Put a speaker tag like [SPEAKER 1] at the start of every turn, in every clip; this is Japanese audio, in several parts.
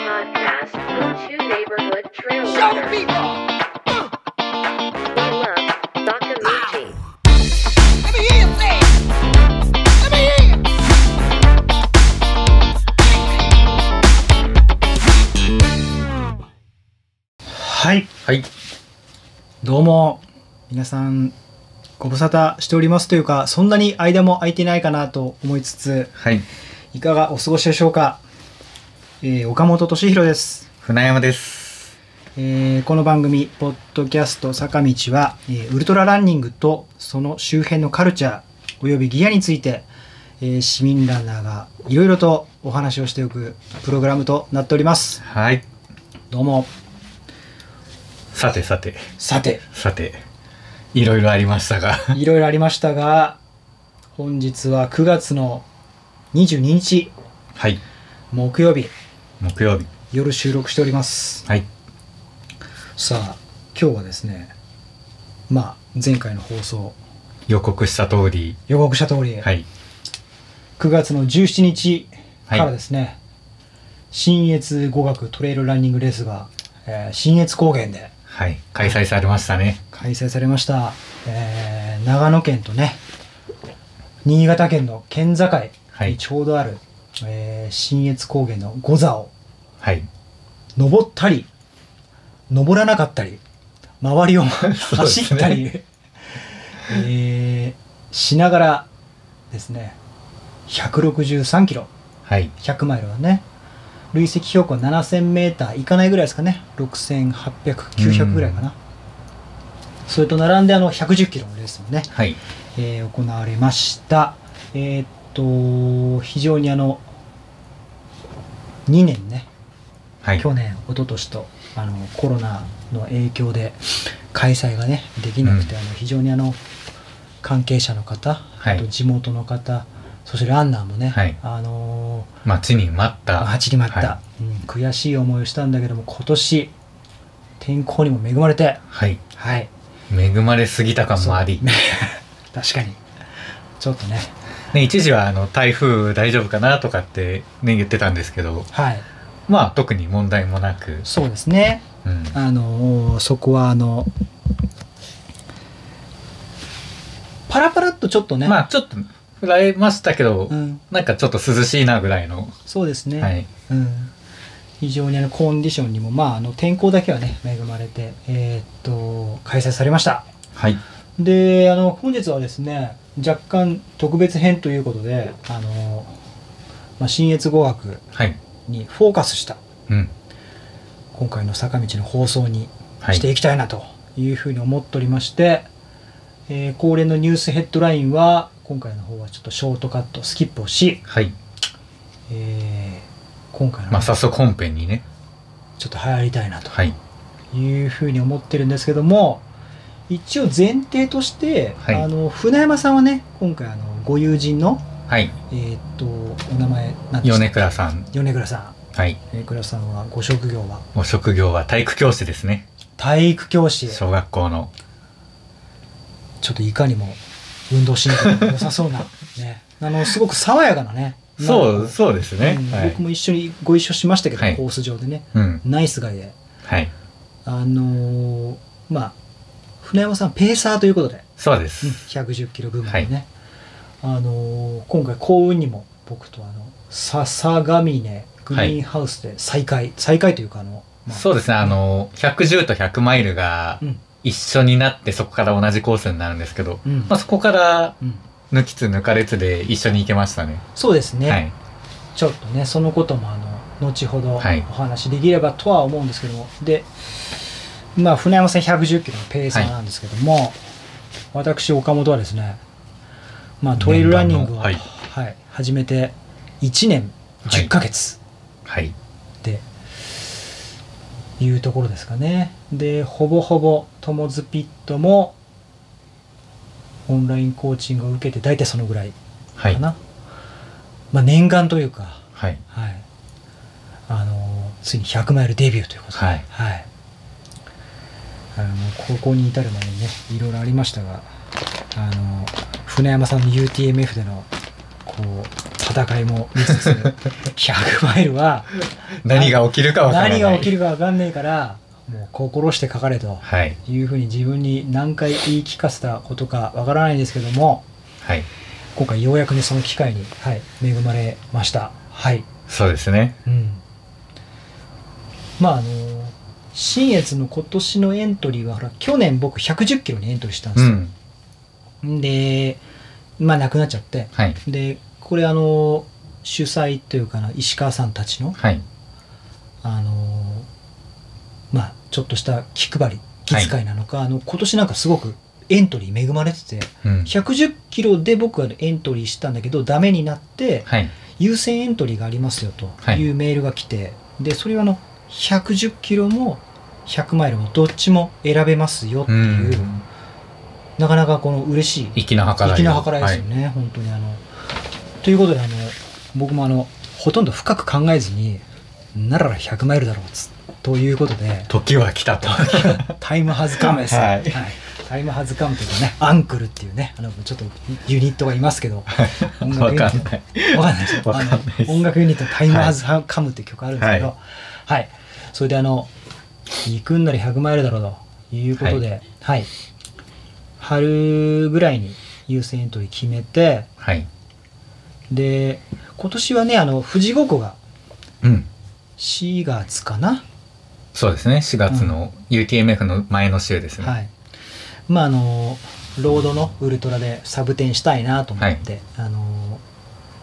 [SPEAKER 1] West Hill 2 neighborhood trail
[SPEAKER 2] Show
[SPEAKER 1] runner.
[SPEAKER 2] people!
[SPEAKER 1] One love, Sakaguchi.
[SPEAKER 2] Let me hear you say it! Let me hear you!
[SPEAKER 3] はい
[SPEAKER 4] はい。
[SPEAKER 3] どうも皆さんご無沙汰しておりますというかそんなに間も空いてないかなと思いつつ
[SPEAKER 4] はい。
[SPEAKER 3] いかがお過ごしでしょうか、えー岡本敏弘です、
[SPEAKER 4] 船山です。
[SPEAKER 3] えーこの番組「ポッドキャスト坂道は」えーウルトラランニングとその周辺のカルチャーおよびギアについて、えー市民ランナーがいろいろとお話をしておくプログラムとなっております
[SPEAKER 4] はい。
[SPEAKER 3] どうも
[SPEAKER 4] さてさて、
[SPEAKER 3] さて
[SPEAKER 4] さて、いろいろありましたが。
[SPEAKER 3] いろいろありましたが、本日は9月の22日、
[SPEAKER 4] はい。
[SPEAKER 3] 木曜日、
[SPEAKER 4] 木曜日。
[SPEAKER 3] 夜収録しております。
[SPEAKER 4] はい。
[SPEAKER 3] さあ、今日はですね、まあ、前回の放送、
[SPEAKER 4] 予告した通り。
[SPEAKER 3] 予告した通り、
[SPEAKER 4] はい。
[SPEAKER 3] 9月の17日
[SPEAKER 4] はい
[SPEAKER 3] からですね、新越語学トレイルランニングレースが、えー新越高原で
[SPEAKER 4] はい。開催されましたね。
[SPEAKER 3] 開催されました。えー長野県とね、新潟県の県境
[SPEAKER 4] は
[SPEAKER 3] に
[SPEAKER 4] い。
[SPEAKER 3] ちょうどある、えー新越高原の五座を
[SPEAKER 4] はい。
[SPEAKER 3] 登ったり登らなかったり周りを
[SPEAKER 4] そうですね
[SPEAKER 3] 走ったり、えーしながらですね163キロ
[SPEAKER 4] はい。
[SPEAKER 3] 100マイルはね累積標高7000メーターいかないぐらいですかね6800900ぐらいかな、それと並んであの110キロのレースもね
[SPEAKER 4] はい。
[SPEAKER 3] えー行われました。えーっと、非常にあの、2年ね、
[SPEAKER 4] はい。
[SPEAKER 3] 去年、一昨年と、あの、コロナの影響で、開催がね、できなくて、あの非常にあの、関係者の方、
[SPEAKER 4] い
[SPEAKER 3] あと地元の方、そしてランナーもね、
[SPEAKER 4] はい
[SPEAKER 3] あのー
[SPEAKER 4] 待ちに待った。
[SPEAKER 3] 待ちに待った、
[SPEAKER 4] は
[SPEAKER 3] うん悔しい思いをしたんだけども、今年、天候にも恵まれて、
[SPEAKER 4] はい。
[SPEAKER 3] はい、
[SPEAKER 4] 恵まれすぎた感もあり。
[SPEAKER 3] 確かに、ちょっとね、
[SPEAKER 4] ね、一時はあの台風大丈夫かなとかってね、言ってたんですけど、
[SPEAKER 3] はい、
[SPEAKER 4] まあ特に問題もなく。
[SPEAKER 3] そうですね。
[SPEAKER 4] うん。
[SPEAKER 3] あのーそこはあのパラパラっとちょっとね、
[SPEAKER 4] まあちょっと、振られましたけど、
[SPEAKER 3] うん、
[SPEAKER 4] なんかちょっと涼しいなぐらいの。
[SPEAKER 3] そうですね、
[SPEAKER 4] はい。
[SPEAKER 3] うん、非常にあのコンディションにも、まあ、あの天候だけはね恵まれて、えーっと開催されました
[SPEAKER 4] はい。
[SPEAKER 3] であの本日はですね若干特別編ということであのー、まあ、新越語学
[SPEAKER 4] はい。
[SPEAKER 3] にフォーカスした
[SPEAKER 4] うん。
[SPEAKER 3] 今回の坂道の放送に
[SPEAKER 4] は
[SPEAKER 3] していきたいなというふうに思っておりまして、えー恒例のニュースヘッドラインは今回の方はちょっとショートカットスキップをし、
[SPEAKER 4] はい。
[SPEAKER 3] えー今回の
[SPEAKER 4] まあ、早速本編にね。
[SPEAKER 3] ちょっと入りたいなと
[SPEAKER 4] はい。
[SPEAKER 3] いうふうに思ってるんですけども一応前提として、
[SPEAKER 4] はい
[SPEAKER 3] あの船山さんはね今回あのご友人の
[SPEAKER 4] はい。
[SPEAKER 3] えーっとお名前何でした
[SPEAKER 4] 米倉さん。
[SPEAKER 3] 米倉さ
[SPEAKER 4] はい。
[SPEAKER 3] ん米倉さんはご職業は
[SPEAKER 4] もう職業は体育教師ですね。
[SPEAKER 3] 体育教師
[SPEAKER 4] 小学校の。
[SPEAKER 3] ちょっといかにも運動神経が良さ そうな、ね、あのすごく爽やかなね。
[SPEAKER 4] そう、
[SPEAKER 3] なんか
[SPEAKER 4] そうですね
[SPEAKER 3] うん。
[SPEAKER 4] はい
[SPEAKER 3] 僕。も一緒にご一緒しましたけど、
[SPEAKER 4] はい
[SPEAKER 3] コース上でね、
[SPEAKER 4] うん。
[SPEAKER 3] ナイスガイで、
[SPEAKER 4] はい。
[SPEAKER 3] あのーまあ、船山さん、ペーサーということで、
[SPEAKER 4] そうです。
[SPEAKER 3] 110キロ部門でね、あのー今回、幸運にも僕とあの笹上ね、グリーンハウスで再開、再開というかあの、まあ
[SPEAKER 4] そうですね。あの、110と100マイルが
[SPEAKER 3] うん
[SPEAKER 4] 一緒になって、そこから同じコースになるんですけど、
[SPEAKER 3] うん
[SPEAKER 4] まあ、そこから
[SPEAKER 3] うん
[SPEAKER 4] 抜きつ抜かれつで一緒に行けましたね。
[SPEAKER 3] そうですね。
[SPEAKER 4] はい。
[SPEAKER 3] ちょっとねそのこともあの後ほどお
[SPEAKER 4] はい
[SPEAKER 3] 話しできればとは思うんですけども、でまあ船山さん110キロのペーサーなんですけども、私岡本はですねまあトレイルランニングを、
[SPEAKER 4] メ
[SPEAKER 3] は
[SPEAKER 4] ンバー
[SPEAKER 3] い
[SPEAKER 4] の
[SPEAKER 3] 始めて1年
[SPEAKER 4] はい
[SPEAKER 3] 10ヶ月
[SPEAKER 4] はい。
[SPEAKER 3] っていうところですかねでほぼほぼ友ズピットもオンラインコーチングを受けて大体そのぐらい
[SPEAKER 4] は
[SPEAKER 3] か
[SPEAKER 4] い。
[SPEAKER 3] な、まあ念願というか
[SPEAKER 4] はい。
[SPEAKER 3] はい、あのついに100マイルデビューということで、
[SPEAKER 4] はい
[SPEAKER 3] あの高校に至るまでにねいろいろありましたがあの船山さんの UTMF でのここう戦いも見つつ 100マイルは
[SPEAKER 4] 何が起きるかわからない。
[SPEAKER 3] 何が起き
[SPEAKER 4] る
[SPEAKER 3] るか分かんないからもう心して書かれと
[SPEAKER 4] はい。
[SPEAKER 3] いうふうに自分に何回言い聞かせたことか分からないですけども
[SPEAKER 4] はい。
[SPEAKER 3] 今回ようやくねその機会に、はい、恵まれましたはい
[SPEAKER 4] そうですね。
[SPEAKER 3] うんまああの新越の今年のエントリーはほら去年僕110キロにエントリーしたんで
[SPEAKER 4] う
[SPEAKER 3] すよ、
[SPEAKER 4] ん。
[SPEAKER 3] でまあなくなっちゃって
[SPEAKER 4] はい。
[SPEAKER 3] でこれあの主催というかな石川さんたちの
[SPEAKER 4] はい。
[SPEAKER 3] あのまあちょっとした気配り気遣いなのか、あの今年なんかすごくエントリー恵まれてて
[SPEAKER 4] うん。
[SPEAKER 3] 110キロで僕はエントリーしたんだけどダメになって
[SPEAKER 4] はい。
[SPEAKER 3] 優先エントリーがありますよと
[SPEAKER 4] はい
[SPEAKER 3] いうメールが来て、でそれはあの110キロも100マイルもどっちも選べますよって
[SPEAKER 4] う
[SPEAKER 3] いう、
[SPEAKER 4] ん。
[SPEAKER 3] なかなかこの嬉しい
[SPEAKER 4] 粋な計らいを。
[SPEAKER 3] 粋な計らいですよね、本当にあの。ということであの僕もあのほとんど深く考えずにならら100マイルだろうっつということで
[SPEAKER 4] 時は来たと。
[SPEAKER 3] タイムハズカムですね、
[SPEAKER 4] は
[SPEAKER 3] はいいタイムハズカムというかねアンクルっていうねあのちょっとユニットがいますけど音 楽
[SPEAKER 4] わ
[SPEAKER 3] ユニ
[SPEAKER 4] か
[SPEAKER 3] ッ
[SPEAKER 4] ん
[SPEAKER 3] ト
[SPEAKER 4] ない。
[SPEAKER 3] わかんないですよ
[SPEAKER 4] わかんないです
[SPEAKER 3] あの音楽ユニットの「タイムアズハカム」っていう曲あるんですけど、
[SPEAKER 4] は
[SPEAKER 3] はいそれであの行くんなり100マイルだろうということで、はい春ぐらいに優先エントリー決めて
[SPEAKER 4] はい。
[SPEAKER 3] で今年はねあの富士五湖が
[SPEAKER 4] うん。
[SPEAKER 3] 4月かな、
[SPEAKER 4] そうですね。4月の UTMF の前の週ですね。
[SPEAKER 3] はいまああのロードのウルトラでサブ転したいなと思って、あの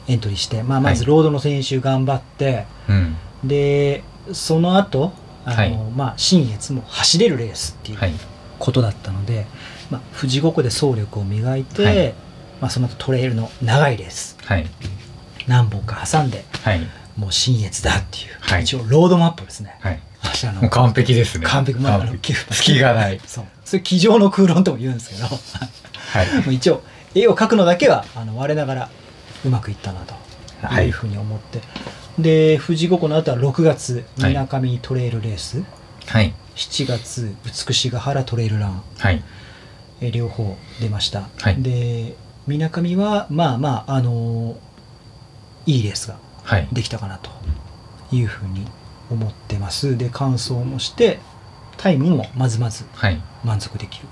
[SPEAKER 3] エントリーして、まあ、まずロードの選手頑張って、
[SPEAKER 4] うん。
[SPEAKER 3] でその後あの、
[SPEAKER 4] はい
[SPEAKER 3] まあ新越も走れるレースってい
[SPEAKER 4] は
[SPEAKER 3] う
[SPEAKER 4] い。
[SPEAKER 3] ことだったので、まあ、富士五湖で走力を磨いて、
[SPEAKER 4] はい
[SPEAKER 3] まあ、その後トレイルの長いレース
[SPEAKER 4] はい。
[SPEAKER 3] 何本か挟んで
[SPEAKER 4] はい。
[SPEAKER 3] もう新越だっていう、
[SPEAKER 4] はい
[SPEAKER 3] 一応ロードマップですね、
[SPEAKER 4] はい。
[SPEAKER 3] 私あの
[SPEAKER 4] もう完璧ですね。
[SPEAKER 3] 完璧まああの
[SPEAKER 4] 璧隙がない。
[SPEAKER 3] そうそれ机上の空論とも言うんですけど
[SPEAKER 4] はい。
[SPEAKER 3] もう一応絵を描くのだけはあの我ながらうまくいったなと
[SPEAKER 4] はいいう
[SPEAKER 3] ふうに思って、で富士五湖の後は6月みなかみトレイルレース、
[SPEAKER 4] はい。
[SPEAKER 3] 7月美しが原トレイルラン、
[SPEAKER 4] はい。
[SPEAKER 3] えー両方出ました、
[SPEAKER 4] はい
[SPEAKER 3] でみなかみはまあまああのーいいレースが
[SPEAKER 4] はい。
[SPEAKER 3] できたかなというふうに思ってますで完走もしてタイムもまずまず
[SPEAKER 4] はい。
[SPEAKER 3] 満足できる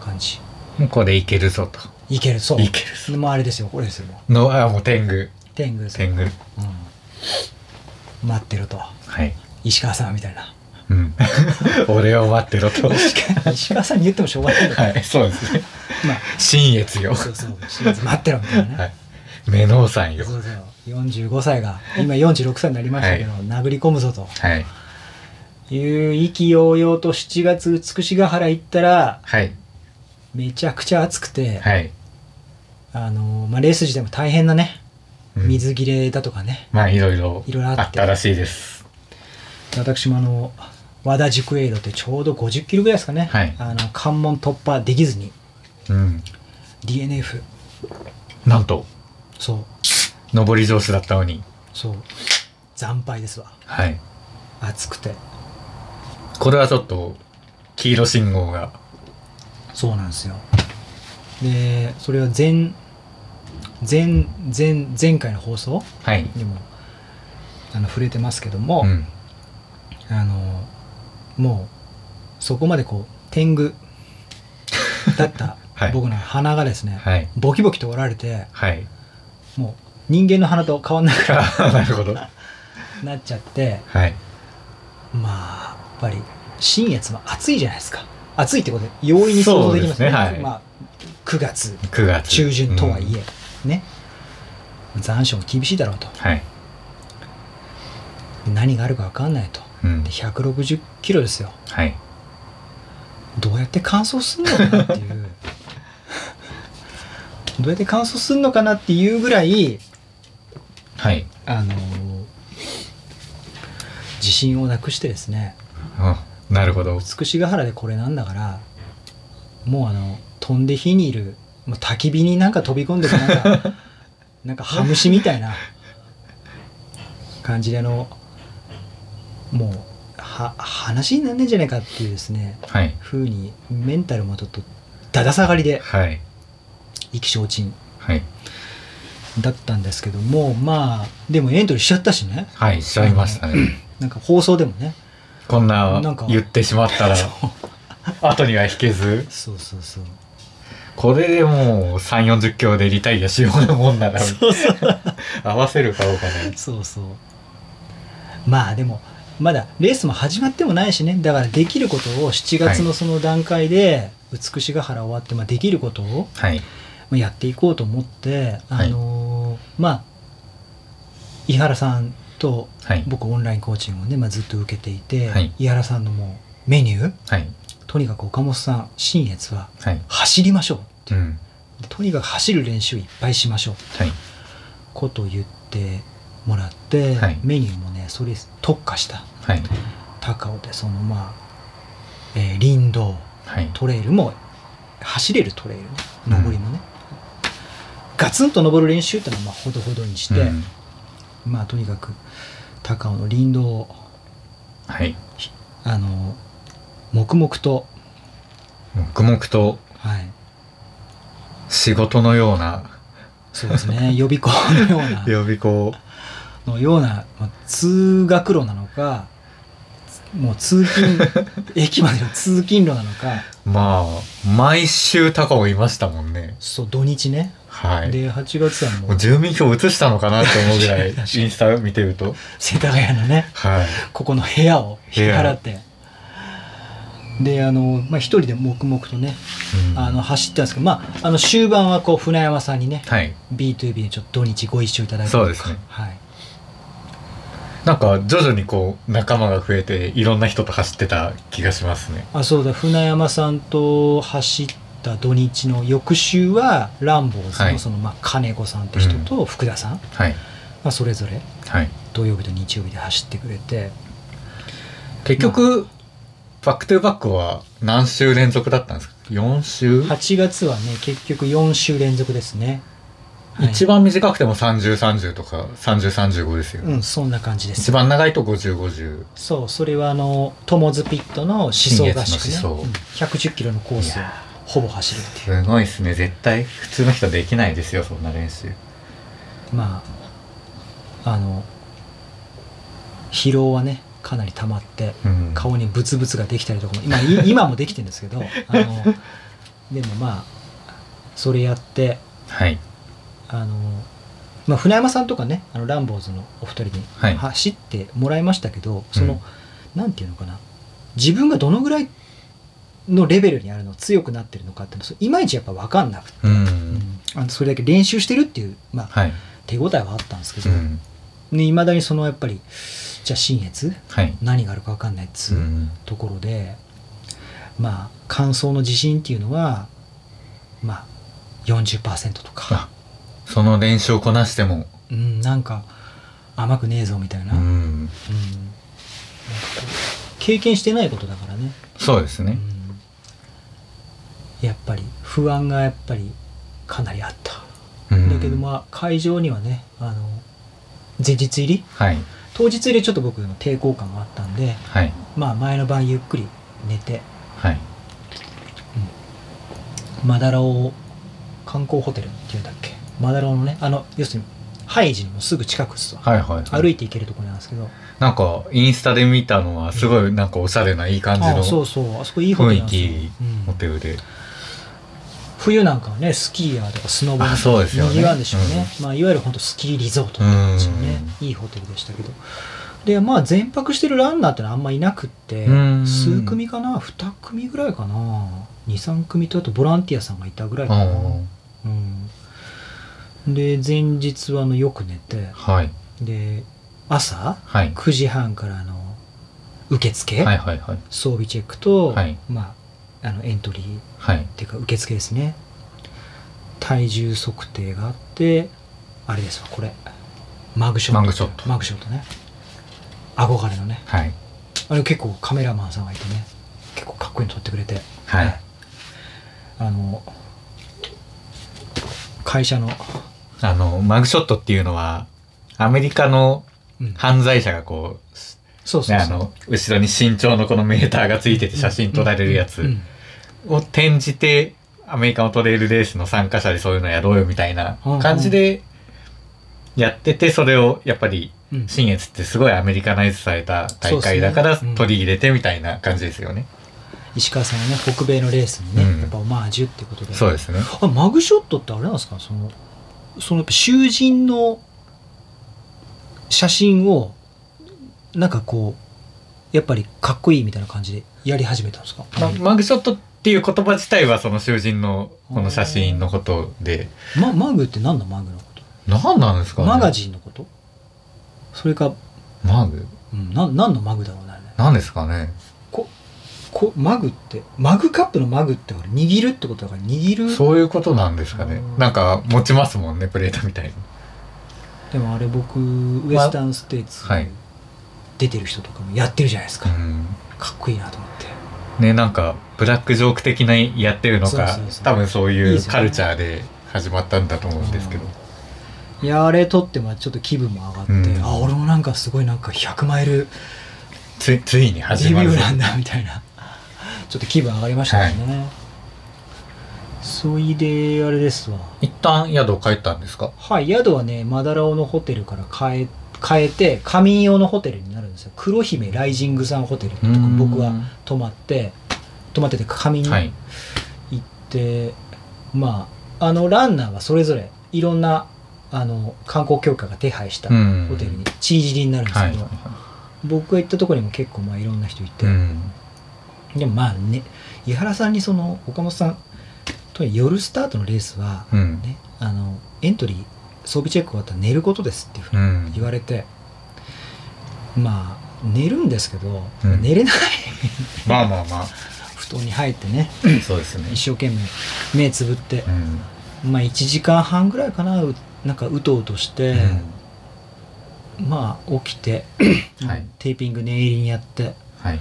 [SPEAKER 3] 感じ
[SPEAKER 4] もうこれいけるぞと。
[SPEAKER 3] いけるそう
[SPEAKER 4] いけるぞ。
[SPEAKER 3] もうあれですよこれですよも
[SPEAKER 4] の、あ、もう天狗。
[SPEAKER 3] う天狗ですよ
[SPEAKER 4] 天狗。
[SPEAKER 3] うん待ってろと
[SPEAKER 4] はい。
[SPEAKER 3] 石川さんみたいな
[SPEAKER 4] うん。俺を待ってろと。
[SPEAKER 3] 石川さんに言ってもしょうがないのか、
[SPEAKER 4] はい。そうですね。
[SPEAKER 3] まあ
[SPEAKER 4] 新越よ。
[SPEAKER 3] そうそう待ってろみたいなね、
[SPEAKER 4] はい。メノウさんよ。
[SPEAKER 3] そうそう45歳が今46歳になりましたけど、殴り込むぞと
[SPEAKER 4] はい。
[SPEAKER 3] いう意気揚々と7月美しが原行ったら
[SPEAKER 4] はい。
[SPEAKER 3] めちゃくちゃ暑くて、
[SPEAKER 4] はい。
[SPEAKER 3] あのまあ、レース自体も大変なね
[SPEAKER 4] うん。
[SPEAKER 3] 水切れだとかね、
[SPEAKER 4] まあ、いろいろ。
[SPEAKER 3] いろいろあって
[SPEAKER 4] あったらしいです。
[SPEAKER 3] 私もあの和田塾エイドってちょうど50キロぐらいですかね、
[SPEAKER 4] はい
[SPEAKER 3] あの関門突破できずに
[SPEAKER 4] うん。
[SPEAKER 3] DNF
[SPEAKER 4] なんと、
[SPEAKER 3] そう
[SPEAKER 4] 上り上手だったのに。
[SPEAKER 3] そう惨敗ですわ
[SPEAKER 4] はい。
[SPEAKER 3] 暑くて
[SPEAKER 4] これはちょっと、黄色信号が。
[SPEAKER 3] そうなんですよでそれは前前前前回の放送
[SPEAKER 4] はい。
[SPEAKER 3] にもあの触れてますけども、
[SPEAKER 4] うん。
[SPEAKER 3] あのもうそこまでこう天狗だった
[SPEAKER 4] はい
[SPEAKER 3] 僕の鼻がですね、
[SPEAKER 4] はい。
[SPEAKER 3] ボキボキと折られて
[SPEAKER 4] はい。
[SPEAKER 3] もう人間の鼻と変わんなく
[SPEAKER 4] あなるほど。
[SPEAKER 3] なっちゃって
[SPEAKER 4] はい。
[SPEAKER 3] まあやっぱり新越は暑いじゃないですか暑いってことで容易に想像できますね
[SPEAKER 4] そうですねはい
[SPEAKER 3] まあ、9月
[SPEAKER 4] 9月。
[SPEAKER 3] 中旬とはい
[SPEAKER 4] うん
[SPEAKER 3] え、ね残暑も厳しいだろうと
[SPEAKER 4] はい。
[SPEAKER 3] 何があるか分かんないと
[SPEAKER 4] うん
[SPEAKER 3] で。160キロですよ
[SPEAKER 4] はい。
[SPEAKER 3] どうやって乾燥するのかなっていう どうやって乾燥するのかなっていうぐらい
[SPEAKER 4] はい。
[SPEAKER 3] あのー自信をなくしてですね
[SPEAKER 4] あなるほど。
[SPEAKER 3] 美しが原でこれなんだからもうあの飛んで火にいるもう焚き火になんか飛び込んでるなんかなんかハムシみたいな感じであのもうは話になんねえんじゃないかっていうですね
[SPEAKER 4] はい。
[SPEAKER 3] ふうにメンタルもちょっとだだ下がりで
[SPEAKER 4] はい。
[SPEAKER 3] 意気消沈
[SPEAKER 4] はい。
[SPEAKER 3] だったんですけどもまあでもエントリーしちゃったしね
[SPEAKER 4] はい、しちゃいましたね。
[SPEAKER 3] なんか放送でもね
[SPEAKER 4] こんな
[SPEAKER 3] なんか
[SPEAKER 4] 言ってしまったら、後には引けず、
[SPEAKER 3] そうそうそう
[SPEAKER 4] これでもう3、40強でリタイアしようなもんなら、合わせるかどうかね。
[SPEAKER 3] そうそうまあでもまだレースも始まってもないしねだからできることを7月のその段階で美しが原終わって、まあ、できることを
[SPEAKER 4] はい。
[SPEAKER 3] まあやっていこうと思って、
[SPEAKER 4] は
[SPEAKER 3] あ
[SPEAKER 4] い
[SPEAKER 3] のーまあ井原さんと
[SPEAKER 4] はい。
[SPEAKER 3] 僕オンラインコーチングをね、まあ、ずっと受けていて、
[SPEAKER 4] はい
[SPEAKER 3] 井原さんのもうメニュー
[SPEAKER 4] はい。
[SPEAKER 3] とにかく岡本さん新越は
[SPEAKER 4] はい。
[SPEAKER 3] 走りましょうって
[SPEAKER 4] う。
[SPEAKER 3] いうんでとにかく走る練習いっぱいしましょう
[SPEAKER 4] はい。
[SPEAKER 3] ことを言ってもらって、
[SPEAKER 4] はい
[SPEAKER 3] メニューもねそれ特化した
[SPEAKER 4] はい。
[SPEAKER 3] 高尾でそのまあ、えー林道
[SPEAKER 4] はい。
[SPEAKER 3] トレイルも走れるトレイルね
[SPEAKER 4] うん
[SPEAKER 3] 登りもね、ガツンと登る練習ってのはまあほどほどにして、
[SPEAKER 4] うん
[SPEAKER 3] まあとにかく高尾の林道を
[SPEAKER 4] はい。
[SPEAKER 3] あの黙々と、
[SPEAKER 4] 黙々と
[SPEAKER 3] はい、
[SPEAKER 4] 仕事のような
[SPEAKER 3] そうです ね予備校のような
[SPEAKER 4] 予備校。
[SPEAKER 3] のような、まあ、通学路なのかもう通 勤駅までの通勤路なのか
[SPEAKER 4] まあ、毎週高尾いましたもんね。
[SPEAKER 3] そう土日ね、
[SPEAKER 4] はい。
[SPEAKER 3] で8月はも
[SPEAKER 4] も
[SPEAKER 3] う
[SPEAKER 4] う住民票移したのかなって思うぐらい、イ
[SPEAKER 3] 確かに
[SPEAKER 4] ンスタ見てると。
[SPEAKER 3] 世田谷のね
[SPEAKER 4] はい。
[SPEAKER 3] ここの部屋を引き払ってであの、まあ、一人で黙々とね
[SPEAKER 4] うん
[SPEAKER 3] あの走ったんですけど、まあ、あの終盤はこう船山さんにね
[SPEAKER 4] はい。
[SPEAKER 3] B2B でちょっと土日ご一緒いただいて
[SPEAKER 4] そうですね
[SPEAKER 3] はい、
[SPEAKER 4] なんか徐々にこう仲間が増えていろんな人と走ってた気がしますね。
[SPEAKER 3] あそうだ船山さんと走った土日の翌週はランボーズ
[SPEAKER 4] は
[SPEAKER 3] の
[SPEAKER 4] い
[SPEAKER 3] その、まあ、金子さんって人と福田さん、
[SPEAKER 4] はい。
[SPEAKER 3] まあ、それぞれ
[SPEAKER 4] はい。
[SPEAKER 3] 土曜日と日曜日で走ってくれて
[SPEAKER 4] 結局、バックトゥーバックは何週連続だったんですか ?4 週、
[SPEAKER 3] 8月はね結局4週連続ですね、はい
[SPEAKER 4] 一番短くても30、30とか30、35ですよ、ね
[SPEAKER 3] うんそんな感じです
[SPEAKER 4] 一番長いと50、50。
[SPEAKER 3] そうそれはあのトモズピットの思想合宿ね、
[SPEAKER 4] 新越の思想
[SPEAKER 3] うん110キロのコースをほぼ走るっていう
[SPEAKER 4] すごいですね。絶対普通の人できないですよ、そんな練習。
[SPEAKER 3] まああの疲労はねかなり溜まって
[SPEAKER 4] うん。
[SPEAKER 3] 顔にブツブツができたりとかも今 い今もできてるんですけどあのでもまあそれやって
[SPEAKER 4] はい。
[SPEAKER 3] あの、まあ、船山さんとかねあのランボーズのお二人に
[SPEAKER 4] はい
[SPEAKER 3] 走ってもらいましたけど、その、
[SPEAKER 4] うん
[SPEAKER 3] なんていうのかな自分がどのぐらいのレベルにあるの強くなってるのかっていうのそういまいちやっぱ分かんなくて、
[SPEAKER 4] うん。
[SPEAKER 3] あのそれだけ練習してるっていう、まあ
[SPEAKER 4] はい。
[SPEAKER 3] 手応えはあったんですけ
[SPEAKER 4] う
[SPEAKER 3] ど、
[SPEAKER 4] ん。
[SPEAKER 3] ね、いまだにそのやっぱりじゃあ新越
[SPEAKER 4] はい。
[SPEAKER 3] 何があるか分かんないっつう
[SPEAKER 4] うん
[SPEAKER 3] ところで、まあ完走の自信っていうのはまあ40%とか、
[SPEAKER 4] あその練習をこなしても、
[SPEAKER 3] うん、なんか甘くねえぞみたいな,、
[SPEAKER 4] う
[SPEAKER 3] うん
[SPEAKER 4] ん。
[SPEAKER 3] なんかこう経験してないことだからね、
[SPEAKER 4] そうです
[SPEAKER 3] う
[SPEAKER 4] ね。
[SPEAKER 3] ん、やっぱり不安がやっぱりかなりあった、
[SPEAKER 4] うん
[SPEAKER 3] だけどまあ会場にはねあの前日入り
[SPEAKER 4] はい。
[SPEAKER 3] 当日入りちょっと僕の抵抗感があったんで
[SPEAKER 4] はい。
[SPEAKER 3] まあ前の晩ゆっくり寝て
[SPEAKER 4] はい。
[SPEAKER 3] マダラオ観光ホテルっていうんだっけマダラオのねあの要するにハイジのすぐ近くっすわ
[SPEAKER 4] はいはい、はい。
[SPEAKER 3] 歩いて行けるところなんですけど
[SPEAKER 4] なんか、インスタで見たのは、すごいなんかおしゃれないい感じ
[SPEAKER 3] ああそ
[SPEAKER 4] の
[SPEAKER 3] うそうあそこいいホテル
[SPEAKER 4] 雰囲
[SPEAKER 3] なんですよ
[SPEAKER 4] 気
[SPEAKER 3] う
[SPEAKER 4] ホ
[SPEAKER 3] ん
[SPEAKER 4] テルで。
[SPEAKER 3] 冬なんかはねスキーヤーとかスノボ
[SPEAKER 4] あそうですよね
[SPEAKER 3] にぎわうんでしょうね、まあ、いわゆる本当スキーリゾートって感じのねいいホテルでしたけどでまあ全泊してるランナーってのはあんまいなくって
[SPEAKER 4] うん
[SPEAKER 3] 数組かな2組ぐらいかな23組とあとボランティアさんがいたぐらいか
[SPEAKER 4] あ
[SPEAKER 3] な、うん、で前日はあのよく寝て
[SPEAKER 4] あはい。
[SPEAKER 3] で朝
[SPEAKER 4] はい。
[SPEAKER 3] 9時半からの受付、
[SPEAKER 4] はいはいはい。
[SPEAKER 3] 装備チェックと、
[SPEAKER 4] はい
[SPEAKER 3] まあ、あのエントリーっ
[SPEAKER 4] はい。
[SPEAKER 3] ていうか受付ですね体重測定があってあれですわこれマグショット
[SPEAKER 4] マグショット
[SPEAKER 3] マグショットね憧れのね
[SPEAKER 4] はい。
[SPEAKER 3] あれ結構カメラマンさんがいてね結構かっこいいの撮ってくれて
[SPEAKER 4] はい。
[SPEAKER 3] あの会社の、
[SPEAKER 4] あの、マグショットっていうのは、アメリカの
[SPEAKER 3] うん
[SPEAKER 4] 犯罪者がこ
[SPEAKER 3] そう
[SPEAKER 4] う、
[SPEAKER 3] そ
[SPEAKER 4] ね、
[SPEAKER 3] う
[SPEAKER 4] あ
[SPEAKER 3] そう、
[SPEAKER 4] の、後ろに身長のこのメーターがついてて写真撮られるや
[SPEAKER 3] うんう
[SPEAKER 4] つ
[SPEAKER 3] ん
[SPEAKER 4] を転じて、アメリカのトレイルレースの参加者でそういうのやろうよみたいな感じで、やっててそれをやっぱり
[SPEAKER 3] うん
[SPEAKER 4] 新越ってすごいアメリカナイズされた大会だから
[SPEAKER 3] そうですねうん
[SPEAKER 4] 取り入れてみたいな感じですよね。
[SPEAKER 3] 石川さんはね北米のレースにね、
[SPEAKER 4] うん
[SPEAKER 3] やっぱオマージュってことで
[SPEAKER 4] そうですね。
[SPEAKER 3] あマグショットってあれなんですかそのそのやっぱ囚人の写真をなんかこうやっぱりかっこいいみたいな感じでやり始めたんですか、
[SPEAKER 4] まマグショットっていう言葉自体はその囚人のこの写真のことで
[SPEAKER 3] ま、マグって何のマグのこ
[SPEAKER 4] 何なんですか
[SPEAKER 3] と
[SPEAKER 4] ね
[SPEAKER 3] マガジンのことそれか、
[SPEAKER 4] マグ
[SPEAKER 3] うん、な何のマグだろうなあれね
[SPEAKER 4] 何ですかね
[SPEAKER 3] ここマグってマグカップのマグってほら握るってことだから握る
[SPEAKER 4] そういうことなんですかねなんか持ちますもんねプレートみたいに
[SPEAKER 3] でもあれ僕ウエスタンステーツ
[SPEAKER 4] はい
[SPEAKER 3] 出てる人とかもやってるじゃないですか、
[SPEAKER 4] うん
[SPEAKER 3] かっこいいなと思って
[SPEAKER 4] ねなんかブラックジョーク的なやってるの
[SPEAKER 3] そう
[SPEAKER 4] か
[SPEAKER 3] そうそう
[SPEAKER 4] 多分そう
[SPEAKER 3] いい
[SPEAKER 4] い
[SPEAKER 3] で
[SPEAKER 4] う
[SPEAKER 3] すよね
[SPEAKER 4] カルチャーで始まったんだと思うんですけど
[SPEAKER 3] いやあれ撮ってもちょっと気分も上がって、
[SPEAKER 4] うん
[SPEAKER 3] あ俺もなんかすごいなんか100マイル
[SPEAKER 4] ついついに始
[SPEAKER 3] デ
[SPEAKER 4] ま
[SPEAKER 3] ビュ
[SPEAKER 4] る
[SPEAKER 3] ーなんだみたいなちょっと気分上がりましたよね、そいであれですわ
[SPEAKER 4] 一旦宿を帰ったんですか
[SPEAKER 3] はい宿はねマダラオのホテルから変え変えて仮眠用のホテルになるんですよ黒姫ライジングさんホテルってとこ
[SPEAKER 4] うん
[SPEAKER 3] 僕は泊まって泊まってて仮眠に
[SPEAKER 4] はい
[SPEAKER 3] 行って、まああのランナーはそれぞれいろんなあの観光協会が手配した
[SPEAKER 4] うん
[SPEAKER 3] ホテルにチージリになるんです
[SPEAKER 4] は
[SPEAKER 3] け
[SPEAKER 4] い
[SPEAKER 3] ど、僕が行ったところにも結構まあいろんな人いて、
[SPEAKER 4] うん
[SPEAKER 3] でもまあね井原さんにその岡本さんとに夜スタートのレースは、
[SPEAKER 4] うん
[SPEAKER 3] ね、あのエントリー装備チェック終わったら寝ることですっていうふう
[SPEAKER 4] う
[SPEAKER 3] に
[SPEAKER 4] ん
[SPEAKER 3] 言われて、まあ寝るんですけど、
[SPEAKER 4] うん
[SPEAKER 3] 寝れない
[SPEAKER 4] まあまあまあ
[SPEAKER 3] 布団に入って ね
[SPEAKER 4] そうですね
[SPEAKER 3] 一生懸命目つぶって
[SPEAKER 4] う、ん
[SPEAKER 3] まあ1時間半ぐらいかなうなんかうとうとして、まあ起きて、
[SPEAKER 4] うんはい
[SPEAKER 3] テーピング念入りにやって
[SPEAKER 4] はい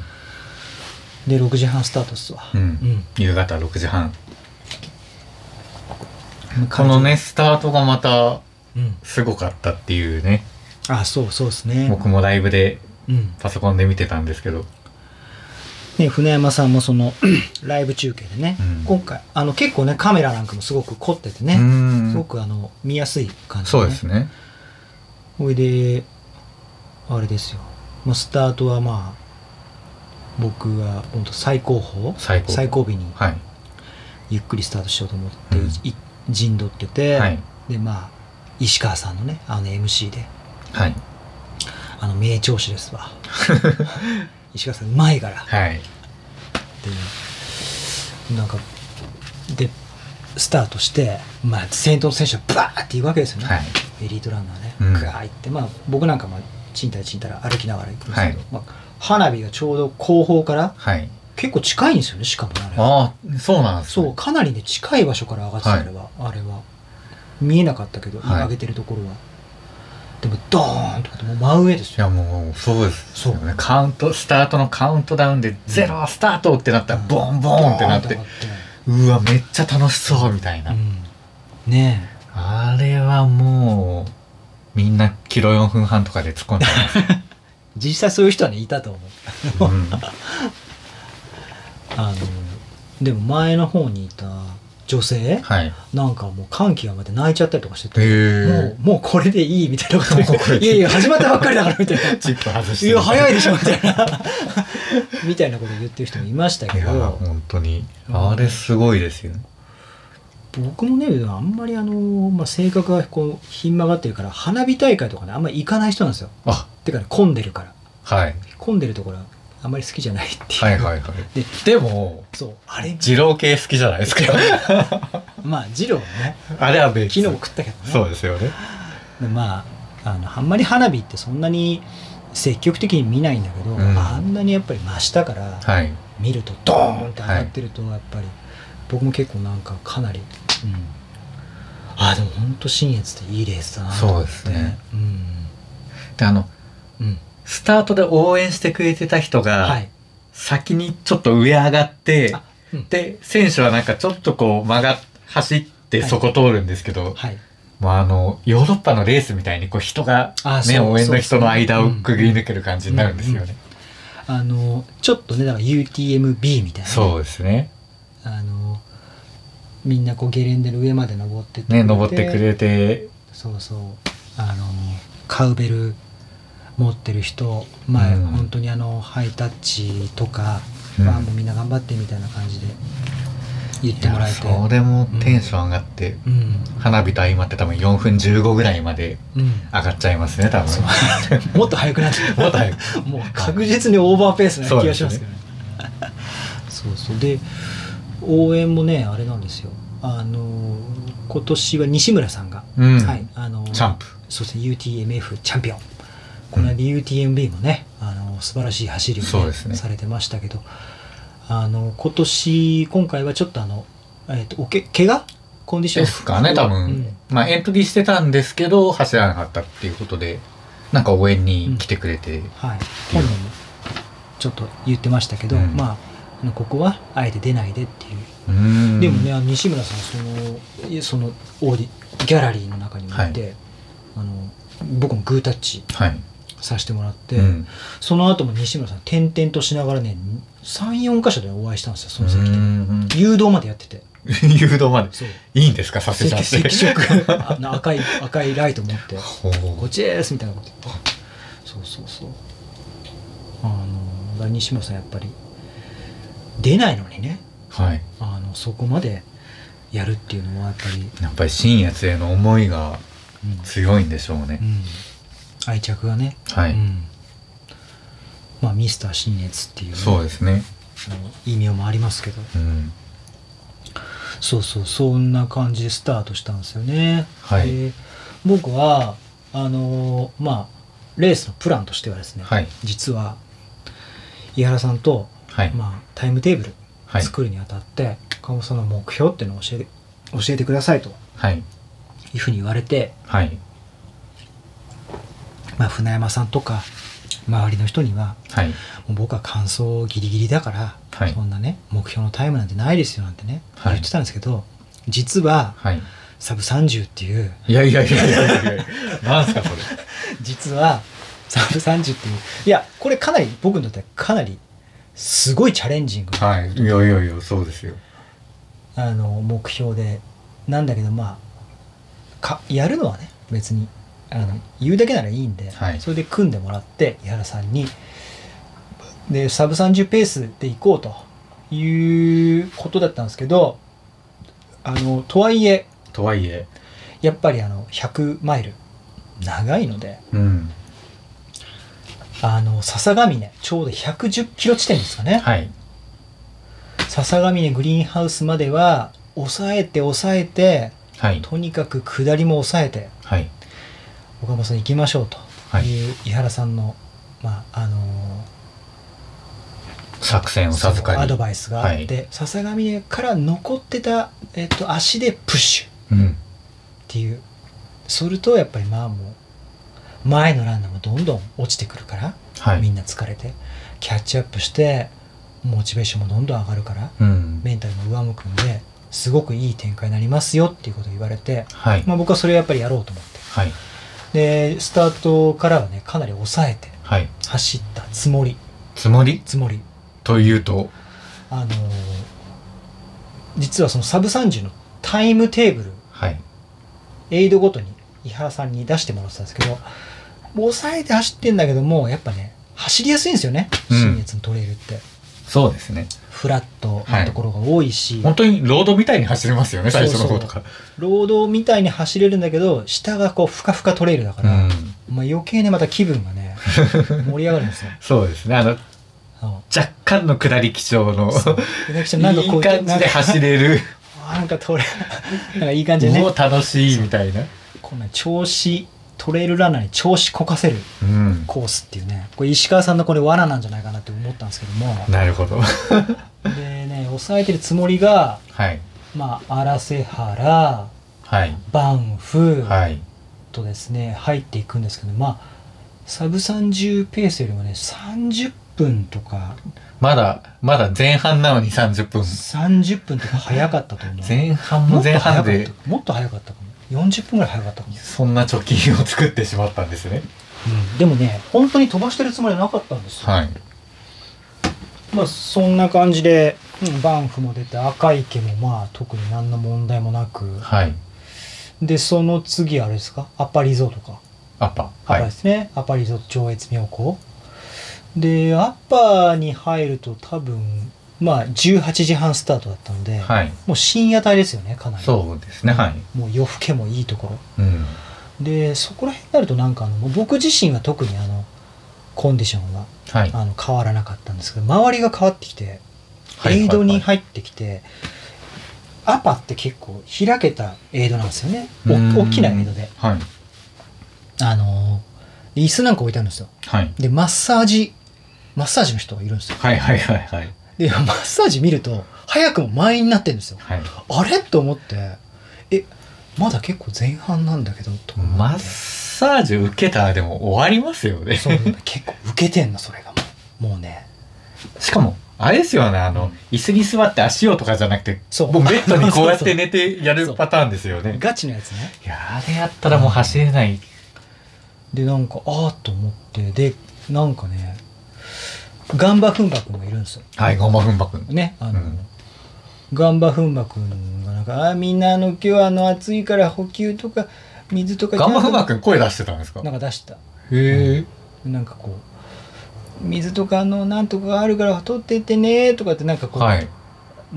[SPEAKER 3] で6時半スタートっすわ
[SPEAKER 4] う、
[SPEAKER 3] うんん
[SPEAKER 4] 夕方6時半この、ねスタートがまた
[SPEAKER 3] うん、
[SPEAKER 4] すごかったっていうね
[SPEAKER 3] あそうそうですね
[SPEAKER 4] 僕もライブで
[SPEAKER 3] うん
[SPEAKER 4] パソコンで見てたんですけど
[SPEAKER 3] ね、船山さんもその ライブ中継でね、
[SPEAKER 4] うん
[SPEAKER 3] 今回あの結構ねカメラなんかもすごく凝っててね、
[SPEAKER 4] ん
[SPEAKER 3] すごくあの見やすい感じ、ね、
[SPEAKER 4] そうですね
[SPEAKER 3] ほいであれですよもうスタートはまあ僕は本当最高峰
[SPEAKER 4] 最高
[SPEAKER 3] 尾に
[SPEAKER 4] はい
[SPEAKER 3] ゆっくりスタートしようと思って、
[SPEAKER 4] うん
[SPEAKER 3] い陣取ってて、
[SPEAKER 4] はい
[SPEAKER 3] でまあ石川さんのねあの MC で
[SPEAKER 4] はい
[SPEAKER 3] あの名調子です わ石川さんうまいから
[SPEAKER 4] はい
[SPEAKER 3] ってなんかでスタートして、まあ、先頭の選手がバーって行くわけですよね、
[SPEAKER 4] はい
[SPEAKER 3] エリートランナーね
[SPEAKER 4] うん
[SPEAKER 3] ガー行って、まあ、僕なんかまあちんたらちんたら歩きながら行くんですけど、
[SPEAKER 4] はい
[SPEAKER 3] まあ、花火がちょうど後方から
[SPEAKER 4] はい
[SPEAKER 3] 結構近いんですよねしかもねあれ
[SPEAKER 4] ああそうなんです
[SPEAKER 3] そう
[SPEAKER 4] ね
[SPEAKER 3] かなりね近い場所から上がってた
[SPEAKER 4] はい
[SPEAKER 3] あれは、あれは見えなかったけど、
[SPEAKER 4] はい
[SPEAKER 3] 上げてるところはでもドーンとかってもう真上です
[SPEAKER 4] い
[SPEAKER 3] よ
[SPEAKER 4] やもうそうですよ
[SPEAKER 3] そ
[SPEAKER 4] ねカウントスタートのカウントダウンで「ゼロスタート!」ってなったら
[SPEAKER 3] うん
[SPEAKER 4] ボンボンってなっ
[SPEAKER 3] ド
[SPEAKER 4] て
[SPEAKER 3] ーンと上が
[SPEAKER 4] うわめっちゃ楽しそうみたいな
[SPEAKER 3] ってうんねえ
[SPEAKER 4] あれはもうみんなキロ4分半とかで突っ込んでます、
[SPEAKER 3] 実際そういう人はねいたと思う
[SPEAKER 4] うん
[SPEAKER 3] あのでも前の方にいた女性
[SPEAKER 4] はいへ
[SPEAKER 3] なんかもう歓喜がまで泣いちゃったりとかしてて、も
[SPEAKER 4] え
[SPEAKER 3] うもうこれでいいみたいなこと言って
[SPEAKER 4] もうこれで
[SPEAKER 3] いやいや始まったばっかりだからみたいな
[SPEAKER 4] チップ外して
[SPEAKER 3] いや早いでしょみたいなみたいなこと言ってる人もいました
[SPEAKER 4] い
[SPEAKER 3] け
[SPEAKER 4] や
[SPEAKER 3] ど
[SPEAKER 4] 本当にあれすごいですよ、
[SPEAKER 3] 僕もねあんまりあの、まあ、性格がこうひん曲がってるから花火大会とかねあんまり行かない人なんですよ
[SPEAKER 4] あ
[SPEAKER 3] てかね混んでるから
[SPEAKER 4] はい
[SPEAKER 3] 混んでるところはあんまり好きじゃないっていう、
[SPEAKER 4] はいはいはい
[SPEAKER 3] で
[SPEAKER 4] でも
[SPEAKER 3] そうあれ
[SPEAKER 4] 二郎系好きじゃないですか
[SPEAKER 3] まあジローはね
[SPEAKER 4] あれは別
[SPEAKER 3] 昨日食ったけどね
[SPEAKER 4] そうですよね
[SPEAKER 3] でまああのあんまり花火ってそんなに積極的に見ないんだけど、
[SPEAKER 4] うん
[SPEAKER 3] あんなにやっぱり真下から
[SPEAKER 4] はい
[SPEAKER 3] 見るとドーンって上がってるとやっぱり、僕も結構なんかかなり、うん、ああでもほんと新越っていいレースだなと思って
[SPEAKER 4] そうですね
[SPEAKER 3] うん
[SPEAKER 4] であの
[SPEAKER 3] うん
[SPEAKER 4] スタートで応援してくれてた人が、
[SPEAKER 3] はい
[SPEAKER 4] 先にちょっと上上がって
[SPEAKER 3] あうん
[SPEAKER 4] で選手はなんかちょっとこう曲がっ走って
[SPEAKER 3] はい
[SPEAKER 4] そこ通るんですけど、
[SPEAKER 3] はい
[SPEAKER 4] まあ、あのヨーロッパのレースみたいにこう人が
[SPEAKER 3] あ、
[SPEAKER 4] ね、
[SPEAKER 3] そう
[SPEAKER 4] 応援
[SPEAKER 3] そ
[SPEAKER 4] の人
[SPEAKER 3] うそう
[SPEAKER 4] の間をくぐり抜ける感じになるんですよ
[SPEAKER 3] う
[SPEAKER 4] ね。
[SPEAKER 3] んあのちょっとねだから UTMB みたいなね
[SPEAKER 4] そうですね。
[SPEAKER 3] あのみんなこうゲレンデの上まで登ってって
[SPEAKER 4] ね登ってくれて
[SPEAKER 3] そうそうあのカウベル持ってる人前、
[SPEAKER 4] うん
[SPEAKER 3] 本当にあのハイタッチとか、
[SPEAKER 4] うん
[SPEAKER 3] まあもうみんな頑張ってみたいな感じで言ってもらえて
[SPEAKER 4] それもテンション上がって、
[SPEAKER 3] うん
[SPEAKER 4] 花火と相まって多分4分15ぐらいまで
[SPEAKER 3] うん
[SPEAKER 4] 上がっちゃいますね多分
[SPEAKER 3] そうもっと早くなってる
[SPEAKER 4] もっと早く
[SPEAKER 3] もう確実にオーバーペースな
[SPEAKER 4] そう
[SPEAKER 3] 気
[SPEAKER 4] で
[SPEAKER 3] がし
[SPEAKER 4] すね
[SPEAKER 3] ますけどね。そうそうで応援もねあれなんですよ。あの今年は西村さんが、
[SPEAKER 4] うん、
[SPEAKER 3] はいあの
[SPEAKER 4] チャンプ
[SPEAKER 3] そうですね UTMF チャンピオン。この間 UTMB もね、あの素晴らしい走りをね、
[SPEAKER 4] そうですね
[SPEAKER 3] されてましたけど、あの今年今回はちょっとあのえっ、とおけ怪我コンディション
[SPEAKER 4] ですかね多分、
[SPEAKER 3] うん
[SPEAKER 4] まあエントリーしてたんですけど走らなかったっていうことでなんか応援に来てくれて、
[SPEAKER 3] はい、本人もちょっと言ってましたけど、
[SPEAKER 4] うん
[SPEAKER 3] まああのここはあえて出ないでっていう、
[SPEAKER 4] うん
[SPEAKER 3] でもねあの西村さんそのえそのオーディギャラリーの中にもいて、あの僕もグータッチ
[SPEAKER 4] はい、
[SPEAKER 3] させてもらって、
[SPEAKER 4] うん
[SPEAKER 3] その後も西村さん転々としながらね34箇所でお会いしたんですよその席
[SPEAKER 4] う
[SPEAKER 3] で、
[SPEAKER 4] ん
[SPEAKER 3] 誘導までやってて
[SPEAKER 4] 誘導まで
[SPEAKER 3] そう
[SPEAKER 4] いいんですかさせちゃ
[SPEAKER 3] 赤
[SPEAKER 4] って
[SPEAKER 3] 赤色あの赤い赤いライト持って
[SPEAKER 4] ほ
[SPEAKER 3] こっ
[SPEAKER 4] う
[SPEAKER 3] ちですみたいなこと言ってそうそうそうあのだから西村さんやっぱり出ないのにね
[SPEAKER 4] はい
[SPEAKER 3] あのそこまでやるっていうのはやっぱり、
[SPEAKER 4] やっぱり新越への思いが強いんでしょうね
[SPEAKER 3] うん、うん愛着がね、
[SPEAKER 4] はい、
[SPEAKER 3] うん、まあミスター新越っていう,、
[SPEAKER 4] そうですね
[SPEAKER 3] あの異名もありますけど
[SPEAKER 4] うん
[SPEAKER 3] そうそうそんな感じでスタートしたんですよね
[SPEAKER 4] はい
[SPEAKER 3] で僕はあのまあレースのプランとしてはですね、
[SPEAKER 4] はい
[SPEAKER 3] 実は井原さんと、
[SPEAKER 4] はい、
[SPEAKER 3] まあ、タイムテーブ
[SPEAKER 4] は
[SPEAKER 3] ル
[SPEAKER 4] い
[SPEAKER 3] 作るにあたって、岡本さんの目標っていうのを教え教えてくださいと
[SPEAKER 4] はい
[SPEAKER 3] いうふうに言われて、
[SPEAKER 4] はい
[SPEAKER 3] まあ、船山さんとか周りの人には
[SPEAKER 4] はい
[SPEAKER 3] もう僕は感想ギリギリだから、
[SPEAKER 4] はい
[SPEAKER 3] そんなね目標のタイムなんてないですよなんてね、
[SPEAKER 4] はい
[SPEAKER 3] 言ってたんですけど実は
[SPEAKER 4] はい
[SPEAKER 3] サブ30っていう
[SPEAKER 4] いやいやいやいやいやいやなんすかそれ
[SPEAKER 3] 実はサブ30っていういやこれかなり僕にとってはかなりすごいチャレンジングな
[SPEAKER 4] はいいやいやいやそうですよ
[SPEAKER 3] あの目標でなんだけどまあかやるのはね別にあの言うだけならいいんで、
[SPEAKER 4] はい
[SPEAKER 3] それで組んでもらって井原さんにでサブ30ペースで行こうということだったんですけどあのとはいえ
[SPEAKER 4] とはいえ
[SPEAKER 3] やっぱりあの100マイル長いので
[SPEAKER 4] うん
[SPEAKER 3] あの笹ヶ峰ちょうど110キロ地点ですかね、
[SPEAKER 4] はい
[SPEAKER 3] 笹ヶ峰グリーンハウスまでは抑えて抑えて
[SPEAKER 4] はい
[SPEAKER 3] とにかく下りも抑えて
[SPEAKER 4] はい
[SPEAKER 3] 岡本さん行きましょうと
[SPEAKER 4] はい
[SPEAKER 3] いう井原さんの、まああの
[SPEAKER 4] 作戦を
[SPEAKER 3] そ
[SPEAKER 4] 授か
[SPEAKER 3] の
[SPEAKER 4] り
[SPEAKER 3] アドバイスがあって、笹ヶ峰から残ってた、えっと、足でプッシュっ
[SPEAKER 4] うん
[SPEAKER 3] ていうそれとやっぱりまあもう前のランナーもどんどん落ちてくるから、
[SPEAKER 4] は
[SPEAKER 3] み
[SPEAKER 4] い
[SPEAKER 3] んな疲れてキャッチアップしてモチベーションもどんどん上がるから
[SPEAKER 4] うん
[SPEAKER 3] メンタルも上向くんですごくいい展開になりますよっていうことを言われて、
[SPEAKER 4] はい
[SPEAKER 3] まあ、僕はそれをやっぱりやろうと思って
[SPEAKER 4] はい
[SPEAKER 3] でスタートからはねかなり抑えて
[SPEAKER 4] はい
[SPEAKER 3] 走ったつもり
[SPEAKER 4] つもり
[SPEAKER 3] つもり
[SPEAKER 4] というと
[SPEAKER 3] あのー実はそのサブ30のタイムテーブル
[SPEAKER 4] はい
[SPEAKER 3] エイドごとに井原さんに出してもらってたんですけどもう抑えて走ってんだけどもやっぱね走りやすいんですよね
[SPEAKER 4] うん
[SPEAKER 3] 新越のトレイルって、
[SPEAKER 4] そうですね
[SPEAKER 3] フラットなところが多いし、
[SPEAKER 4] 本当にロードみたいに走れますよね最初の方とか
[SPEAKER 3] ロードみたいに走れるんだけど下がこうふかふかトレイルだか
[SPEAKER 4] う
[SPEAKER 3] ら、ま
[SPEAKER 4] ん
[SPEAKER 3] あ、余計ねまた気分が ね盛り上がるんですよ
[SPEAKER 4] そうですねあの
[SPEAKER 3] そ
[SPEAKER 4] 若干の下り基調の
[SPEAKER 3] うそうでなんかちょっとなんか
[SPEAKER 4] い
[SPEAKER 3] こう
[SPEAKER 4] い
[SPEAKER 3] な
[SPEAKER 4] 感じ
[SPEAKER 3] んか
[SPEAKER 4] で走れる
[SPEAKER 3] あーなんかトレ なんかいい感じでね
[SPEAKER 4] もう楽しいみたいな
[SPEAKER 3] こんな調子トレイルランナーに調子こかせる
[SPEAKER 4] うん
[SPEAKER 3] コースっていうねこれ石川さんのこれ罠なんじゃないかなって思ったんですけども
[SPEAKER 4] なるほど
[SPEAKER 3] でね抑えてるつもりが
[SPEAKER 4] はい
[SPEAKER 3] まあ荒瀬原
[SPEAKER 4] はい
[SPEAKER 3] バンフ
[SPEAKER 4] はい
[SPEAKER 3] とですね、入っていくんですけどまあサブ30ペースよりもね30分とか
[SPEAKER 4] まだまだ前半なのに30分
[SPEAKER 3] 30分とか早かったと思 う
[SPEAKER 4] 前半
[SPEAKER 3] もっ
[SPEAKER 4] も
[SPEAKER 3] と
[SPEAKER 4] 前
[SPEAKER 3] 早か
[SPEAKER 4] 半
[SPEAKER 3] った
[SPEAKER 4] で
[SPEAKER 3] もっと早かったかも40分ぐらい早かったかも、
[SPEAKER 4] そんな貯金を作ってしまったんですね
[SPEAKER 3] でもね本当に飛ばしてるつもりはなかったんですよ、
[SPEAKER 4] はい
[SPEAKER 3] まあそんな感じで、うんバンフも出て赤池もまあ特に何の問題もなく
[SPEAKER 4] はい
[SPEAKER 3] でその次あれですかアッパーリゾートか
[SPEAKER 4] アッパ
[SPEAKER 3] アッ
[SPEAKER 4] ー。
[SPEAKER 3] パー
[SPEAKER 4] は
[SPEAKER 3] で
[SPEAKER 4] い。
[SPEAKER 3] すね、アッパーリゾット上越妙高でアッパーに入ると多分まあ18時半スタートだったので、
[SPEAKER 4] はい。
[SPEAKER 3] もう深夜帯ですよねかなり
[SPEAKER 4] そうですね。はい。
[SPEAKER 3] もう夜更けもいいところ
[SPEAKER 4] うん。
[SPEAKER 3] でそこら辺になるとなんかあのもう僕自身は特にあのコンディションが
[SPEAKER 4] はい。
[SPEAKER 3] あの変わらなかったんですけど周りが変わってきて
[SPEAKER 4] はい
[SPEAKER 3] エイドに
[SPEAKER 4] はい
[SPEAKER 3] 入ってきて、アパって結構開けたエイドなんですよねお
[SPEAKER 4] うん
[SPEAKER 3] 大きなエイドで
[SPEAKER 4] はい。
[SPEAKER 3] あの椅子なんか置いてあるんですよ
[SPEAKER 4] はい。
[SPEAKER 3] でマッサージマッサージの人がいるんですよ
[SPEAKER 4] はいはいはいはい。
[SPEAKER 3] でマッサージ見ると早くも満員になってるんですよ
[SPEAKER 4] はい。
[SPEAKER 3] あれと思ってえまだ結構前半なんだけどとか思って
[SPEAKER 4] マッサージ受けたらでも終わりますよね。
[SPEAKER 3] そう結構受けてんのそれがもうもうね
[SPEAKER 4] しかも、あれですよね、あの、椅子に座って足をとかじゃなくて、
[SPEAKER 3] そう
[SPEAKER 4] もうベッドにこうやっ
[SPEAKER 3] そうそう
[SPEAKER 4] て寝てやるパターンですよね。
[SPEAKER 3] ガチのやつね
[SPEAKER 4] いや、あれやったらもう走れない。
[SPEAKER 3] でなんかああと思ってでなんかねガンバフンバ君がいるんですよ
[SPEAKER 4] はい、ゴマフンバ君。
[SPEAKER 3] ねあの、
[SPEAKER 4] うん
[SPEAKER 3] ガンバフンバ君がなんか「あーみんなあの今日はあの暑いから補給とか水とかちゃ
[SPEAKER 4] ガ
[SPEAKER 3] ん
[SPEAKER 4] ン
[SPEAKER 3] と
[SPEAKER 4] バフンバ君声出してたんですか
[SPEAKER 3] なんか出した
[SPEAKER 4] へえ。
[SPEAKER 3] なんかこう水とかあのなんとかがあるから取っていってねとかってなんかこう、
[SPEAKER 4] はい。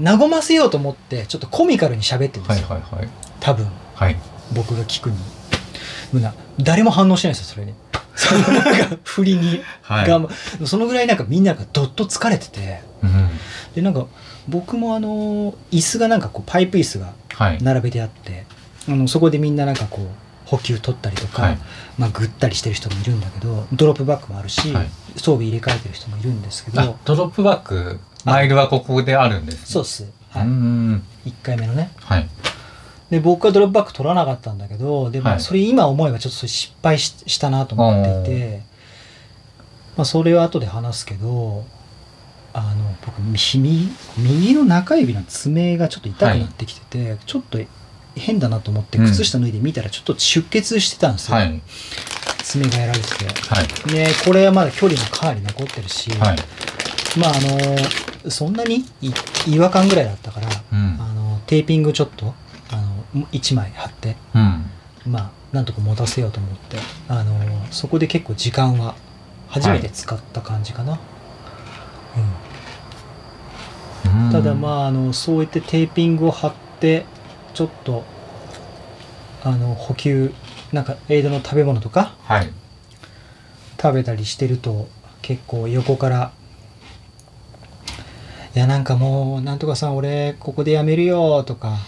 [SPEAKER 3] 和ませようと思ってちょっとコミカルに喋ってるんで
[SPEAKER 4] はい
[SPEAKER 3] すよ、
[SPEAKER 4] はいはい。
[SPEAKER 3] 多分
[SPEAKER 4] はい。
[SPEAKER 3] 僕が聞くにでもな誰も反応しないんですよそれに そのなんか振りに、
[SPEAKER 4] はい。
[SPEAKER 3] がそのぐらいなんかみんながどっと疲れてて
[SPEAKER 4] うん。
[SPEAKER 3] でなんか僕もあの椅子がなんかこうパイプ椅子が
[SPEAKER 4] はい。
[SPEAKER 3] 並べてあってあのそこでみんななんかこう補給取ったりとか、
[SPEAKER 4] はい
[SPEAKER 3] まあ、ぐったりしてる人もいるんだけどドロップバッグもあるし、
[SPEAKER 4] はい
[SPEAKER 3] 装備入れ替えてる人もいるんですけ
[SPEAKER 4] あ
[SPEAKER 3] ど、
[SPEAKER 4] ドロップバック、マイルはここであるんです、ね。
[SPEAKER 3] そう
[SPEAKER 4] う
[SPEAKER 3] っす、はい
[SPEAKER 4] ん。
[SPEAKER 3] 1回目のね
[SPEAKER 4] はい。
[SPEAKER 3] で僕はドロップバッグ取らなかったんだけどでも
[SPEAKER 4] はい
[SPEAKER 3] それ今思えばちょっとそれ失敗ししたなと思っていて、まあ、それは後で話すけどあの僕右右の中指の爪がちょっと痛くなってきてて、ちょっと変だなと思って
[SPEAKER 4] うん
[SPEAKER 3] 靴下脱いで見たらちょっと出血してたんですよ、
[SPEAKER 4] はい。はい。
[SPEAKER 3] 爪がやられてて。ね、これはまだ距離もかなり残ってるし、
[SPEAKER 4] はい。
[SPEAKER 3] まああのそんなにい違和感ぐらいだったから、
[SPEAKER 4] うん
[SPEAKER 3] あのテーピングちょっとあの1枚貼って
[SPEAKER 4] うん。
[SPEAKER 3] まあなんとか持たせようと思ってあのそこで結構時間は初めて使った感じかな、
[SPEAKER 4] う
[SPEAKER 3] うんん、ただまああのそうやってテーピングを貼ってちょっとあの補給なんかエイドの食べ物とか
[SPEAKER 4] はい。
[SPEAKER 3] 食べたりしてると結構横から「いやなんかもうなんとかさん俺ここでやめるよ」とか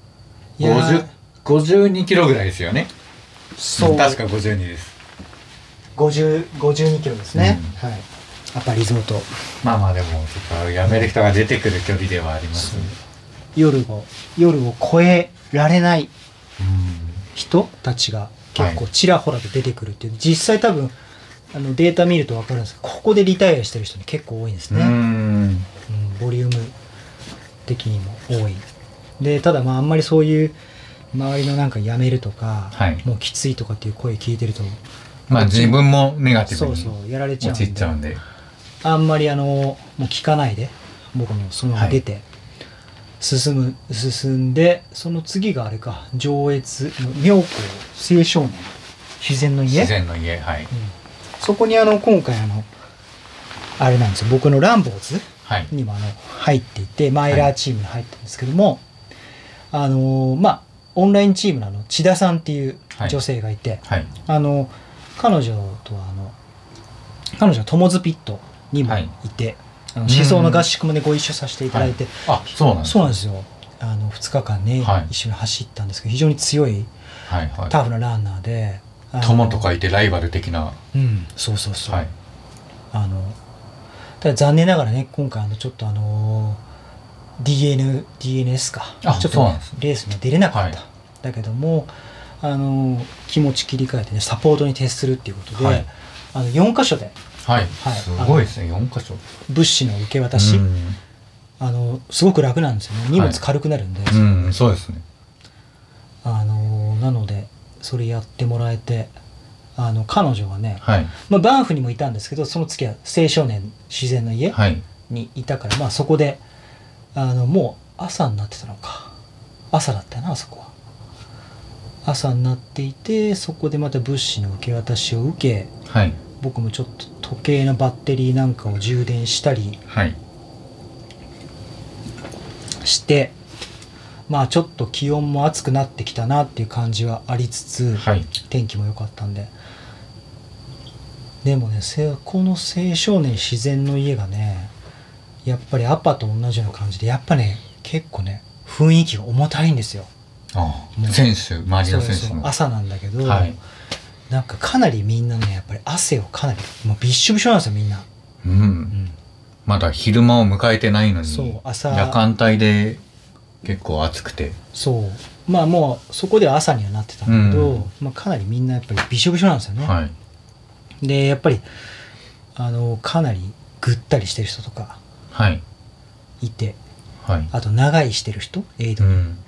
[SPEAKER 3] 「いや
[SPEAKER 4] 50 52キロぐらいですよね。
[SPEAKER 3] そう
[SPEAKER 4] 確か52です。
[SPEAKER 3] 50 52キロですね、はいアパリゾート
[SPEAKER 4] まあまあでも、ちょっとやめる人が出てくる距離ではあります、ね。
[SPEAKER 3] 夜を夜を超えられない
[SPEAKER 4] うん。
[SPEAKER 3] 人たちが結構ちらほらと出てくるっていう、実際多分あのデータ見ると分かるんですけどここでリタイアしてる人に結構多いんですね、
[SPEAKER 4] うん。
[SPEAKER 3] うん、ボリューム的にも多いでただまああんまりそういう周りのなんかやめるとか、
[SPEAKER 4] はい
[SPEAKER 3] もうきついとかっていう声聞いてると
[SPEAKER 4] まあ自分もネガティブ
[SPEAKER 3] そう
[SPEAKER 4] に
[SPEAKER 3] そうやられちゃうんで
[SPEAKER 4] 陥っちゃうんで。
[SPEAKER 3] あんまりあのもう聞かないで僕もそのまま出て、進む進んでその次があれか上越の妙高青少年自然の家
[SPEAKER 4] 自然の家、はい。
[SPEAKER 3] そこにあの今回あのあれなんですよ僕のランボーズ
[SPEAKER 4] はい。
[SPEAKER 3] にもあの入っていてマイラーチームに入ったんですけども、あのーまあオンラインチームのあの千田さんっていう
[SPEAKER 4] はい
[SPEAKER 3] 女性がいて、
[SPEAKER 4] はい。
[SPEAKER 3] あの彼女とはあの彼女はトモズピットにも
[SPEAKER 4] はい
[SPEAKER 3] いて、あの思想の合宿もねご一緒させていただいて、
[SPEAKER 4] あ、そうなんです
[SPEAKER 3] そうなんですよあの2日間ね、
[SPEAKER 4] はい
[SPEAKER 3] 一緒に走ったんですけど非常に強い
[SPEAKER 4] はいはい。
[SPEAKER 3] タフなランナーであの
[SPEAKER 4] 友とかいてライバル的な。
[SPEAKER 3] うんそうそうそう、
[SPEAKER 4] はい。
[SPEAKER 3] あのただ残念ながらね今回あのちょっとあの DN DNS か
[SPEAKER 4] あ
[SPEAKER 3] ちょっ
[SPEAKER 4] そう
[SPEAKER 3] と、
[SPEAKER 4] なん
[SPEAKER 3] ね
[SPEAKER 4] です、
[SPEAKER 3] レースには出れなかった、
[SPEAKER 4] は
[SPEAKER 3] だけどもあの気持ち切り替えてねサポートに徹するっていうことで、
[SPEAKER 4] はい
[SPEAKER 3] あの4箇所で
[SPEAKER 4] は
[SPEAKER 3] は
[SPEAKER 4] い。
[SPEAKER 3] い
[SPEAKER 4] すごいですね、4箇所。
[SPEAKER 3] 物資の受け渡し、
[SPEAKER 4] うん
[SPEAKER 3] あのすごく楽なんですよね荷
[SPEAKER 4] は
[SPEAKER 3] 物
[SPEAKER 4] い
[SPEAKER 3] 軽くなるんで、
[SPEAKER 4] うん、そうですね。
[SPEAKER 3] あのなのでそれやってもらえてあの彼女はね、
[SPEAKER 4] はい。
[SPEAKER 3] まあ、バンフにもいたんですけどその次は青少年自然の家、
[SPEAKER 4] はい。
[SPEAKER 3] にいたから、まあ、そこであのもう朝になってたのか朝だったよなあそこは朝になっていてそこでまた物資の受け渡しを受け
[SPEAKER 4] はい
[SPEAKER 3] 僕もちょっと時計のバッテリーなんかを充電したり
[SPEAKER 4] はい
[SPEAKER 3] してまあちょっと気温も暑くなってきたなっていう感じはありつつ、
[SPEAKER 4] はい
[SPEAKER 3] 天気も良かったんででもねせこの青少年自然の家がねやっぱりアパと同じような感じでやっぱね結構ね雰囲気が重たいんですよ
[SPEAKER 4] あ
[SPEAKER 3] も
[SPEAKER 4] あ
[SPEAKER 3] う
[SPEAKER 4] 選手周りの選手
[SPEAKER 3] そうそう
[SPEAKER 4] の
[SPEAKER 3] 朝なんだけど、
[SPEAKER 4] はい
[SPEAKER 3] なんかかなりみんなねやっぱり汗をかなりもうびっしょびしょなんですよみんな、
[SPEAKER 4] う
[SPEAKER 3] うんん、
[SPEAKER 4] まだ昼間を迎えてないのに
[SPEAKER 3] そう朝
[SPEAKER 4] 夜間帯で結構暑くて
[SPEAKER 3] そうまあもうそこでは朝にはなってたんだけど、
[SPEAKER 4] うん
[SPEAKER 3] まあ、かなりみんなやっぱりびしょびしょなんですよね、
[SPEAKER 4] はい
[SPEAKER 3] でやっぱりあのかなりぐったりしてる人とか
[SPEAKER 4] はい
[SPEAKER 3] いて
[SPEAKER 4] はい
[SPEAKER 3] あと長いしてる人エイド
[SPEAKER 4] う
[SPEAKER 3] に、
[SPEAKER 4] ん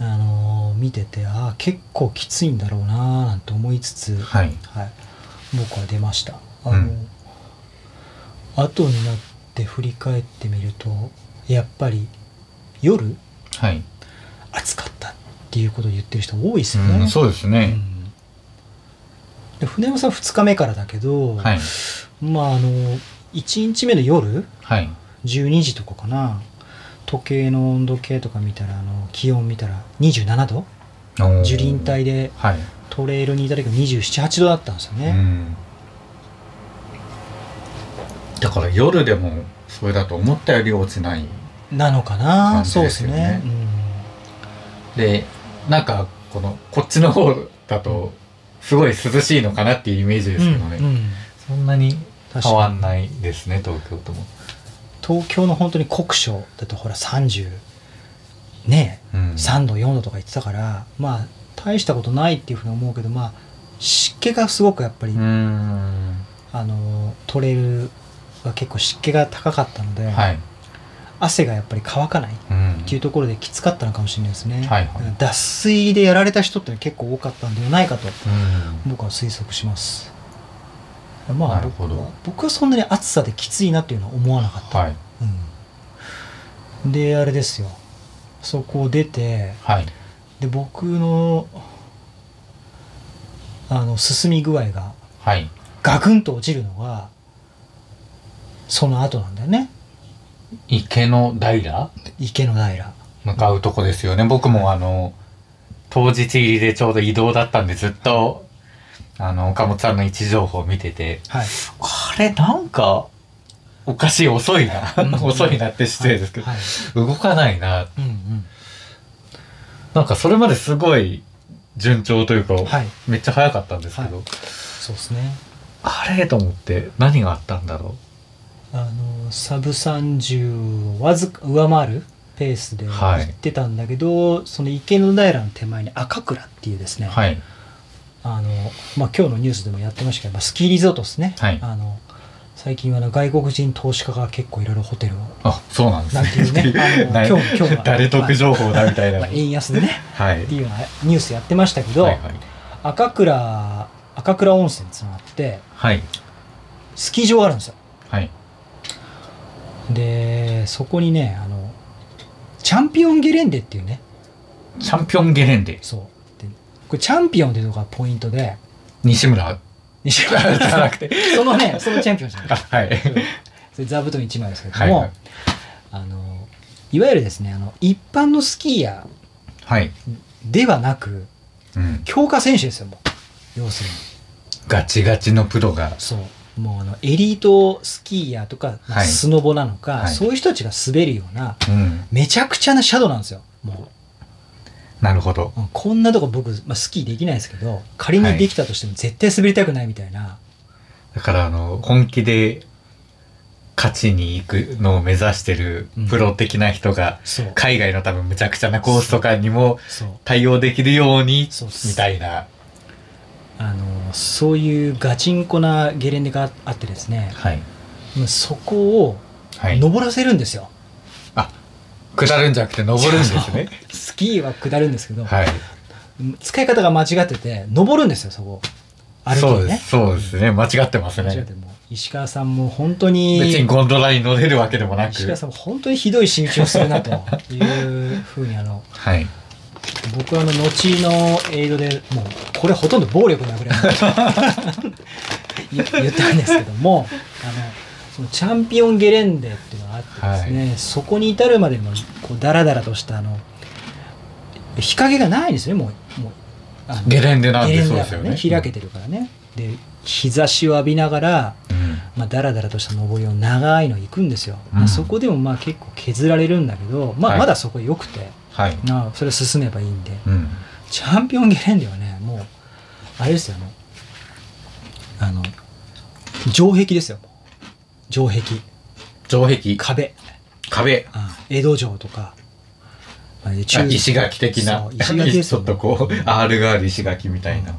[SPEAKER 3] あの見ててああ結構きついんだろうなーなんて思いつつ、
[SPEAKER 4] はい
[SPEAKER 3] はい、僕は出ましたあの、
[SPEAKER 4] うん
[SPEAKER 3] 後になって振り返ってみるとやっぱり夜
[SPEAKER 4] はい、
[SPEAKER 3] 暑かったっていうことを言ってる人多いですよね、
[SPEAKER 4] うん、そうです
[SPEAKER 3] う
[SPEAKER 4] ね、
[SPEAKER 3] んで船山さん2日目からだけど、
[SPEAKER 4] はい
[SPEAKER 3] まああの1日目の夜
[SPEAKER 4] はい
[SPEAKER 3] 12時とかかな時計の温度計とか見たらあの気温見たら27度
[SPEAKER 4] おー
[SPEAKER 3] 樹林帯で
[SPEAKER 4] はい、
[SPEAKER 3] トレイルにいた時が278度だったんですよ
[SPEAKER 4] う
[SPEAKER 3] ね、
[SPEAKER 4] ん、だから夜でもそれだと思ったより落ちない
[SPEAKER 3] なのかな、
[SPEAKER 4] 感じ
[SPEAKER 3] そうで
[SPEAKER 4] ですす
[SPEAKER 3] ね
[SPEAKER 4] よねでなんかこのこっちの方だとすごい涼しいのかなっていうイメージ
[SPEAKER 3] う
[SPEAKER 4] で
[SPEAKER 3] ん
[SPEAKER 4] すけどね、
[SPEAKER 3] うんうん
[SPEAKER 4] そんなに
[SPEAKER 3] 確
[SPEAKER 4] 変わ
[SPEAKER 3] か
[SPEAKER 4] ん
[SPEAKER 3] に
[SPEAKER 4] ないですね東京とも、
[SPEAKER 3] 東京の本当に酷暑だとほら30ね
[SPEAKER 4] うん
[SPEAKER 3] 3度4度とか言ってたからまあ大したことないっていうふうに思うけどまあ湿気がすごくやっぱり、
[SPEAKER 4] うん
[SPEAKER 3] あのトレイルは結構湿気が高かったので、
[SPEAKER 4] はい、
[SPEAKER 3] 汗がやっぱり乾かない
[SPEAKER 4] うん
[SPEAKER 3] っていうところできつかったのかもしれないですね、
[SPEAKER 4] はいはい
[SPEAKER 3] 脱水でやられた人って結構多かったんではないかと
[SPEAKER 4] うん
[SPEAKER 3] 僕は推測しますまあ
[SPEAKER 4] なるほど
[SPEAKER 3] 僕は僕はそんなに暑さできついなっていうのは思わなかった、
[SPEAKER 4] はい
[SPEAKER 3] うん、であれですよそこを出て
[SPEAKER 4] はい
[SPEAKER 3] で僕のあの進み具合が
[SPEAKER 4] はい
[SPEAKER 3] ガクンと落ちるのがその後なんだよね
[SPEAKER 4] 池の平
[SPEAKER 3] 池の平
[SPEAKER 4] 向かうとこですよね僕もあの当日入りでちょうど移動だったんでずっとあの岡本さんの位置情報を見てて
[SPEAKER 3] はい
[SPEAKER 4] あれなんかおかしい遅いな遅いなって失礼ですけど、
[SPEAKER 3] はい
[SPEAKER 4] 動かないな
[SPEAKER 3] うんうん
[SPEAKER 4] なんかそれまですごい順調というか、
[SPEAKER 3] はい
[SPEAKER 4] めっちゃ早かったんですけど、
[SPEAKER 3] はそうですね
[SPEAKER 4] あれと思って何があったんだろ
[SPEAKER 3] あのサブ30をわずか上回るペースで
[SPEAKER 4] はい
[SPEAKER 3] 行ってたんだけど、その池の平の手前に赤倉っていうですね、
[SPEAKER 4] うはい
[SPEAKER 3] あのまあ、今日のニュースでもやってましたけど、まあ、スキーリゾートですね、
[SPEAKER 4] はい
[SPEAKER 3] あの最近はあの外国人投資家が結構いろいろホテルを、
[SPEAKER 4] あそうなんで
[SPEAKER 3] なんていう
[SPEAKER 4] す
[SPEAKER 3] ね
[SPEAKER 4] ね
[SPEAKER 3] あの今日今日は
[SPEAKER 4] 誰得情報だみたいな
[SPEAKER 3] まあ、円安でね
[SPEAKER 4] はい
[SPEAKER 3] っていうようなニュースやってましたけど、
[SPEAKER 4] はいはい
[SPEAKER 3] 赤倉赤倉温泉つながって
[SPEAKER 4] はい
[SPEAKER 3] スキー場があるんですよ
[SPEAKER 4] はい
[SPEAKER 3] でそこにねあのチャンピオンゲレンデっていうね
[SPEAKER 4] チャンピオンゲレンデ
[SPEAKER 3] そうでこれチャンピオンっていうのがポイントで
[SPEAKER 4] 西村
[SPEAKER 3] 西村
[SPEAKER 4] じゃなくて
[SPEAKER 3] そのねそのチャンピオンじゃない
[SPEAKER 4] あはい
[SPEAKER 3] それ座布団1枚ですけども、
[SPEAKER 4] はいはい
[SPEAKER 3] あのいわゆるですねあの一般のスキーヤ
[SPEAKER 4] はい、
[SPEAKER 3] ーではなく
[SPEAKER 4] うん、
[SPEAKER 3] 強化選手ですよもう要するに
[SPEAKER 4] ガチガチのプロが
[SPEAKER 3] そうもうあのエリートスキーヤーとか、まあ
[SPEAKER 4] はい
[SPEAKER 3] スノボなのか、
[SPEAKER 4] はい
[SPEAKER 3] そういう人たちが滑るような
[SPEAKER 4] うん
[SPEAKER 3] めちゃくちゃなシャドウなんですよも
[SPEAKER 4] なるほど
[SPEAKER 3] ううんこんなとこ僕、まあ、スキーできないですけど仮にできたとしても絶対滑りたくないみたいな、
[SPEAKER 4] だからあの本気で勝ちに行くのを目指してるプロ的な人が、
[SPEAKER 3] そう
[SPEAKER 4] 海外の多分むちゃくちゃなコースとかにも
[SPEAKER 3] そう
[SPEAKER 4] 対応できるように
[SPEAKER 3] そうっす
[SPEAKER 4] みたいな
[SPEAKER 3] あのそういうガチンコなゲレンデがあってですね
[SPEAKER 4] はい
[SPEAKER 3] まあそこを
[SPEAKER 4] はい
[SPEAKER 3] 登らせるんですよ、
[SPEAKER 4] 下るんじゃなくて登るんで すね
[SPEAKER 3] スキーは下るんですけど、
[SPEAKER 4] はい
[SPEAKER 3] 使い方が間違ってて登るんですよそこ歩き
[SPEAKER 4] そう
[SPEAKER 3] に
[SPEAKER 4] で
[SPEAKER 3] ね
[SPEAKER 4] すそうですね間違ってます
[SPEAKER 3] 間違っ
[SPEAKER 4] ね
[SPEAKER 3] てもう石川さんも本当に
[SPEAKER 4] 別にゴンドラに乗れるわけでもなく
[SPEAKER 3] 石川さんも本当にひどい仕打ちをするなというふうにあの
[SPEAKER 4] はい
[SPEAKER 3] 僕はあの後のエイドでもうこれほとんど暴力なぐらいの 言言ったんですけどもあのそのチャンピオンゲレンデっていうのがあってですね、そこに至るまでのこうダラダラとしたあの日陰がないんですねもうもうあの
[SPEAKER 4] ゲレンデなん
[SPEAKER 3] ゲ
[SPEAKER 4] で
[SPEAKER 3] レン
[SPEAKER 4] そ
[SPEAKER 3] デだ
[SPEAKER 4] うで
[SPEAKER 3] か
[SPEAKER 4] す
[SPEAKER 3] ら
[SPEAKER 4] よ
[SPEAKER 3] ね
[SPEAKER 4] ね
[SPEAKER 3] 開けてるからねで日差しを浴びながら
[SPEAKER 4] うん
[SPEAKER 3] まあ、だらだらとした登りを長いの行くんですよ、まあ
[SPEAKER 4] うん
[SPEAKER 3] そこでもまあ結構削られるんだけど、ま
[SPEAKER 4] は
[SPEAKER 3] あ、
[SPEAKER 4] い
[SPEAKER 3] まだそこ良くて、
[SPEAKER 4] はい
[SPEAKER 3] まあそれ進めばいいんで
[SPEAKER 4] うん
[SPEAKER 3] チャンピオンゲレンデはねもうあれですよねあの城壁ですよ城壁
[SPEAKER 4] 城壁
[SPEAKER 3] 壁、
[SPEAKER 4] 壁
[SPEAKER 3] うん江戸城とか、まあ
[SPEAKER 4] あ石垣的
[SPEAKER 3] そ
[SPEAKER 4] な
[SPEAKER 3] う石垣です
[SPEAKER 4] ち
[SPEAKER 3] よ
[SPEAKER 4] ょっとこう R がある石垣みたいな、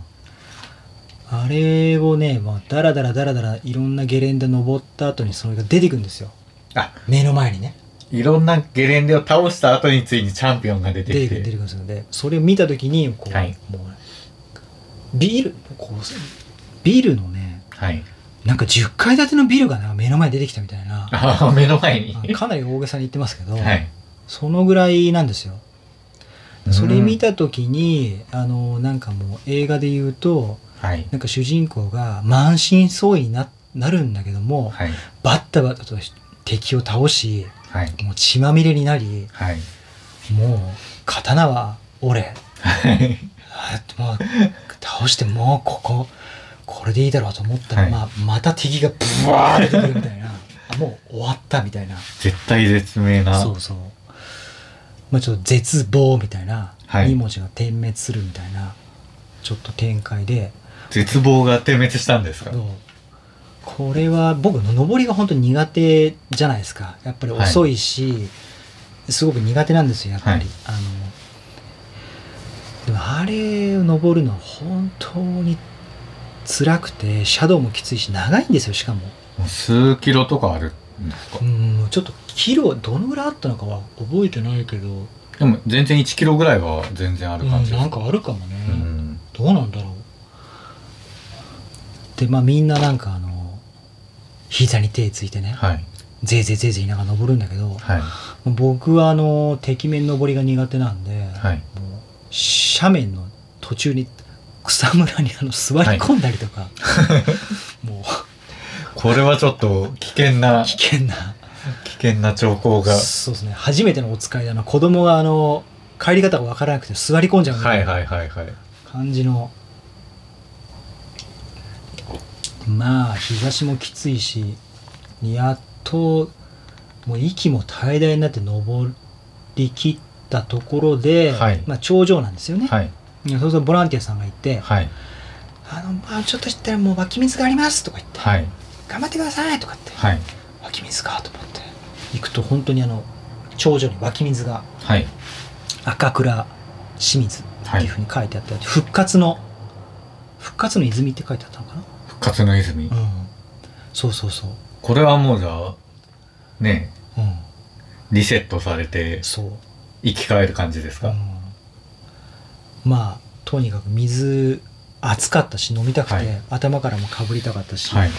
[SPEAKER 3] あれをね、まあ、だらだらだらだらいろんなゲレンデ登った後にそれが出てくるんですよ
[SPEAKER 4] あ
[SPEAKER 3] 目の前にね
[SPEAKER 4] いろんなゲレンデを倒した後についにチャンピオンが出て
[SPEAKER 3] 出て
[SPEAKER 4] き
[SPEAKER 3] くる出て
[SPEAKER 4] て
[SPEAKER 3] くるんですよでそれを見た時にこう、
[SPEAKER 4] はい
[SPEAKER 3] もうビルこうビルのね
[SPEAKER 4] はい
[SPEAKER 3] なんか10階建てのビルがな目の前に出てきたみたいな
[SPEAKER 4] あ目の前に
[SPEAKER 3] あかなり大げさに言ってますけど、
[SPEAKER 4] はい
[SPEAKER 3] そのぐらいなんですよ
[SPEAKER 4] うん
[SPEAKER 3] それ見た時に、あのなんかもう映画で言うと
[SPEAKER 4] はい
[SPEAKER 3] なんか主人公が満身創痍にななるんだけども、
[SPEAKER 4] はい
[SPEAKER 3] バッタバタと敵を倒し
[SPEAKER 4] はい
[SPEAKER 3] もう血まみれになり
[SPEAKER 4] はい
[SPEAKER 3] もう刀は折れ
[SPEAKER 4] はい
[SPEAKER 3] あもう倒してもうこここれでいいだろうと思ったら、
[SPEAKER 4] はい
[SPEAKER 3] まあ、また敵がブワーって出てくるみたいなあもう終わったみたいな
[SPEAKER 4] 絶対絶命な
[SPEAKER 3] そうそう、まあ、ちょっと絶望みたいな、
[SPEAKER 4] はい
[SPEAKER 3] 二文字が点滅するみたいなちょっと展開で
[SPEAKER 4] 絶望が点滅したんですか
[SPEAKER 3] どうこれは僕の登りが本当に苦手じゃないですかやっぱり遅いし、すごく苦手なんですよやっぱり、
[SPEAKER 4] はい
[SPEAKER 3] あのでもあれを登るのは本当に辛くてシャドウもきついし長いんですよしかも
[SPEAKER 4] もう数キロとかあるんですか
[SPEAKER 3] うんちょっとキロどのぐらいあったのかは覚えてないけど、
[SPEAKER 4] でも全然1キロぐらいは全然あ
[SPEAKER 3] う
[SPEAKER 4] る
[SPEAKER 3] ん、
[SPEAKER 4] 感じです
[SPEAKER 3] なんかあるかもね、
[SPEAKER 4] うん
[SPEAKER 3] どうなんだろうでまあみんななんかあの膝に手ついてね、
[SPEAKER 4] はい
[SPEAKER 3] ぜいぜいぜいぜい言いながら登るんだけど、
[SPEAKER 4] はい
[SPEAKER 3] 僕はあの壁面登りが苦手なんで、
[SPEAKER 4] はい
[SPEAKER 3] もう斜面の途中に草むらにあの座り込んだりとか、 もう
[SPEAKER 4] これはちょっと危険な
[SPEAKER 3] 危険な
[SPEAKER 4] 危険な兆候が
[SPEAKER 3] そうですね初めてのお使いであの子供があの帰り方が分からなくて座り込んじゃうみ
[SPEAKER 4] は
[SPEAKER 3] た
[SPEAKER 4] い
[SPEAKER 3] いな
[SPEAKER 4] はいはいはい
[SPEAKER 3] 感じの、まあ日差しもきついしやっともう息も怠大になって登りきったところで、
[SPEAKER 4] はい
[SPEAKER 3] まあ、頂上なんですよね、
[SPEAKER 4] はい
[SPEAKER 3] いやそうするとボランティアさんがいて
[SPEAKER 4] はい
[SPEAKER 3] 「あのまあ、ちょっとしたらもう湧き水があります」とか言って
[SPEAKER 4] はい
[SPEAKER 3] 「頑張ってください」とかって
[SPEAKER 4] はい
[SPEAKER 3] 「湧き水か」と思って行くと本当にあの頂上に湧き水が
[SPEAKER 4] はい
[SPEAKER 3] 赤倉清水っていうふうに書いてあって、復活の復活の泉って書いてあったのかな、
[SPEAKER 4] 復活の泉
[SPEAKER 3] うん、そうそうそう、
[SPEAKER 4] これはもうじゃあね
[SPEAKER 3] うん、
[SPEAKER 4] リセットされて
[SPEAKER 3] そう、うん
[SPEAKER 4] 生き返る感じですか、
[SPEAKER 3] まあとにかく水暑かったし飲みたくて、
[SPEAKER 4] はい
[SPEAKER 3] 頭からもかぶりたかったし、
[SPEAKER 4] はい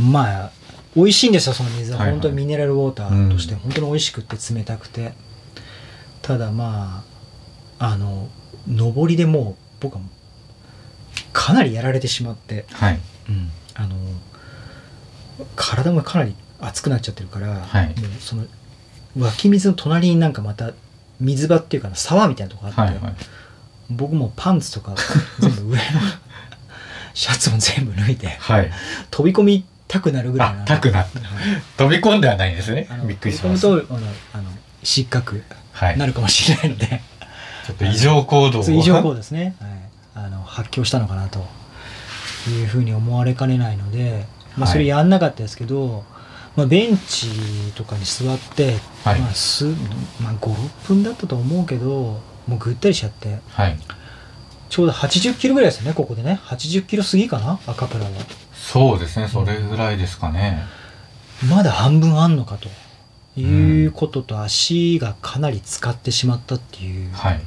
[SPEAKER 3] まあ美味しいんですよその水は、
[SPEAKER 4] はいはい
[SPEAKER 3] 本当にミネラルウォーターとして
[SPEAKER 4] うん
[SPEAKER 3] 本当に美味しくて冷たくて、ただまああの上りでもう僕はかなりやられてしまって、
[SPEAKER 4] はい
[SPEAKER 3] あの体もかなり熱くなっちゃってるから、
[SPEAKER 4] はい
[SPEAKER 3] もうその湧き水の隣になんかまた水場っていうかな沢みたいなとこあって、
[SPEAKER 4] はいはい
[SPEAKER 3] 僕もうパンツとか全部 上のシャツも全部脱いで
[SPEAKER 4] はい
[SPEAKER 3] 飛び込みたくなるぐらい
[SPEAKER 4] あ
[SPEAKER 3] な
[SPEAKER 4] たくな飛び込んではないんですね
[SPEAKER 3] あの
[SPEAKER 4] びっくりしました
[SPEAKER 3] もともとあのあの失格
[SPEAKER 4] はい
[SPEAKER 3] なるかもしれないので、
[SPEAKER 4] ちょっと異常行動を
[SPEAKER 3] そういう異常行動ですね、はい、あの発狂したのかなというふうに思われかねないので、まあ、
[SPEAKER 4] はい
[SPEAKER 3] それやんなかったですけど、まあ、ベンチとかに座って、
[SPEAKER 4] はい
[SPEAKER 3] まあすまあ、56分だったと思うけどもうぐったりしちゃって
[SPEAKER 4] はい
[SPEAKER 3] ちょうど80キロぐらいですよねここでね80キロ過ぎかな赤プラは
[SPEAKER 4] そうですねそれぐらいですかね
[SPEAKER 3] まだ半分あんのかということと、足がかなり使ってしまったっていう
[SPEAKER 4] はい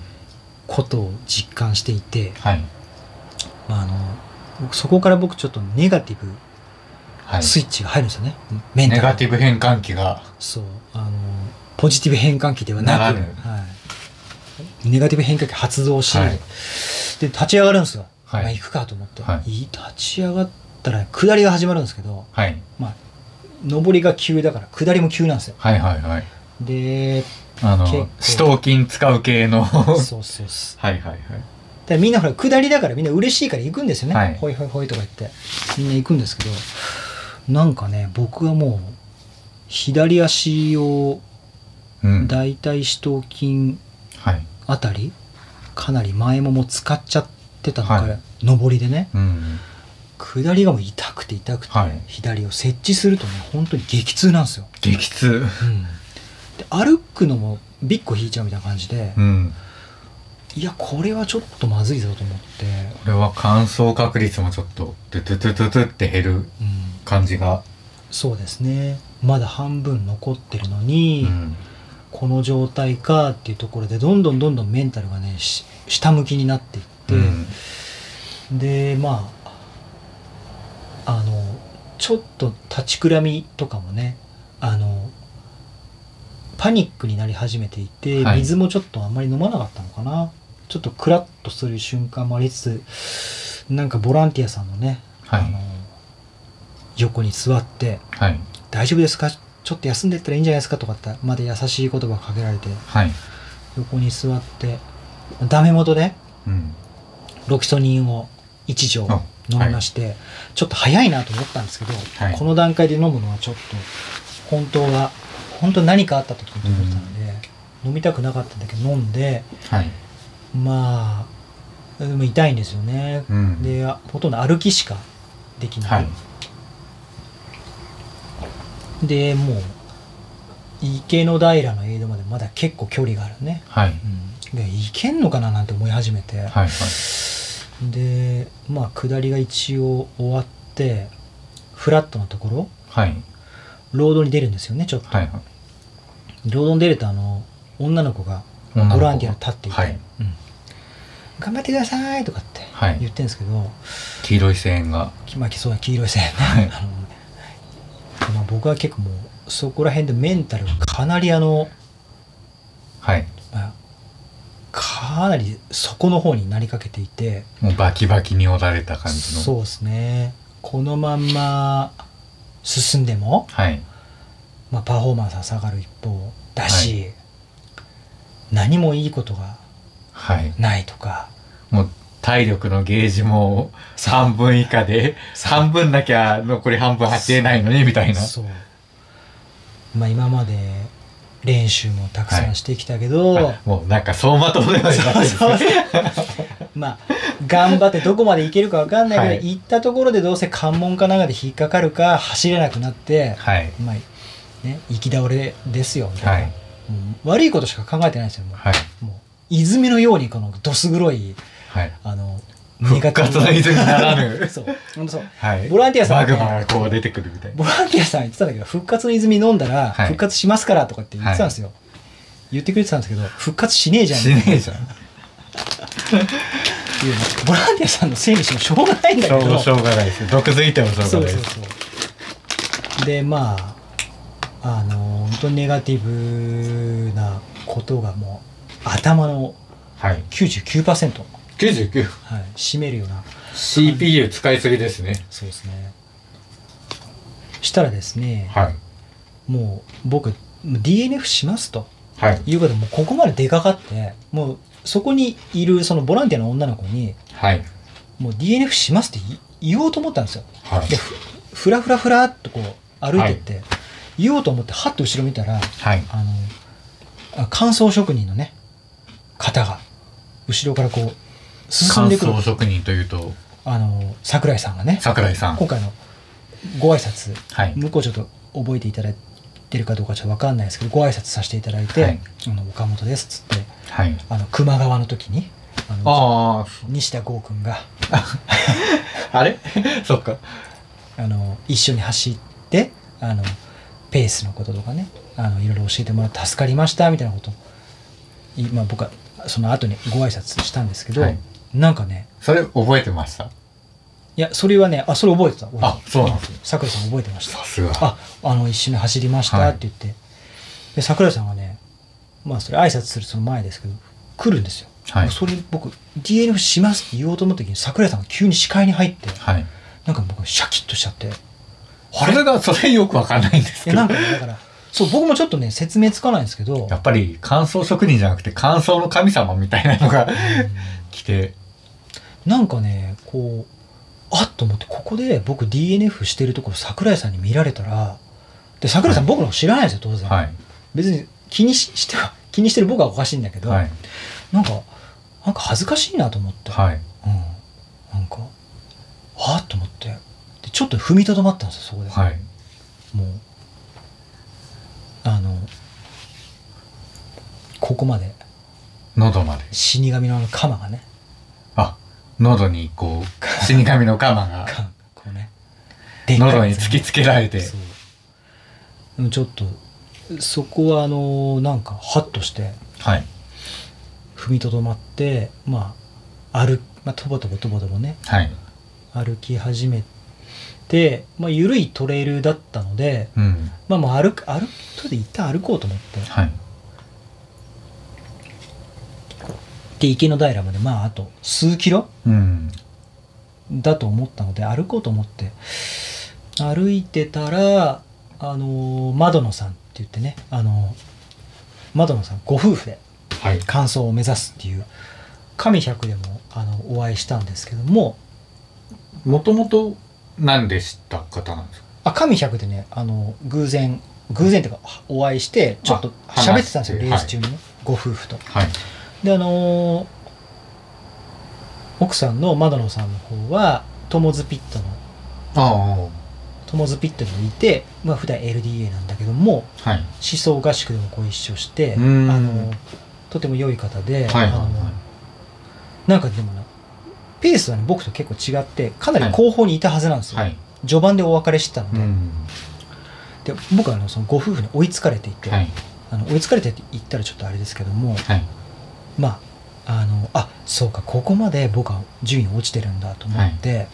[SPEAKER 3] ことを実感していて、
[SPEAKER 4] はい
[SPEAKER 3] まあ、あの僕そこから僕ちょっとネガティブ
[SPEAKER 4] はい
[SPEAKER 3] スイッチが入るんですよね、メンタ
[SPEAKER 4] ネ
[SPEAKER 3] ル
[SPEAKER 4] ガティブ変換器が
[SPEAKER 3] そうあのポジティブ変換器ではなく
[SPEAKER 4] ならぬ
[SPEAKER 3] はい、ネガティブ変化球発動し、
[SPEAKER 4] はい
[SPEAKER 3] で立ち上がるんですよ、
[SPEAKER 4] はい
[SPEAKER 3] まあ、行くかと思って、
[SPEAKER 4] はい
[SPEAKER 3] い立ち上がったら下りが始まるんですけど、
[SPEAKER 4] はい
[SPEAKER 3] まあ、上りが急だから下りも急なんですよ
[SPEAKER 4] はいはいはい
[SPEAKER 3] で
[SPEAKER 4] あの
[SPEAKER 3] 結構
[SPEAKER 4] 四頭筋使う系の は
[SPEAKER 3] そうそうそう
[SPEAKER 4] いはいはい
[SPEAKER 3] でみんなほら下りだからみんな嬉しいから行くんですよね、
[SPEAKER 4] はい
[SPEAKER 3] ほいほいほいとか言ってみんな行くんですけどなんかね僕はもう左足を
[SPEAKER 4] うん
[SPEAKER 3] だいたい四頭筋
[SPEAKER 4] はい
[SPEAKER 3] あたりかなり前もも使っちゃってたのから、
[SPEAKER 4] はい
[SPEAKER 3] 上りでね
[SPEAKER 4] うん
[SPEAKER 3] 下りがもう痛くて痛くて、
[SPEAKER 4] はい
[SPEAKER 3] 左を設置するとね本当に激痛なんですよ、
[SPEAKER 4] 激痛
[SPEAKER 3] で歩くのもビッコ引いちゃうみたいな感じで、
[SPEAKER 4] うん
[SPEAKER 3] いやこれはちょっとまずいぞと思って、
[SPEAKER 4] これは乾燥確率もちょっとトゥトゥトゥトゥトゥって減る
[SPEAKER 3] うん、
[SPEAKER 4] 感じが、
[SPEAKER 3] そうですねまだ半分残ってるのに、
[SPEAKER 4] うん、
[SPEAKER 3] この状態かっていうところでどんどんどんどんメンタルがねし下向きになっていって、
[SPEAKER 4] うん
[SPEAKER 3] でまああのちょっと立ちくらみとかもねあのパニックになり始めていて、
[SPEAKER 4] はい
[SPEAKER 3] 水もちょっとあんまり飲まなかったのかなちょっとクラッとする瞬間もありつつなんかボランティアさんのね、
[SPEAKER 4] はい
[SPEAKER 3] あの横に座って
[SPEAKER 4] はい
[SPEAKER 3] 「大丈夫ですかちょっと休んでったらいいんじゃないですか」とかってまで優しい言葉かけられて
[SPEAKER 4] はい
[SPEAKER 3] 横に座ってダメ元で
[SPEAKER 4] うん
[SPEAKER 3] ロキソニンを1錠
[SPEAKER 4] あ
[SPEAKER 3] 飲みまして、ちょっと早いなと思ったんですけど、
[SPEAKER 4] はい
[SPEAKER 3] この段階で飲むのはちょっと本当は本当に何かあった時にと思ってたので、飲みたくなかったんだけど飲んで
[SPEAKER 4] はい
[SPEAKER 3] まあでも痛いんですよね、
[SPEAKER 4] うん
[SPEAKER 3] であほとんど歩きしかできない、
[SPEAKER 4] はい
[SPEAKER 3] でもう池の平のエイドまでまだ結構距離があるね、
[SPEAKER 4] はい
[SPEAKER 3] うん、で行けんのかななんて思い始めて、
[SPEAKER 4] はいはい
[SPEAKER 3] でまあ下りが一応終わってフラットのところ
[SPEAKER 4] はい
[SPEAKER 3] ロードに出るんですよねちょっと、
[SPEAKER 4] はいはい
[SPEAKER 3] ロードに出るとあの女の子が
[SPEAKER 4] 女の子が
[SPEAKER 3] ボランティアで立っていて、
[SPEAKER 4] はい
[SPEAKER 3] うん頑張ってくださいとかって
[SPEAKER 4] はい
[SPEAKER 3] 言ってるんですけど、
[SPEAKER 4] 黄色い声援が
[SPEAKER 3] きまきそうな黄色い線ね、
[SPEAKER 4] はい
[SPEAKER 3] あのまあ、僕は結構もうそこら辺でメンタルがかなりあの、
[SPEAKER 4] はい
[SPEAKER 3] まあかなり底の方になりかけていて
[SPEAKER 4] もうバキバキに折られた感じの
[SPEAKER 3] そうですねこのまんま進んでも
[SPEAKER 4] はい
[SPEAKER 3] まあ、パフォーマンスは下がる一方だし、何もいいことが
[SPEAKER 4] はい
[SPEAKER 3] ないとか
[SPEAKER 4] もう体力のゲージも半分以下で
[SPEAKER 3] そう
[SPEAKER 4] 半分なきゃ残り半分走れないのにみたいな
[SPEAKER 3] そう、まあ、今まで練習もたくさんしてきたけど、
[SPEAKER 4] あもうなんか走馬灯のようになって
[SPEAKER 3] そうそうそうまあ頑張ってどこまで行けるか分かんないけど、
[SPEAKER 4] は
[SPEAKER 3] 行ったところでどうせ関門かなんかで引っかかるか走れなくなって、
[SPEAKER 4] はい
[SPEAKER 3] まあね、行き倒れですよみた
[SPEAKER 4] はいい
[SPEAKER 3] な、もう悪いことしか考えてないんですよもう,、
[SPEAKER 4] はい
[SPEAKER 3] もう泉のようにこのどす黒い
[SPEAKER 4] はい
[SPEAKER 3] あの
[SPEAKER 4] 復活の泉なら ぬ
[SPEAKER 3] そうほんとそう
[SPEAKER 4] はい
[SPEAKER 3] ボランティアさんはね
[SPEAKER 4] マグマがこう出てくるみたいな
[SPEAKER 3] ボランティアさん言ってたんだけど復活の泉飲んだら
[SPEAKER 4] はい
[SPEAKER 3] 復活しますからとかって言ってたんですよ、言ってくれてたんですけど復活しねえじゃん
[SPEAKER 4] しねえじゃん
[SPEAKER 3] っていうねボランティアさんのせいにしてもしょうがないんだ
[SPEAKER 4] し
[SPEAKER 3] け
[SPEAKER 4] ょ
[SPEAKER 3] ど
[SPEAKER 4] うしょうがないです毒づいてもしょう
[SPEAKER 3] そ
[SPEAKER 4] が
[SPEAKER 3] う
[SPEAKER 4] ない
[SPEAKER 3] そ
[SPEAKER 4] で
[SPEAKER 3] う
[SPEAKER 4] す
[SPEAKER 3] そうでまああの本当にネガティブなことがもう頭の
[SPEAKER 4] はい
[SPEAKER 3] 99%、はい、
[SPEAKER 4] 99
[SPEAKER 3] 占めるような
[SPEAKER 4] CPU 使いすぎですね
[SPEAKER 3] そうですねしたらですね、
[SPEAKER 4] はい
[SPEAKER 3] もう僕 DNF しますと
[SPEAKER 4] はい
[SPEAKER 3] いうことでもうここまで出かかってもうそこにいるそのボランティアの女の子に
[SPEAKER 4] はい
[SPEAKER 3] もう DNF しますって言言おうと思ったんですよ
[SPEAKER 4] はい
[SPEAKER 3] でふふらふらふらっとこう歩いてって、言おうと思ってはっと後ろ見たら
[SPEAKER 4] はい
[SPEAKER 3] あのあ乾燥職人のね方が後ろからこう進ん
[SPEAKER 4] 乾
[SPEAKER 3] でくる
[SPEAKER 4] 燥職人というと
[SPEAKER 3] あの桜井さんがね
[SPEAKER 4] 桜井さん
[SPEAKER 3] 今回のご挨拶
[SPEAKER 4] はい
[SPEAKER 3] 向こうちょっと覚えていただいてるかどうかちょっと分かんないですけどご挨拶させていただいて「
[SPEAKER 4] はい
[SPEAKER 3] あの岡本です」っつって
[SPEAKER 4] はい
[SPEAKER 3] あの熊川の時にあの
[SPEAKER 4] あ
[SPEAKER 3] 西田剛君が
[SPEAKER 4] ああれ そっか
[SPEAKER 3] あの一緒に走ってあのペースのこととかねあのいろいろ教えてもらって助かりましたみたいなこといまあ僕はその後にご挨拶したんですけど、
[SPEAKER 4] はい
[SPEAKER 3] なんかね
[SPEAKER 4] それ覚えてました
[SPEAKER 3] いやそれはねあそれ覚えてた俺
[SPEAKER 4] あそうなんですね
[SPEAKER 3] 桜井さん覚えてました
[SPEAKER 4] さすが
[SPEAKER 3] ああの一緒に走りましたって言って、で桜井さんがねまあそれ挨拶するその前ですけど来るんですよ、
[SPEAKER 4] はい
[SPEAKER 3] それ僕 DNF しますって言おうと思った時に桜井さんが急に視界に入って
[SPEAKER 4] はい
[SPEAKER 3] なんか僕シャキッとしちゃってあ
[SPEAKER 4] そ
[SPEAKER 3] れ
[SPEAKER 4] れがそれよくわかんないんです
[SPEAKER 3] い
[SPEAKER 4] け
[SPEAKER 3] やなん
[SPEAKER 4] ど
[SPEAKER 3] かねだからそう僕もちょっとね説明つかないんですけど
[SPEAKER 4] やっぱり乾燥職人じゃなくて乾燥の神様みたいなのが 来て
[SPEAKER 3] なんかねこうあっと思ってここで僕 DNF してるところ桜井さんに見られたらで桜井さん僕のこと知らないですよ当然、
[SPEAKER 4] はい
[SPEAKER 3] 別に気にししては気にしてる僕はおかしいんだけど、
[SPEAKER 4] はい
[SPEAKER 3] なんかなんか恥ずかしいなと思って、
[SPEAKER 4] はい
[SPEAKER 3] うん、なんかあっと思ってでちょっと踏みとどまったんですよそこで、
[SPEAKER 4] はい
[SPEAKER 3] もうあのここまで
[SPEAKER 4] 喉まで
[SPEAKER 3] 死神のあの鎌がね
[SPEAKER 4] あ喉にこう死神の鎌が
[SPEAKER 3] かこうね
[SPEAKER 4] 喉に突きつけられて
[SPEAKER 3] そうでもちょっとそこはあのなんかハッとして
[SPEAKER 4] はい
[SPEAKER 3] 踏みとどまってまあ歩まあとぼとぼとぼとぼね
[SPEAKER 4] はい
[SPEAKER 3] 歩き始めてまあ緩いトレイルだったので
[SPEAKER 4] うん
[SPEAKER 3] まあもう歩く歩くとりあえず一旦歩こうと思って
[SPEAKER 4] はい
[SPEAKER 3] で池の平までまああと数キロ
[SPEAKER 4] うん
[SPEAKER 3] だと思ったので歩こうと思って歩いてたらあの窓野さんって言ってねあの窓野さんご夫婦で
[SPEAKER 4] はい
[SPEAKER 3] 完走を目指すっていう神百でもあのお会いしたんですけども
[SPEAKER 4] もともと何でした方なんですか
[SPEAKER 3] あ神百でねあの偶然偶然というかお会いしてちょっと
[SPEAKER 4] あ
[SPEAKER 3] 喋ってたんですよ
[SPEAKER 4] 話して
[SPEAKER 3] レース中にね、ご夫婦と。
[SPEAKER 4] はい
[SPEAKER 3] であのー奥さんの窓野さんの方はトモズピットの
[SPEAKER 4] あ
[SPEAKER 3] トモズピットにいて、まあ普段 LDA なんだけども
[SPEAKER 4] あはい
[SPEAKER 3] 思想合宿でもご一緒してあ
[SPEAKER 4] うん
[SPEAKER 3] のとても良い方で、
[SPEAKER 4] はいはい
[SPEAKER 3] あの
[SPEAKER 4] は
[SPEAKER 3] なんかでもなペースはね僕と結構違ってかなり後方にいたはずなんです
[SPEAKER 4] い
[SPEAKER 3] よ、
[SPEAKER 4] はい
[SPEAKER 3] 序盤でお別れしてたの
[SPEAKER 4] う
[SPEAKER 3] で,、
[SPEAKER 4] ん
[SPEAKER 3] で僕はあのそのご夫婦に追いつかれていて、
[SPEAKER 4] はい
[SPEAKER 3] あの追いつかれてって言ったらちょっとあれですけども
[SPEAKER 4] はい
[SPEAKER 3] まああのあそうかここまで僕は順位落ちてるんだと思って、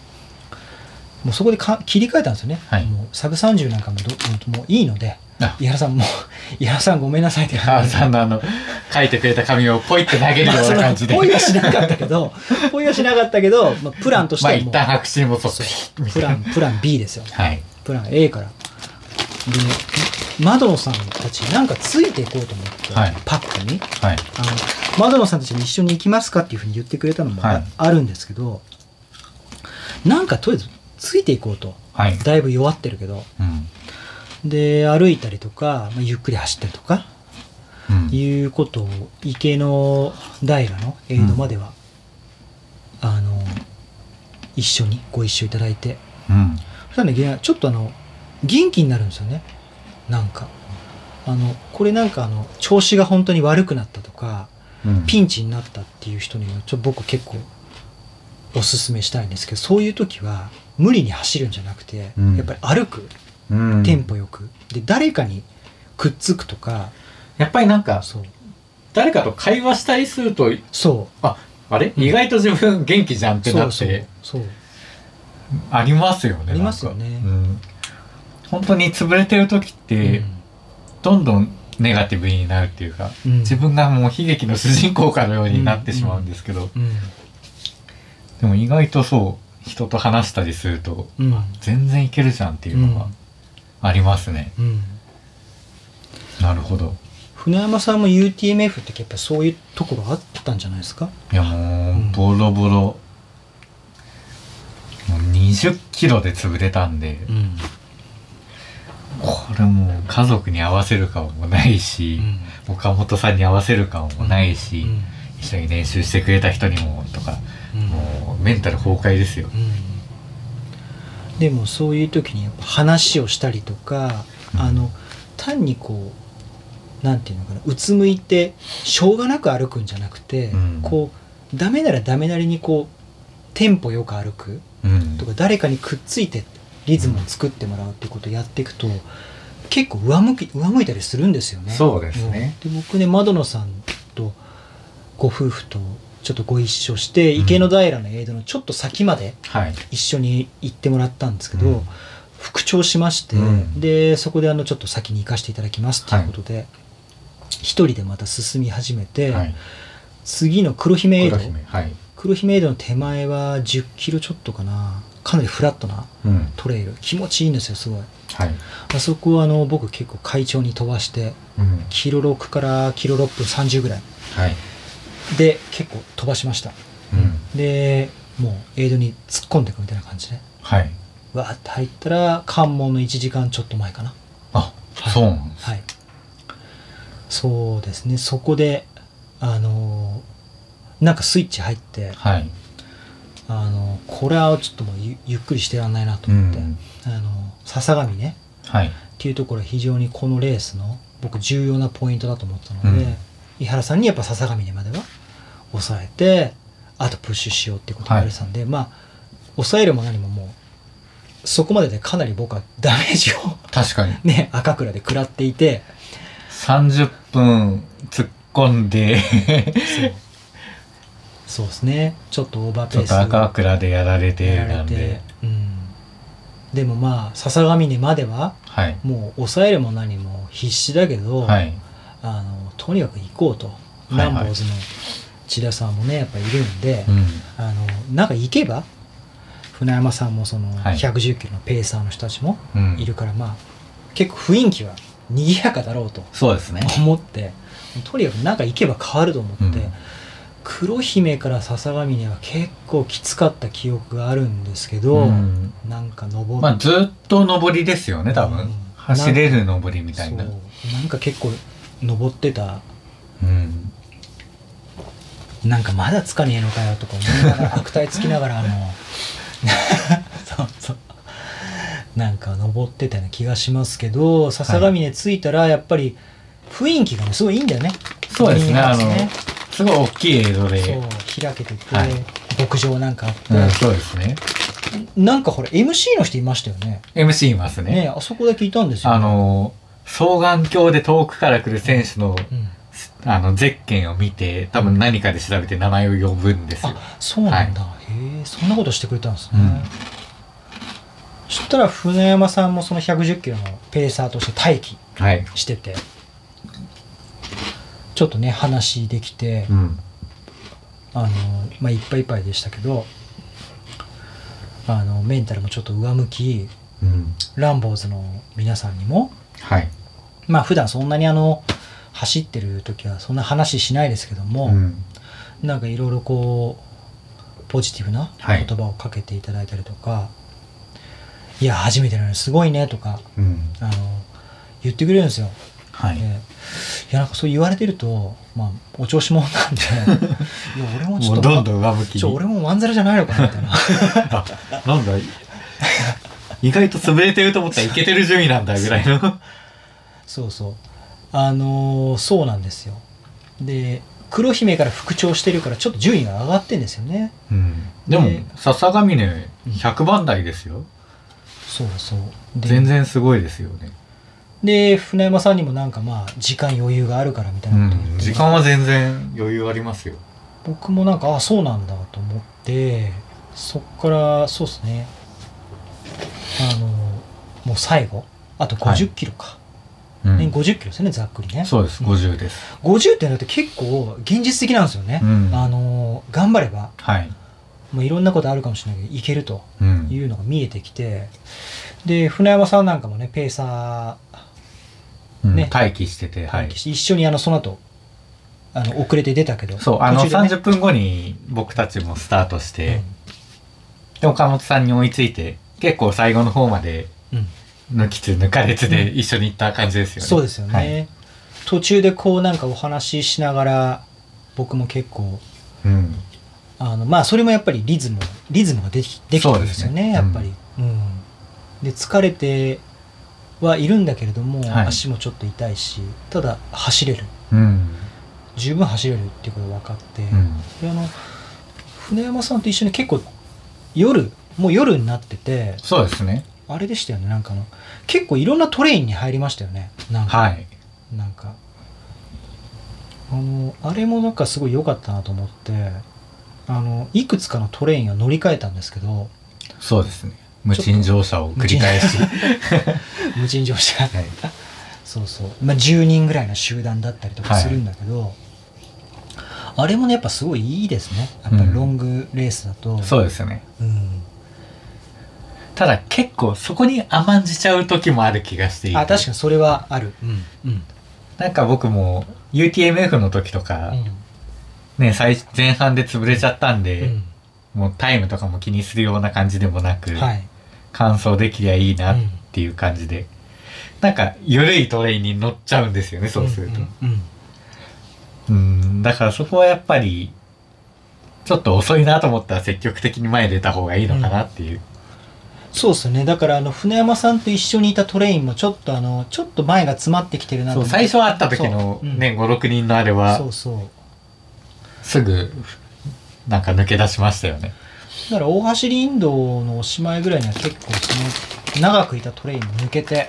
[SPEAKER 3] もうそこでか切り替えたんですよね、
[SPEAKER 4] はい
[SPEAKER 3] もうサブ30なんかもどもうもういいので
[SPEAKER 4] あ
[SPEAKER 3] 井原さんも う「井原さんごめんなさい」って
[SPEAKER 4] 母さんのあの書いてくれた紙をポイって投げるような感じで
[SPEAKER 3] まあそのポイはしなかったけど、 ポイはしなかったけど、まあ、プランとして
[SPEAKER 4] まあ
[SPEAKER 3] はも
[SPEAKER 4] 一
[SPEAKER 3] う、
[SPEAKER 4] 旦白紙に戻
[SPEAKER 3] そう
[SPEAKER 4] すみた
[SPEAKER 3] プ
[SPEAKER 4] い
[SPEAKER 3] ラ
[SPEAKER 4] な
[SPEAKER 3] ン、プラン B ですよ。
[SPEAKER 4] はい
[SPEAKER 3] プラン A から。で、窓野さんたちになんかついていこうと思って、
[SPEAKER 4] はい
[SPEAKER 3] パックに。
[SPEAKER 4] はい
[SPEAKER 3] あの、窓野さんたちも一緒に行きますかっていうふうに言ってくれたのもあ,、
[SPEAKER 4] はい
[SPEAKER 3] るんですけど、なんかとりあえずついていこうと。
[SPEAKER 4] はい
[SPEAKER 3] だいぶ弱ってるけど。
[SPEAKER 4] うん
[SPEAKER 3] で、歩いたりとか、まあ、ゆっくり走ったりとか、
[SPEAKER 4] うん
[SPEAKER 3] いうことを池の平のエイドまでは、あの一緒にご一緒いただいて
[SPEAKER 4] うん
[SPEAKER 3] そしたらねちょっとあの元気になるんですよねなんかあのこれなんかあの調子が本当に悪くなったとか
[SPEAKER 4] うん
[SPEAKER 3] ピンチになったっていう人にはちょっと僕結構おすすめしたいんですけどそういう時は無理に走るんじゃなくて、
[SPEAKER 4] うん
[SPEAKER 3] やっぱり歩く
[SPEAKER 4] うん
[SPEAKER 3] テンポよく、で誰かにくっつくとか
[SPEAKER 4] やっぱりなんか
[SPEAKER 3] そう
[SPEAKER 4] 誰かと会話したりすると
[SPEAKER 3] そう
[SPEAKER 4] ああれ
[SPEAKER 3] ん
[SPEAKER 4] 意外と自分元気じゃんってなっ
[SPEAKER 3] そう
[SPEAKER 4] て
[SPEAKER 3] そうそう
[SPEAKER 4] ありますよね
[SPEAKER 3] ありますよね
[SPEAKER 4] なんかうん本当に潰れてる時ってどんどんネガティブになるっていうか
[SPEAKER 3] うん
[SPEAKER 4] 自分がもう悲劇の主人公かのようになってしまうんですけど
[SPEAKER 3] うん
[SPEAKER 4] でも意外とそう人と話したりすると
[SPEAKER 3] うん
[SPEAKER 4] 全然いけるじゃんっていうのがありますね、
[SPEAKER 3] うん
[SPEAKER 4] なるほど
[SPEAKER 3] 船山さんも UTMF ってやっぱそういうところあったんじゃないですか
[SPEAKER 4] いやも
[SPEAKER 3] うん
[SPEAKER 4] うボロボロ、もう20キロで潰れたんで、
[SPEAKER 3] ん、
[SPEAKER 4] これもう家族に合わせる顔もないし、岡本さんに合わせる顔もないし、
[SPEAKER 3] うん
[SPEAKER 4] 一緒に練習してくれた人にもとか、
[SPEAKER 3] うん
[SPEAKER 4] もうメンタル崩壊ですよ、
[SPEAKER 3] うんでもそういう時にやっぱ話をしたりとか、
[SPEAKER 4] うん
[SPEAKER 3] あの単にこうなんていうのかなうつむいてしょうがなく歩くんじゃなくて、
[SPEAKER 4] うん
[SPEAKER 3] こうダメならダメなりにこうテンポよく歩く
[SPEAKER 4] うん
[SPEAKER 3] とか誰かにくっついてリズムを作ってもらうっていうことをやっていくと結構上向き上向いたりするんですよね。
[SPEAKER 4] そうですね
[SPEAKER 3] うんで僕ね窓野さんとご夫婦とちょっとご一緒して池の平のエイドのちょっと先まで
[SPEAKER 4] はい
[SPEAKER 3] 一緒に行ってもらったんですけど、
[SPEAKER 4] うん
[SPEAKER 3] 復調しまして、
[SPEAKER 4] うん
[SPEAKER 3] でそこであのちょっと先に行かせていただきますっていうことで、一人でまた進み始めて、
[SPEAKER 4] はい
[SPEAKER 3] 次の黒姫エイド
[SPEAKER 4] 黒姫はい、
[SPEAKER 3] 黒姫エイドの手前は1 0キロちょっとかなかなりフラットな
[SPEAKER 4] うん、
[SPEAKER 3] トレイル気持ちいいんですよすごい
[SPEAKER 4] はい、
[SPEAKER 3] あそこはあの僕結構快調に飛ばして
[SPEAKER 4] うん、
[SPEAKER 3] キロ6からキロ6分30ぐらい
[SPEAKER 4] はい、
[SPEAKER 3] で結構飛ばしました
[SPEAKER 4] うん、
[SPEAKER 3] でもうエイドに突っ込んでいくみたいな感じで
[SPEAKER 4] はい、
[SPEAKER 3] わーって入ったら関門の1時間ちょっと前かな
[SPEAKER 4] あ、
[SPEAKER 3] はい
[SPEAKER 4] そうなんです。
[SPEAKER 3] はいそうですねそこであのーなんかスイッチ入って
[SPEAKER 4] はい、
[SPEAKER 3] あのーこれはちょっともうゆゆっくりしてらんないなと
[SPEAKER 4] う
[SPEAKER 3] 思って、
[SPEAKER 4] ん、
[SPEAKER 3] あのー笹上ね
[SPEAKER 4] はい、
[SPEAKER 3] っていうところは非常にこのレースの僕重要なポイントだと思ったので、
[SPEAKER 4] うん
[SPEAKER 3] 井原さんにやっぱ笹上までは抑えてあとプッシュしようっていうことを
[SPEAKER 4] は
[SPEAKER 3] 言わ
[SPEAKER 4] い
[SPEAKER 3] れてたんで、まあ抑えるも何ももうそこまででかなり僕はダメージを
[SPEAKER 4] 確かに。
[SPEAKER 3] ね赤倉で食らっていて
[SPEAKER 4] 30分突っ込ん で
[SPEAKER 3] そうそうですねちょっとオーバーペ
[SPEAKER 4] ちょ
[SPEAKER 3] ー
[SPEAKER 4] っ
[SPEAKER 3] ス
[SPEAKER 4] と赤倉でやられて
[SPEAKER 3] やら
[SPEAKER 4] な
[SPEAKER 3] れ
[SPEAKER 4] ん
[SPEAKER 3] て
[SPEAKER 4] で、
[SPEAKER 3] うん、でもまあ笹上までは
[SPEAKER 4] はい、
[SPEAKER 3] もう抑えるも何も必死だけど、
[SPEAKER 4] はい、
[SPEAKER 3] あのとにかく行こうと、
[SPEAKER 4] いはい
[SPEAKER 3] ランボーズの千田さんもねやっぱいるんで、
[SPEAKER 4] うん、
[SPEAKER 3] あのなんか行けば船山さんもその
[SPEAKER 4] はい
[SPEAKER 3] 110キロのペーサーの人たちも
[SPEAKER 4] うん、
[SPEAKER 3] いるから、まあ結構雰囲気は賑やかだろうと
[SPEAKER 4] そ うですね。
[SPEAKER 3] 思ってとにかくなんか行けば変わると思って、
[SPEAKER 4] うん
[SPEAKER 3] 黒姫から笹上峰は結構きつかった記憶があるんですけど、
[SPEAKER 4] うん
[SPEAKER 3] なんか登
[SPEAKER 4] まあずっと上りですよね、多
[SPEAKER 3] うん
[SPEAKER 4] 分。走れる上りみたいな。
[SPEAKER 3] そうなんか結構登ってた
[SPEAKER 4] うん。
[SPEAKER 3] なんかまだつかねえのかよとか思い ながら悪態つきながらあのそうそうなんか登ってたような気がしますけど笹上峰着いたらやっぱり雰囲気がねすごいいいんだよね
[SPEAKER 4] そうですね、
[SPEAKER 3] いい
[SPEAKER 4] あ
[SPEAKER 3] ですね
[SPEAKER 4] の、すごい大きい映像で。
[SPEAKER 3] そう開けてて、
[SPEAKER 4] はい
[SPEAKER 3] 牧場なんかあっ
[SPEAKER 4] うん、
[SPEAKER 3] て、
[SPEAKER 4] そうですね。
[SPEAKER 3] なんかほら MC の人いましたよね
[SPEAKER 4] MC いますね。
[SPEAKER 3] ねえあそこだけいたんですよ、ね、
[SPEAKER 4] あの、双眼鏡で遠くから来る選手の、
[SPEAKER 3] うん、
[SPEAKER 4] あの、ゼッケンを見て、多分何かで調べて名前を呼ぶんですよ。
[SPEAKER 3] あそうなんだ、へえそんなことしてくれたんですね、
[SPEAKER 4] うん
[SPEAKER 3] そしたら船山さんもその110キロのペーサーとして待機
[SPEAKER 4] はい。
[SPEAKER 3] しててちょっとね話できて、
[SPEAKER 4] うん。
[SPEAKER 3] あのまあいっぱいいっぱいでしたけどあのメンタルもちょっと上向き
[SPEAKER 4] うん。
[SPEAKER 3] ランボーズの皆さんにも
[SPEAKER 4] はい。
[SPEAKER 3] まあ普段そんなにあの走ってる時はそんな話しないですけども、
[SPEAKER 4] うん。
[SPEAKER 3] なんかいろいろこうポジティブな
[SPEAKER 4] は
[SPEAKER 3] 言
[SPEAKER 4] い
[SPEAKER 3] 葉をかけていただいたりとか「い、や初めてなのにすごいね」とか
[SPEAKER 4] うん。
[SPEAKER 3] あの言ってくれるんですよ。
[SPEAKER 4] はい
[SPEAKER 3] でいやなんかそう言われてると、まあ、お調子者なんで いや俺もちょ
[SPEAKER 4] も
[SPEAKER 3] っ
[SPEAKER 4] う
[SPEAKER 3] と
[SPEAKER 4] どんどん上向き
[SPEAKER 3] ちょ
[SPEAKER 4] に。
[SPEAKER 3] 俺もまんざらじゃないのかなみたいな
[SPEAKER 4] あ、なんだ。意外と潰れてると思ったらいけてる順位なんだぐらいの。
[SPEAKER 3] そうそうあのーそうなんですよで黒姫から復調してるからちょっと順位が上がってんですよね
[SPEAKER 4] うん。でも
[SPEAKER 3] で、
[SPEAKER 4] 笹上ね、100番台ですよ。
[SPEAKER 3] そうそうで
[SPEAKER 4] 全然すごいですよね。
[SPEAKER 3] で船山さんにもなんかまあ時間余裕があるからみたいうなこと言って、
[SPEAKER 4] ん。時間は全然余裕ありますよ。
[SPEAKER 3] 僕もなんかああそうなんだと思ってそっからそうですねあのもう最後あと
[SPEAKER 4] はい
[SPEAKER 3] 50キロか、
[SPEAKER 4] う
[SPEAKER 3] ね
[SPEAKER 4] ん。
[SPEAKER 3] 50キロですよねざっくりね
[SPEAKER 4] そうです、50です。
[SPEAKER 3] 50ってなって結構現実的なんですよね、
[SPEAKER 4] うん
[SPEAKER 3] あの頑張れば
[SPEAKER 4] はい。
[SPEAKER 3] もういろんなことあるかもしれないけどいけると
[SPEAKER 4] うん
[SPEAKER 3] いうのが見えてきてで船山さんなんかもねペーサー
[SPEAKER 4] うん
[SPEAKER 3] ね
[SPEAKER 4] 待機してて、はい。
[SPEAKER 3] 一緒にあのその後あの遅れて出たけど
[SPEAKER 4] そう、あの、
[SPEAKER 3] 途中でね
[SPEAKER 4] 30分後に僕たちもスタートして、で、岡本さんに追いついて、結構最後の方まで、
[SPEAKER 3] うんうん
[SPEAKER 4] 抜きつ抜かれつで一緒に行った感じですよね。
[SPEAKER 3] そうですよね、
[SPEAKER 4] はい
[SPEAKER 3] 途中でこうなんかお話ししながら僕も結構
[SPEAKER 4] うん。
[SPEAKER 3] あのまあそれもやっぱりリズムリズムができできてくるんですよね
[SPEAKER 4] そうですね
[SPEAKER 3] やっぱり、うんで疲れてはいるんだけれども、
[SPEAKER 4] はい
[SPEAKER 3] 足もちょっと痛いしただ走れる
[SPEAKER 4] うん。
[SPEAKER 3] 十分走れるっていうことが分かって、
[SPEAKER 4] うん。
[SPEAKER 3] であの船山さんと一緒に結構夜もう夜になってて
[SPEAKER 4] そうですね。
[SPEAKER 3] あれでしたよねなんかあの結構いろんなトレインに入りましたよねなんか、
[SPEAKER 4] はい。
[SPEAKER 3] なんかあのあれもなんかすごい良かったなと思ってあのいくつかのトレインを乗り換えたんですけど
[SPEAKER 4] そうですね。無賃乗車を繰り返し。は
[SPEAKER 3] 無人乗車
[SPEAKER 4] い。
[SPEAKER 3] そうそう、まあ、10人ぐらいの集団だったりとかするんだけど、あれもねやっぱすごいいいですねやっぱりロングレースだと、うん
[SPEAKER 4] そうですねただ結構そこに甘んじちゃう時もある気がしていて
[SPEAKER 3] あ確かにそれはあるうんうん
[SPEAKER 4] なんか僕も UTMF の時とか、ね最前半で潰れちゃったんで、
[SPEAKER 3] うん
[SPEAKER 4] もうタイムとかも気にするような感じでもなく、
[SPEAKER 3] うんはい
[SPEAKER 4] 完走できりゃいいなっていう感じで、なんか緩いトレインに乗っちゃうんですよねそうすると、
[SPEAKER 3] んうんうん
[SPEAKER 4] うんだからそこはやっぱりちょっと遅いなと思ったら積極的に前に出た方がいいのかなっていう、
[SPEAKER 3] そうですねだからあの船山さんと一緒にいたトレインもちょっとあのちょっと前が詰まってきてるな
[SPEAKER 4] そ
[SPEAKER 3] と
[SPEAKER 4] う最初会った時の
[SPEAKER 3] そううん
[SPEAKER 4] ね、56人のあれ
[SPEAKER 3] そ
[SPEAKER 4] は
[SPEAKER 3] うそう
[SPEAKER 4] すぐなんか抜け出しましたよね
[SPEAKER 3] だから大橋林道のおしまいぐらいには結構その長くいたトレイン抜けて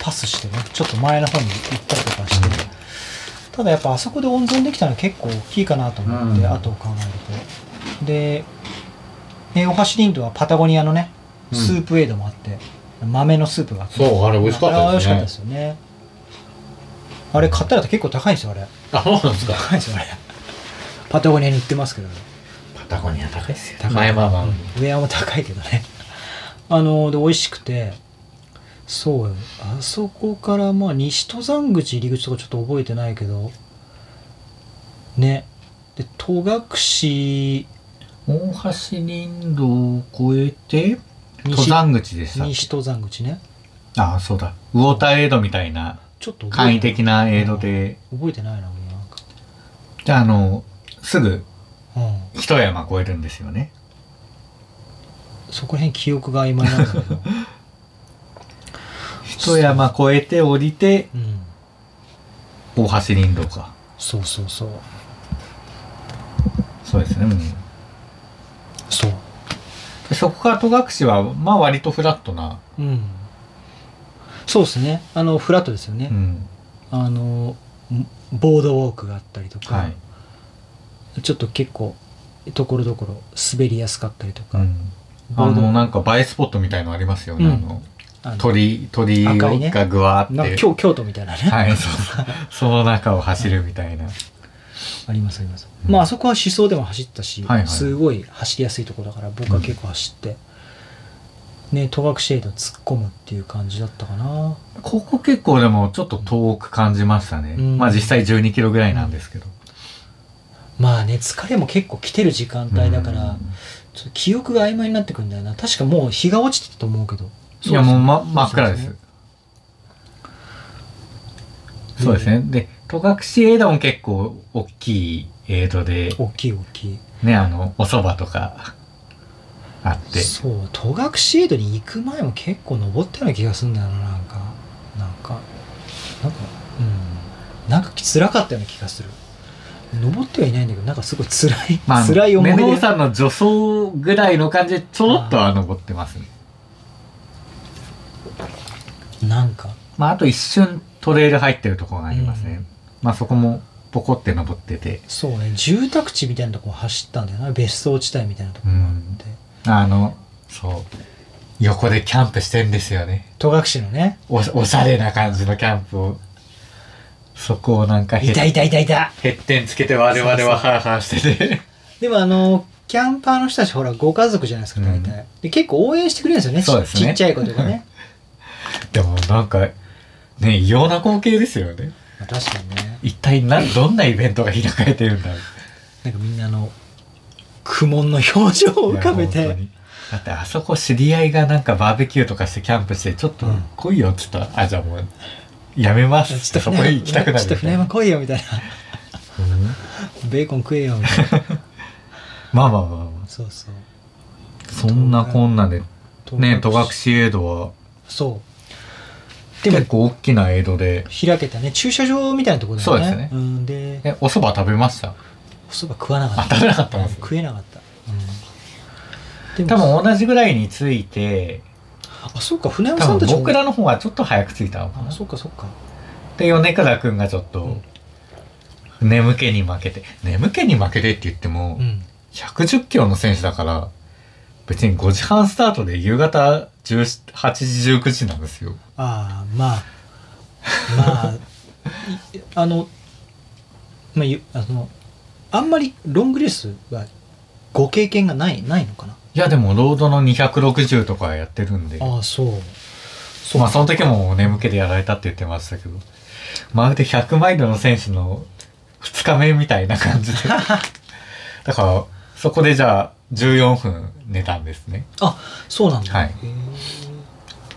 [SPEAKER 3] パスしてねちょっと前の方に行ったりとかして、
[SPEAKER 4] うん
[SPEAKER 3] ただやっぱあそこで温存できたのは結構大きいかなと思って、
[SPEAKER 4] うん
[SPEAKER 3] 後を考えるとで、ね、大橋林道はパタゴニアのね
[SPEAKER 4] うん
[SPEAKER 3] スープエイドもあって、豆のスープがあって
[SPEAKER 4] そうあれ美味しかっ
[SPEAKER 3] あれは
[SPEAKER 4] たですね
[SPEAKER 3] 美味しかったですよねあれ買ったら結構高いんですよあれ
[SPEAKER 4] あそうなんです
[SPEAKER 3] 高いんですよあれパタゴニアに売ってますけど
[SPEAKER 4] パタゴニア高いですよ
[SPEAKER 3] 高い
[SPEAKER 4] 前まあまあ、
[SPEAKER 3] うんウェアも高いけどねあので美味しくてそうよあそこからまあ西登山口入り口とかちょっと覚えてないけどねで戸隠
[SPEAKER 4] 大橋林道を越えて登
[SPEAKER 3] 西
[SPEAKER 4] 山口でしたっけ
[SPEAKER 3] 西登山口ね
[SPEAKER 4] ああそうだウォーターエイドみたいな
[SPEAKER 3] ちょっと覚
[SPEAKER 4] 簡
[SPEAKER 3] え
[SPEAKER 4] 易
[SPEAKER 3] て
[SPEAKER 4] 的なエイドで、
[SPEAKER 3] 覚えてないな俺なんか、
[SPEAKER 4] じゃああのすぐ
[SPEAKER 3] う
[SPEAKER 4] 一山越えるんですよね
[SPEAKER 3] ん、そこら辺記憶が曖昧なんだけ ど、
[SPEAKER 4] 一山越えて降りて
[SPEAKER 3] うん、
[SPEAKER 4] 大橋林道か
[SPEAKER 3] そうそうそう
[SPEAKER 4] そうですね、うん
[SPEAKER 3] そう
[SPEAKER 4] でそこから戸隠はまあ割とフラットな、
[SPEAKER 3] うんそうですねあのフラットですよね、
[SPEAKER 4] うん
[SPEAKER 3] あのんボードウォークがあったりとか、
[SPEAKER 4] はい
[SPEAKER 3] ちょっと結構ところどころ滑りやすかったりとか、
[SPEAKER 4] うん、
[SPEAKER 3] ボ
[SPEAKER 4] あ
[SPEAKER 3] ード
[SPEAKER 4] のなんか映えスポットみたいのありますよね、
[SPEAKER 3] うん
[SPEAKER 4] あの
[SPEAKER 3] あの
[SPEAKER 4] 鳥鳥
[SPEAKER 3] 赤いね
[SPEAKER 4] がぐわーって、
[SPEAKER 3] なんか京京都みたいなね、
[SPEAKER 4] はいそうその中を走るみたいな、
[SPEAKER 3] ありますあります、
[SPEAKER 4] うん
[SPEAKER 3] まああそこは思想でも走ったし、
[SPEAKER 4] はいはい
[SPEAKER 3] すごい走りやすいとこだから僕は結構走って、ね戸隠エイド突っ込むっていう感じだったかな
[SPEAKER 4] ここ結構でもちょっと遠く感じましたね、
[SPEAKER 3] うん
[SPEAKER 4] まあ実際1 2キロぐらいなんですけど、
[SPEAKER 3] まあね疲れも結構来てる時間帯だから、
[SPEAKER 4] うん
[SPEAKER 3] ちょっと記憶が曖昧になってくるんだよな確かもう日が落ちてたと思うけど
[SPEAKER 4] いやもう、ま、真っ
[SPEAKER 3] そう
[SPEAKER 4] 暗
[SPEAKER 3] で
[SPEAKER 4] ですす
[SPEAKER 3] ね
[SPEAKER 4] そうですねで戸隠エイドも結構大きいエイドで
[SPEAKER 3] 大きい大きい
[SPEAKER 4] ねあのお蕎麦とかあって
[SPEAKER 3] そう戸隠エイドに行く前も結構登ったような気がするんだよななんかなんかなんかうんなんか辛かったような気がする登ってはいないんだけどなんかすごい辛い、
[SPEAKER 4] まああの
[SPEAKER 3] 辛い思い
[SPEAKER 4] 目の
[SPEAKER 3] 出
[SPEAKER 4] 奥さんの女装ぐらいの感じでちょろっとは登ってますね
[SPEAKER 3] なんか
[SPEAKER 4] まああと一瞬トレイル入ってるところがありますね、
[SPEAKER 3] うん
[SPEAKER 4] まあそこもポコって登ってて
[SPEAKER 3] そうね住宅地みたいなとこ走ったんだよな別荘地帯みたいなとこもあって、
[SPEAKER 4] あのそう横でキャンプしてんですよね
[SPEAKER 3] 戸隠のね
[SPEAKER 4] おおしゃれな感じのキャンプをそこをなんか
[SPEAKER 3] いたいたいたいた
[SPEAKER 4] へってんつけて我々はハーハーしてて
[SPEAKER 3] でもあのキャンパーの人たちほらご家族じゃないですか大体、で結構応援してくれるんですよね
[SPEAKER 4] そうです
[SPEAKER 3] ちち
[SPEAKER 4] ね
[SPEAKER 3] っちゃい子とか ね
[SPEAKER 4] でもなんかね異様な光景ですよね
[SPEAKER 3] まあ確かにね
[SPEAKER 4] 一体 なんどんなイベントが開かれてるんだろう
[SPEAKER 3] なんかみんなあの苦悶の表情を浮かべ
[SPEAKER 4] いや本
[SPEAKER 3] て
[SPEAKER 4] 当にだってあそこ知り合いがなんかバーベキューとかしてキャンプしてちょっと
[SPEAKER 3] うん
[SPEAKER 4] 来いよっつったら、あじゃあもうやめますっつってそこへ行きたくな
[SPEAKER 3] ちょっと
[SPEAKER 4] るみ
[SPEAKER 3] 船
[SPEAKER 4] たい
[SPEAKER 3] 山
[SPEAKER 4] な
[SPEAKER 3] 来いよみたいな
[SPEAKER 4] うん
[SPEAKER 3] ベーコン食えよみたいな
[SPEAKER 4] まあまあまあま
[SPEAKER 3] そうそう
[SPEAKER 4] あそんなこんなでね戸隠エイドは
[SPEAKER 3] そうでも
[SPEAKER 4] 結構大きなエイドで
[SPEAKER 3] 開けたね駐車場みたいなところだよね
[SPEAKER 4] そうですね
[SPEAKER 3] ん、で
[SPEAKER 4] えお蕎麦食べました
[SPEAKER 3] おそば食わなか
[SPEAKER 4] あ
[SPEAKER 3] った
[SPEAKER 4] 食べなかったんです
[SPEAKER 3] 食えなかった、うん、で
[SPEAKER 4] 多
[SPEAKER 3] も
[SPEAKER 4] 分同じぐらいについて
[SPEAKER 3] あそうか船山さ
[SPEAKER 4] 多
[SPEAKER 3] んた
[SPEAKER 4] 分
[SPEAKER 3] ちも
[SPEAKER 4] 僕らの方がちょっと早く着いたのかな
[SPEAKER 3] あそうかそうか
[SPEAKER 4] で米倉くんがちょっと眠気に負けて眠気に負けてって言っても、
[SPEAKER 3] うん
[SPEAKER 4] 110キロの選手だから、別に5時半スタートで夕方17 8時19時なんですよ。
[SPEAKER 3] ああまあ まあいあのまあゆあのあんまりロングレースはご経験がないないのかない
[SPEAKER 4] やでもロードの260とかやってるんで
[SPEAKER 3] ああそう
[SPEAKER 4] そうまあその時も眠気でやられたって言ってましたけどまるで100マイルの選手の2日目みたいな感じ でだからそこでじゃあ14分寝たんですね
[SPEAKER 3] あそうなんだ、
[SPEAKER 4] はい
[SPEAKER 3] へえ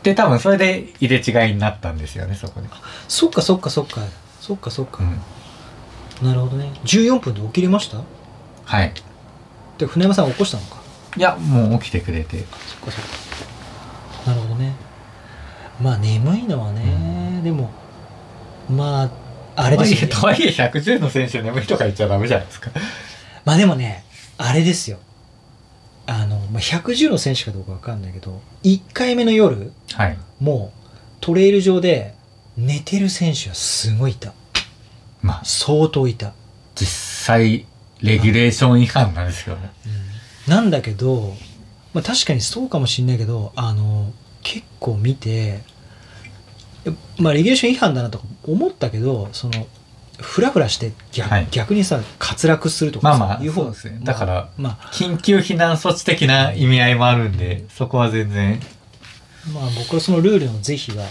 [SPEAKER 4] で多分それで入れ違いになったんですよねそこで、
[SPEAKER 3] そっかそっかそっかそっかそっ
[SPEAKER 4] う
[SPEAKER 3] か、
[SPEAKER 4] ん、
[SPEAKER 3] なるほどね14分で起きれました
[SPEAKER 4] はい
[SPEAKER 3] で船山さんが起こしたのか
[SPEAKER 4] いやもう起きてくれて
[SPEAKER 3] そっかそっかなるほどねまあ眠いのはね、でもまああれですよ、ね、
[SPEAKER 4] とはいえとはいえ110の選手眠いとか言っちゃダメじゃないですか
[SPEAKER 3] まあでもねあれですよあの、まあ、110の選手かどうかわかんないけど1回目の夜
[SPEAKER 4] はい
[SPEAKER 3] もうトレイル上で寝てる選手はすごいいた
[SPEAKER 4] まあ
[SPEAKER 3] 相当いた
[SPEAKER 4] 実際レギュレーション違反なんですよね
[SPEAKER 3] なんだけど、まあ、確かにそうかもしんないけどあの結構見て、まあ、レギュレーション違反だなとか思ったけどそのフラフラして逆,、
[SPEAKER 4] はい
[SPEAKER 3] 逆にさ滑落するとか
[SPEAKER 4] まあ
[SPEAKER 3] さ
[SPEAKER 4] まあ
[SPEAKER 3] いう方
[SPEAKER 4] そうですねだから
[SPEAKER 3] まあ、
[SPEAKER 4] 緊急避難措置的な意味合いもあるんでそこは全然
[SPEAKER 3] まあ、まあ僕はそのルールの是非は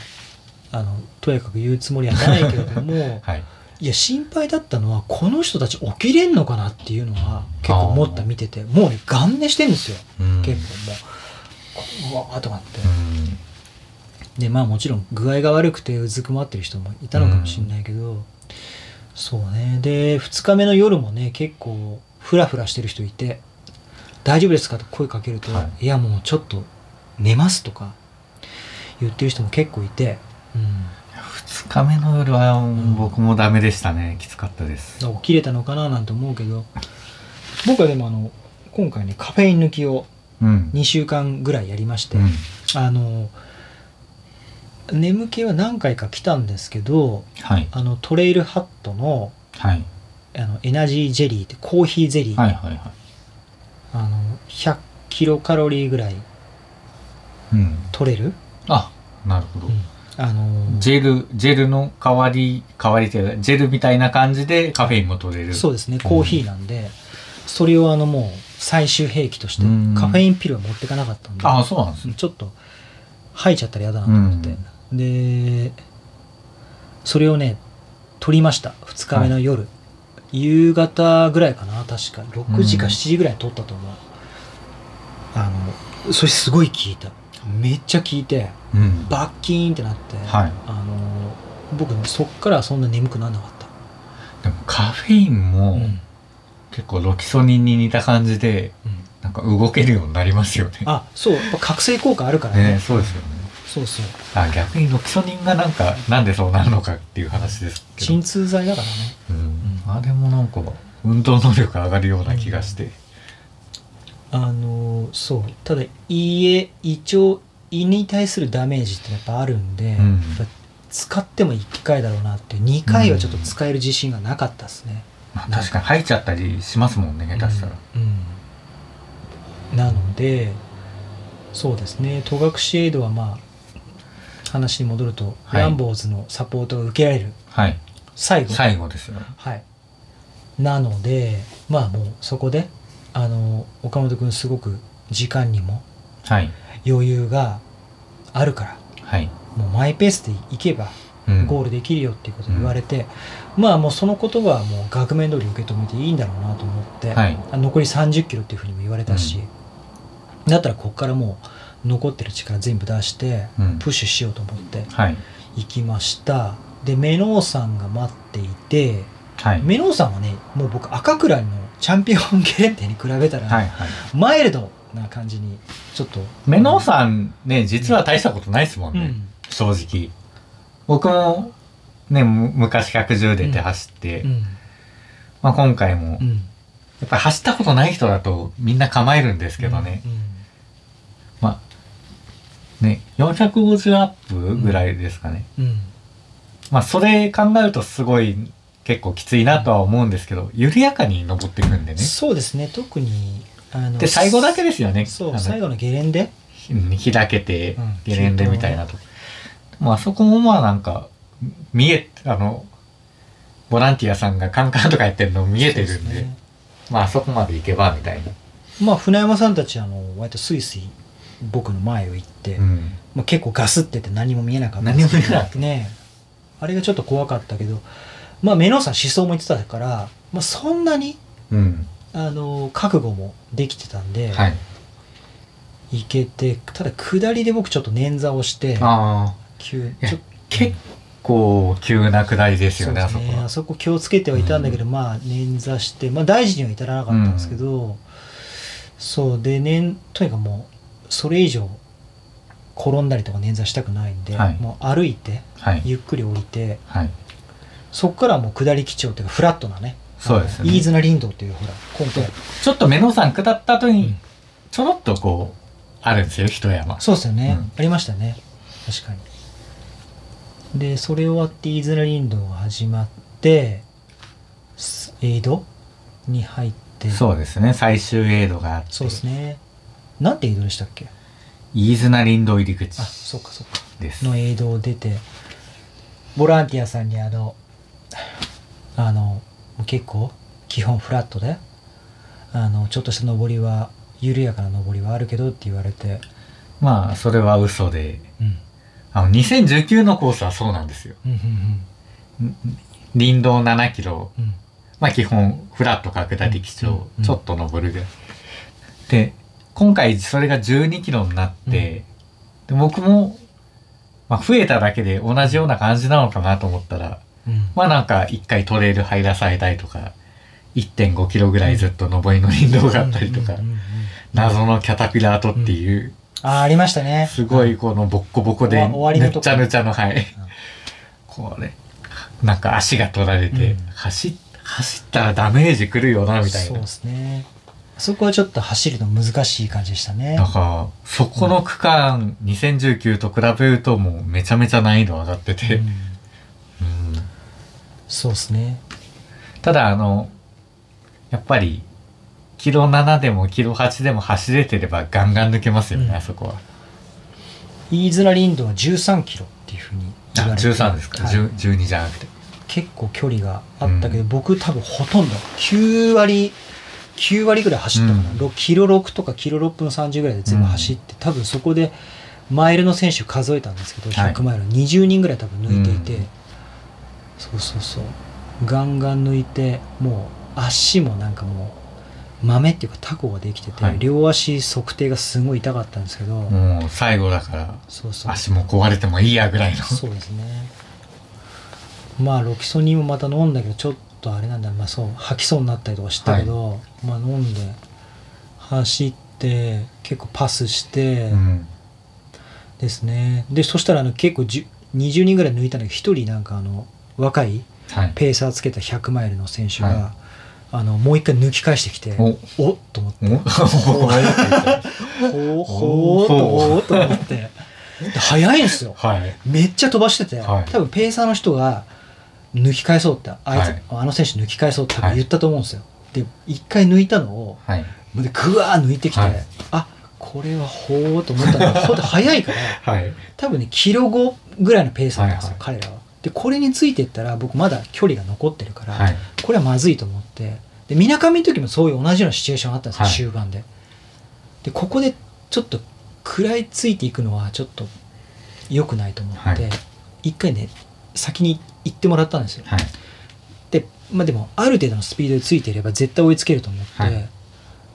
[SPEAKER 3] あのとやかく言うつもりはないけれども
[SPEAKER 4] はい
[SPEAKER 3] いや心配だったのはこの人たち起きれんのかなっていうのは結構思った見ててもうねガン寝してるんですよ
[SPEAKER 4] うん
[SPEAKER 3] 結構もうこううわーとかって。
[SPEAKER 4] うん
[SPEAKER 3] でまあもちろん具合が悪くてうずくまってる人もいたのかもしれないけど、そうねで2日目の夜もね結構フラフラしてる人いて「大丈夫ですか?」と声かけると「、
[SPEAKER 4] はい
[SPEAKER 3] やもうちょっと寝ます」とか言ってる人も結構いて、うん
[SPEAKER 4] 2日目の夜は僕もダメでしたねきつかったです、
[SPEAKER 3] 起きれたのかななんて思うけど僕はでもあの今回ねカフェイン抜きを
[SPEAKER 4] うん
[SPEAKER 3] 2週間ぐらいやりまして、
[SPEAKER 4] うん
[SPEAKER 3] あの眠気は何回か来たんですけど
[SPEAKER 4] はい
[SPEAKER 3] あのトレイルハットの
[SPEAKER 4] はい
[SPEAKER 3] あのエナジージェリーってコーヒーゼリー、
[SPEAKER 4] はいはいは
[SPEAKER 3] あの100キロカロリーぐらい
[SPEAKER 4] いうん
[SPEAKER 3] 取れる、
[SPEAKER 4] あなるほど、
[SPEAKER 3] あの
[SPEAKER 4] ジェルジェルの代わり代わりというかジェルみたいな感じでカフェインも取れる
[SPEAKER 3] そうですねコーヒーなんで、それをあのもう最終兵器として
[SPEAKER 4] うん
[SPEAKER 3] カフェインピルは持ってかなかったんで、
[SPEAKER 4] ああそうなんですね
[SPEAKER 3] ちょっと吐いちゃったら嫌だなと思って、でそれをね取りました2日目の夜、夕方ぐらいかな確か6時か
[SPEAKER 4] うん
[SPEAKER 3] 7時ぐらいに取ったと思う、あのそれすごい効いためっちゃ効いて
[SPEAKER 4] うん
[SPEAKER 3] バッキーンってなって、
[SPEAKER 4] はい
[SPEAKER 3] あの僕そっからそんな眠くならなかった、
[SPEAKER 4] でもカフェイン
[SPEAKER 3] う
[SPEAKER 4] も
[SPEAKER 3] ん
[SPEAKER 4] 結構ロキソニンに似た感じで
[SPEAKER 3] うん
[SPEAKER 4] なんか動けるようになりますよね
[SPEAKER 3] あそうやっぱ覚醒効果あるからね
[SPEAKER 4] ねそうですよね
[SPEAKER 3] そうそう
[SPEAKER 4] あ逆にロキソニンがなんかなんでそうなるのかっていう話ですけど
[SPEAKER 3] 鎮痛剤だからね
[SPEAKER 4] うん、あれもなんか運動能力上がるような気がして、
[SPEAKER 3] あのそうただ胃へ胃腸胃に対するダメージってやっぱあるんで、
[SPEAKER 4] うん
[SPEAKER 3] やっぱ使っても1回だろうなって2回はちょっと使える自信がなかったですね、
[SPEAKER 4] まあ、確かに吐いちゃったりしますもんね下手したら、
[SPEAKER 3] うんなのでそうですね戸隠エイドはまあ話に戻ると、
[SPEAKER 4] はい
[SPEAKER 3] ランボーズのサポートが受けられる
[SPEAKER 4] はい
[SPEAKER 3] 最後
[SPEAKER 4] 最後ですよ
[SPEAKER 3] はい、なのでまあもうそこであの岡本君すごく時間にも
[SPEAKER 4] はい
[SPEAKER 3] 余裕があるから
[SPEAKER 4] はい、
[SPEAKER 3] もうマイペースで行けば
[SPEAKER 4] うん
[SPEAKER 3] ゴールできるよっていうことを言われて、まあもうその言葉はもう額面通り受け止めていいんだろうなと思って、
[SPEAKER 4] はい
[SPEAKER 3] 残り30キロっていうふうにも言われたし、だったらここからもう残ってる力全部出して
[SPEAKER 4] うん
[SPEAKER 3] プッシュしようと思って
[SPEAKER 4] はい
[SPEAKER 3] 行きましたでメノーさんが待っていて
[SPEAKER 4] はい
[SPEAKER 3] メノーさんはねもう僕赤倉のチャンピオンゲレンデに比べたら、
[SPEAKER 4] はいはい
[SPEAKER 3] マイルドな感じにちょっと
[SPEAKER 4] メノウさんね実は大したことないですもんね、
[SPEAKER 3] うん
[SPEAKER 4] 正直僕もねむ昔110出て走って、
[SPEAKER 3] うん
[SPEAKER 4] まあ、今回も、
[SPEAKER 3] うん
[SPEAKER 4] やっぱり走ったことない人だとみんな構えるんですけどね、
[SPEAKER 3] うんうん
[SPEAKER 4] まあね450アップぐらいですかね、
[SPEAKER 3] うん
[SPEAKER 4] まあそれ考えるとすごい結構きついなとは思うんですけど緩やかに登っていくんでね
[SPEAKER 3] そうですね特にあの
[SPEAKER 4] で最後だけですよね
[SPEAKER 3] そ
[SPEAKER 4] あ
[SPEAKER 3] う
[SPEAKER 4] の
[SPEAKER 3] 最後のゲレンデ
[SPEAKER 4] うん開けて
[SPEAKER 3] うん
[SPEAKER 4] ゲレンデみたいなと、まあそこもまあなんか見えあのボランティアさんがカンカンとかやってるの見えてるんで
[SPEAKER 3] そうすね
[SPEAKER 4] まああそこまで行けばみたいな、
[SPEAKER 3] まあ船山さんたちあの割とスイスイ僕の前を行って、
[SPEAKER 4] うん、
[SPEAKER 3] まあ、結構ガスってて何も見えなかった
[SPEAKER 4] 何も見えなかった
[SPEAKER 3] ねあれがちょっと怖かったけどまあメノさん思想も言ってたから、まあ、そんなに
[SPEAKER 4] うん、
[SPEAKER 3] あの覚悟もできてたんで、
[SPEAKER 4] はい
[SPEAKER 3] 行けてただ下りで僕ちょっと捻挫をして
[SPEAKER 4] ああ
[SPEAKER 3] 急
[SPEAKER 4] いや
[SPEAKER 3] ちょ
[SPEAKER 4] 結構急な下りですよねあそ
[SPEAKER 3] そうで
[SPEAKER 4] こ
[SPEAKER 3] すねあ
[SPEAKER 4] は
[SPEAKER 3] そこ気をつけてはいたんだけど、まあ捻挫して、まあ、大事には至らなかったんですけど、そうで、ね、とにかくもうそれ以上転んだりとか捻挫したくないんで、
[SPEAKER 4] はい
[SPEAKER 3] もう歩いて
[SPEAKER 4] はい
[SPEAKER 3] ゆっくり降りて
[SPEAKER 4] はい
[SPEAKER 3] そこからはもう下り基調っていうかフラットなね
[SPEAKER 4] そうですね
[SPEAKER 3] 飯綱林道っていうほら今回
[SPEAKER 4] ちょっと目の山下った後
[SPEAKER 3] う
[SPEAKER 4] に
[SPEAKER 3] ん
[SPEAKER 4] ちょろっとこうあるんですよ一山
[SPEAKER 3] そうですよね、
[SPEAKER 4] うん
[SPEAKER 3] ありましたね確かにでそれ終わって飯綱林道が始まってす江戸に入って
[SPEAKER 4] そうですね最終エイドがあって
[SPEAKER 3] そうですねなんて江戸でしたっけ
[SPEAKER 4] 飯綱林道入り口
[SPEAKER 3] あそうかそうか
[SPEAKER 4] です
[SPEAKER 3] の江戸を出てボランティアさんにあのあの結構基本フラットであのちょっとした登りは緩やかな登りはあるけどって言われて、
[SPEAKER 4] まあそれは嘘で
[SPEAKER 3] うん
[SPEAKER 4] あの2019のコースはそうなんですよ
[SPEAKER 3] うんうん
[SPEAKER 4] 林道7キロ
[SPEAKER 3] うんうん
[SPEAKER 4] まあ基本フラットか下り基調、
[SPEAKER 3] うん
[SPEAKER 4] ちょっと登るぐらいで今回それが12キロになって、で僕も、まあ、増えただけで同じような感じなのかなと思ったら
[SPEAKER 3] うん
[SPEAKER 4] まあなんか一回トレイル入らされたりとか1.5キロぐらいずっと上りの林道があったりとか、
[SPEAKER 3] うんうんうんうん
[SPEAKER 4] 謎のキャタピラートっていう、
[SPEAKER 3] あーありましたね
[SPEAKER 4] すごいこのボッコボコ
[SPEAKER 3] 終
[SPEAKER 4] で
[SPEAKER 3] わ終わりの
[SPEAKER 4] ぬ
[SPEAKER 3] とこ
[SPEAKER 4] ちゃぬちゃのはい、これなんか足が取られて、
[SPEAKER 3] うん
[SPEAKER 4] 走っ走ったらダメージくるよなみたい
[SPEAKER 3] そう
[SPEAKER 4] な
[SPEAKER 3] ですねそこはちょっと走るの難しい感じでしたね
[SPEAKER 4] だからそこの区間2019と比べるともうめちゃめちゃ難易度上がってて、
[SPEAKER 3] う
[SPEAKER 4] うんん
[SPEAKER 3] そうですね
[SPEAKER 4] ただあのやっぱりキロ7でもキロ8でも走れてればガンガン抜けますよね、
[SPEAKER 3] うん
[SPEAKER 4] あそこは
[SPEAKER 3] 飯綱林道は13キロっていうふうに
[SPEAKER 4] あ
[SPEAKER 3] 言われて
[SPEAKER 4] 13ですか、
[SPEAKER 3] はい
[SPEAKER 4] 10 12じゃなくて
[SPEAKER 3] 結構距離があったけど、僕多分ほとんど9割9割ぐらい走ったかな、
[SPEAKER 4] うん
[SPEAKER 3] ろキロ6とかキロ6分30ぐらいで全部走って、多分そこでマイルの選手数えたんですけど
[SPEAKER 4] はい
[SPEAKER 3] 100マイル20人ぐらい多分抜いていて、
[SPEAKER 4] うん
[SPEAKER 3] そうそうそうガンガン抜いてもう足もなんかもう豆っていうかタコができてて、
[SPEAKER 4] はい
[SPEAKER 3] 両足測定がすごい痛かったんですけど、
[SPEAKER 4] もう最後だから
[SPEAKER 3] そうそう
[SPEAKER 4] 足も壊れてもいいやぐらいの
[SPEAKER 3] そうですねまあロキソニンもまた飲んだけどちょっとあれなんだまあそう吐きそうになったりとかしたけど、まあ飲んで走って結構パスして
[SPEAKER 4] うん
[SPEAKER 3] ですね、でそしたらあの結構じゅ20人ぐらい抜いたんだけど1人なんかあの若い
[SPEAKER 4] はい
[SPEAKER 3] ペーサーつけた100マイルの選手が、
[SPEAKER 4] は
[SPEAKER 3] あのもう一回抜き返してきて
[SPEAKER 4] お
[SPEAKER 3] おっと思って
[SPEAKER 4] お
[SPEAKER 3] ほうほうとほうと思ってで 早いんですよ
[SPEAKER 4] はい
[SPEAKER 3] めっちゃ飛ばしてて、
[SPEAKER 4] はい
[SPEAKER 3] 多分ペーサーの人が抜き返そうってあいつ、
[SPEAKER 4] はい
[SPEAKER 3] あの選手抜き返そうって多分
[SPEAKER 4] はい
[SPEAKER 3] 言ったと思うんですよ、で一回抜いたのを
[SPEAKER 4] はい
[SPEAKER 3] でグワー抜いてきて、
[SPEAKER 4] はい
[SPEAKER 3] あこれはほーと思ったん だけどほんと速いから
[SPEAKER 4] はい
[SPEAKER 3] 多分ねキロ5ぐらいのペーサーなんですよ、
[SPEAKER 4] は
[SPEAKER 3] 彼らはでこれについてったら僕まだ距離が残ってるから、
[SPEAKER 4] はい
[SPEAKER 3] これはまずいと思ってでみなかみの時もそういう同じようなシチュエーションがあったんですよ、
[SPEAKER 4] はい
[SPEAKER 3] 終盤ででここでちょっと食らいついていくのはちょっと良くないと思って、
[SPEAKER 4] はい
[SPEAKER 3] 一回ね先に行ってもらったんですよ
[SPEAKER 4] はい
[SPEAKER 3] で,、まあ、でもある程度のスピードでついていれば絶対追いつけると思って、
[SPEAKER 4] はい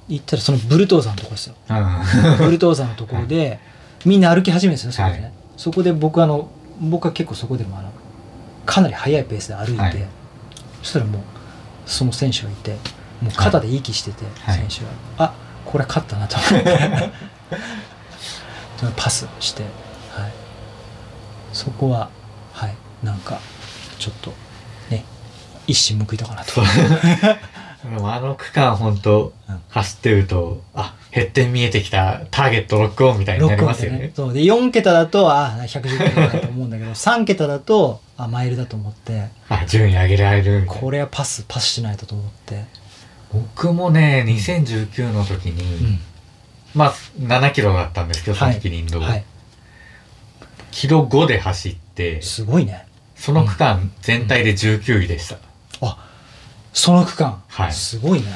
[SPEAKER 3] 行ったらそのブルトーザーのところですよ
[SPEAKER 4] うん
[SPEAKER 3] ブルトーザーのところで、みんな歩き始めるんですよそこでね、
[SPEAKER 4] はい
[SPEAKER 3] そこで僕あの僕は結構そこでもあのかなり速いペースで歩いて、
[SPEAKER 4] はい
[SPEAKER 3] そしたらもうその選手がいてもう肩で息してて、
[SPEAKER 4] はい
[SPEAKER 3] 選手が、あこれは勝った なと思ってそのパスして、はい、そこははいなんかちょっとね一矢報いたかなと
[SPEAKER 4] そうで もあの区間本当
[SPEAKER 3] うん
[SPEAKER 4] 走ってるとあ減って見えてきたターゲットロックオンみたいになり
[SPEAKER 3] 6
[SPEAKER 4] ま
[SPEAKER 3] 個
[SPEAKER 4] す
[SPEAKER 3] で
[SPEAKER 4] よ
[SPEAKER 3] ね
[SPEAKER 4] ね
[SPEAKER 3] そうで4桁だとあ110キロだと思うんだけど3桁だとあマイルだと思って
[SPEAKER 4] あ順位上げられるみたいな
[SPEAKER 3] これはパスパスしないとと思って、
[SPEAKER 4] 僕もね2019の時に、まあ7キロだったんですけどその時林道、
[SPEAKER 3] はい、
[SPEAKER 4] キロ5で走って
[SPEAKER 3] すごいね
[SPEAKER 4] その区間全体で19位でした、
[SPEAKER 3] あその区間、
[SPEAKER 4] はい
[SPEAKER 3] すごいね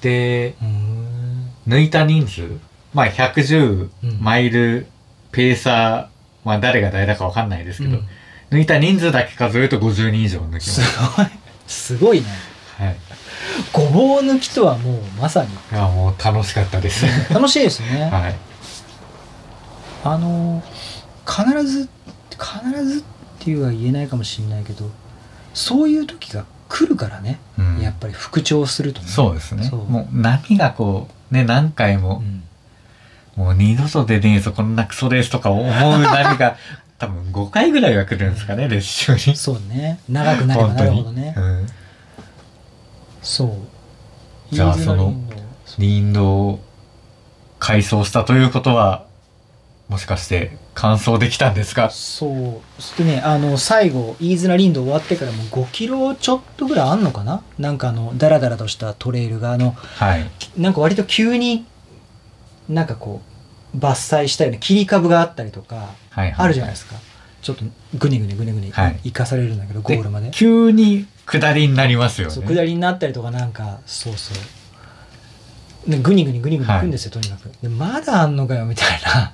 [SPEAKER 4] で、
[SPEAKER 3] うん
[SPEAKER 4] 抜いた人数、まあ110
[SPEAKER 3] うん
[SPEAKER 4] マイルペーサー、まあ誰が誰だかわかんないですけど、
[SPEAKER 3] うん
[SPEAKER 4] 抜いた人数だけ数えると50人以上抜きますす。
[SPEAKER 3] ごいすごいね
[SPEAKER 4] はい。い
[SPEAKER 3] ごぼう抜きとはもうまさに
[SPEAKER 4] や、もう楽しかっ たです。
[SPEAKER 3] 楽しいですね、
[SPEAKER 4] はい。
[SPEAKER 3] あの必ず必ずっていうは言えないかもしれないけどそういう時が来るからね、
[SPEAKER 4] うん
[SPEAKER 3] やっぱり復調するとね
[SPEAKER 4] そうですね。
[SPEAKER 3] そう
[SPEAKER 4] もう波がこう、ね、何回も、
[SPEAKER 3] ん
[SPEAKER 4] もう二度と出ねえぞ、こんなクソレースとか思う波 が、多分5回ぐらいは来るんですかね、レース中に。
[SPEAKER 3] そうね長くなればなるほどね
[SPEAKER 4] 本当にうん
[SPEAKER 3] そう
[SPEAKER 4] じゃあその林道を改装したということはもしかして完走できたんですか
[SPEAKER 3] そうそしてねあの最後飯綱林道終わってからもう5キロちょっとぐらいあんのかななんかあのダラダラとしたトレイルがあの
[SPEAKER 4] はい
[SPEAKER 3] なんか割と急になんかこう伐採したような切り株があったりとか
[SPEAKER 4] はい
[SPEAKER 3] あるじゃないですすか、ちょっとぐねぐねぐねぐね
[SPEAKER 4] はい
[SPEAKER 3] 行かされるんだけど、ゴールまで
[SPEAKER 4] 急に下りになりますよ
[SPEAKER 3] そう
[SPEAKER 4] ね
[SPEAKER 3] 下りになったりとかなんかそうそうでぐにぐにぐにぐに行くんですよ、とにかくでまだあんのかよみたい な、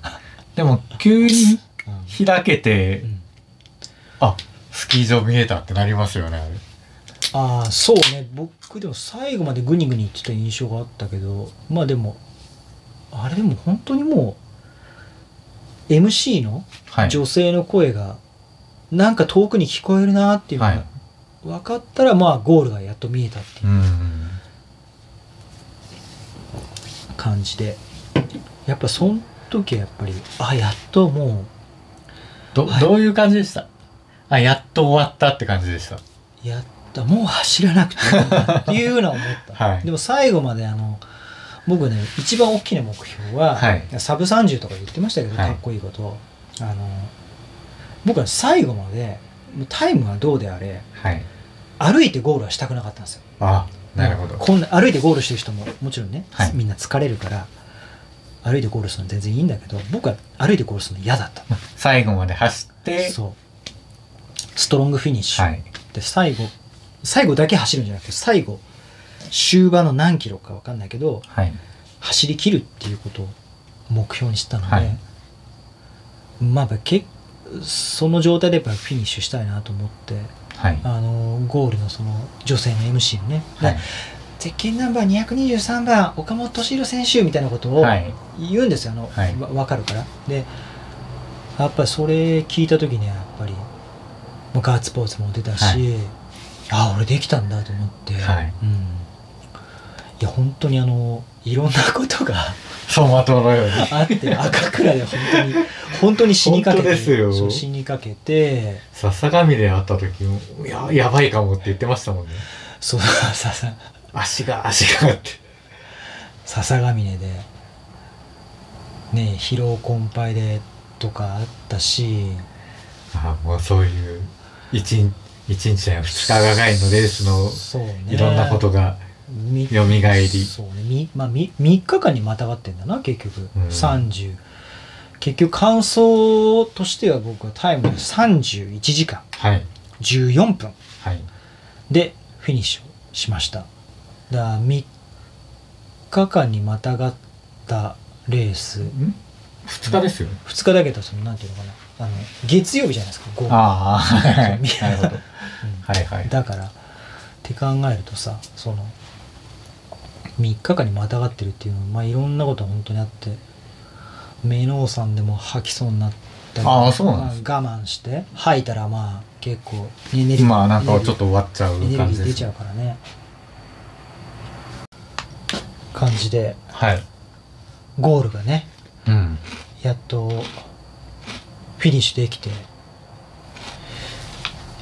[SPEAKER 4] でも急に
[SPEAKER 3] うん
[SPEAKER 4] 開けて、
[SPEAKER 3] うん
[SPEAKER 4] あスキー場見えたってなりますよねあれ
[SPEAKER 3] ああそうね僕でも最後までグニグニ言ってた印象があったけどまあでもあれでも本当にもう MC の
[SPEAKER 4] はい
[SPEAKER 3] 女性の声がなんか遠くに聞こえるなっていうの
[SPEAKER 4] は
[SPEAKER 3] が
[SPEAKER 4] い
[SPEAKER 3] 分かったらまあゴールがやっと見えたっていううん感じでやっぱその時はやっぱりあやっとも
[SPEAKER 4] ど
[SPEAKER 3] はい
[SPEAKER 4] どういう感じでしたあやっと終わったって感じでした
[SPEAKER 3] うやったもう走らなくていいんだっていうのは思った、
[SPEAKER 4] はい
[SPEAKER 3] でも最後まであの僕ね一番大きな目標は、
[SPEAKER 4] はい
[SPEAKER 3] サブ30とか言ってましたけど
[SPEAKER 4] はい
[SPEAKER 3] かっこいいこと、あの僕は最後までもうタイムはどうであれ
[SPEAKER 4] はい
[SPEAKER 3] 歩いてゴールはしたくなかったんですよ
[SPEAKER 4] あなるほど
[SPEAKER 3] こんな歩いてゴールしてる人ももちろんね、
[SPEAKER 4] はい
[SPEAKER 3] みんな疲れるから歩いてゴールするの全然いいんだけど僕は歩いてゴールするの嫌だった
[SPEAKER 4] 最後まで走って
[SPEAKER 3] そうストロングフィニッシュ、
[SPEAKER 4] はい
[SPEAKER 3] で最後最後だけ走るんじゃなくて最後終盤の何キロか分かんないけど
[SPEAKER 4] はい
[SPEAKER 3] 走り切るっていうことを目標にしたので、
[SPEAKER 4] はい
[SPEAKER 3] まあやっぱけその状態でやっぱフィニッシュしたいなと思って
[SPEAKER 4] はい
[SPEAKER 3] あのゴールのその女性の MC のね、
[SPEAKER 4] はい
[SPEAKER 3] 鉄拳ナンバー223番岡本敏弘選手みたいなことを
[SPEAKER 4] はい
[SPEAKER 3] 言うんですよ、あの
[SPEAKER 4] はい
[SPEAKER 3] わ分かるからでやっぱりそれ聞いた時にはやっぱりもうガッツポーズも出たし、
[SPEAKER 4] は
[SPEAKER 3] ああ俺できたんだと思って、
[SPEAKER 4] はい
[SPEAKER 3] うん、いや本当にあのいろんなことが
[SPEAKER 4] 走馬灯のように
[SPEAKER 3] あって赤倉で本当に本当に死にかけて
[SPEAKER 4] 本当ですよ
[SPEAKER 3] そう死にかけて
[SPEAKER 4] 笹上で会った時もいややばいかもって言ってましたもんね
[SPEAKER 3] そうささ
[SPEAKER 4] 足が足がって
[SPEAKER 3] 笹ヶ峰でね疲労困憊でとかあったし
[SPEAKER 4] あもうそういう一日一日や二日がかりのレースの
[SPEAKER 3] そうね
[SPEAKER 4] いろんなことが、
[SPEAKER 3] み
[SPEAKER 4] よみがえり
[SPEAKER 3] そうねみ、まあ、み3日間にまたがってんだな結局、
[SPEAKER 4] うん
[SPEAKER 3] 30結局感想としては僕はタイムで31時間
[SPEAKER 4] はい
[SPEAKER 3] 14分
[SPEAKER 4] はい
[SPEAKER 3] でフィニッシュをしましただから3日間にまたがったレース
[SPEAKER 4] 二日ですよね
[SPEAKER 3] 2日だけどそのなんていうのかなあの月曜日じゃないですかゴール
[SPEAKER 4] ああはい
[SPEAKER 3] そう
[SPEAKER 4] なるほど
[SPEAKER 3] うん
[SPEAKER 4] はいはい
[SPEAKER 3] だからって考えるとさその3日間にまたがってるっていうのは、まあ、いろんなことが本当にあってメノウさんでも吐きそうになったり
[SPEAKER 4] ああそうなんです
[SPEAKER 3] まあ我慢して吐いたらまあ結構エネルギー
[SPEAKER 4] まあなんかちょっと終わっちゃう
[SPEAKER 3] エネル
[SPEAKER 4] 感
[SPEAKER 3] ギ
[SPEAKER 4] じ
[SPEAKER 3] ー
[SPEAKER 4] で
[SPEAKER 3] 出
[SPEAKER 4] す
[SPEAKER 3] ちゃうからね感じで
[SPEAKER 4] はい
[SPEAKER 3] ゴールがね
[SPEAKER 4] うん
[SPEAKER 3] やっとフィニッシュできて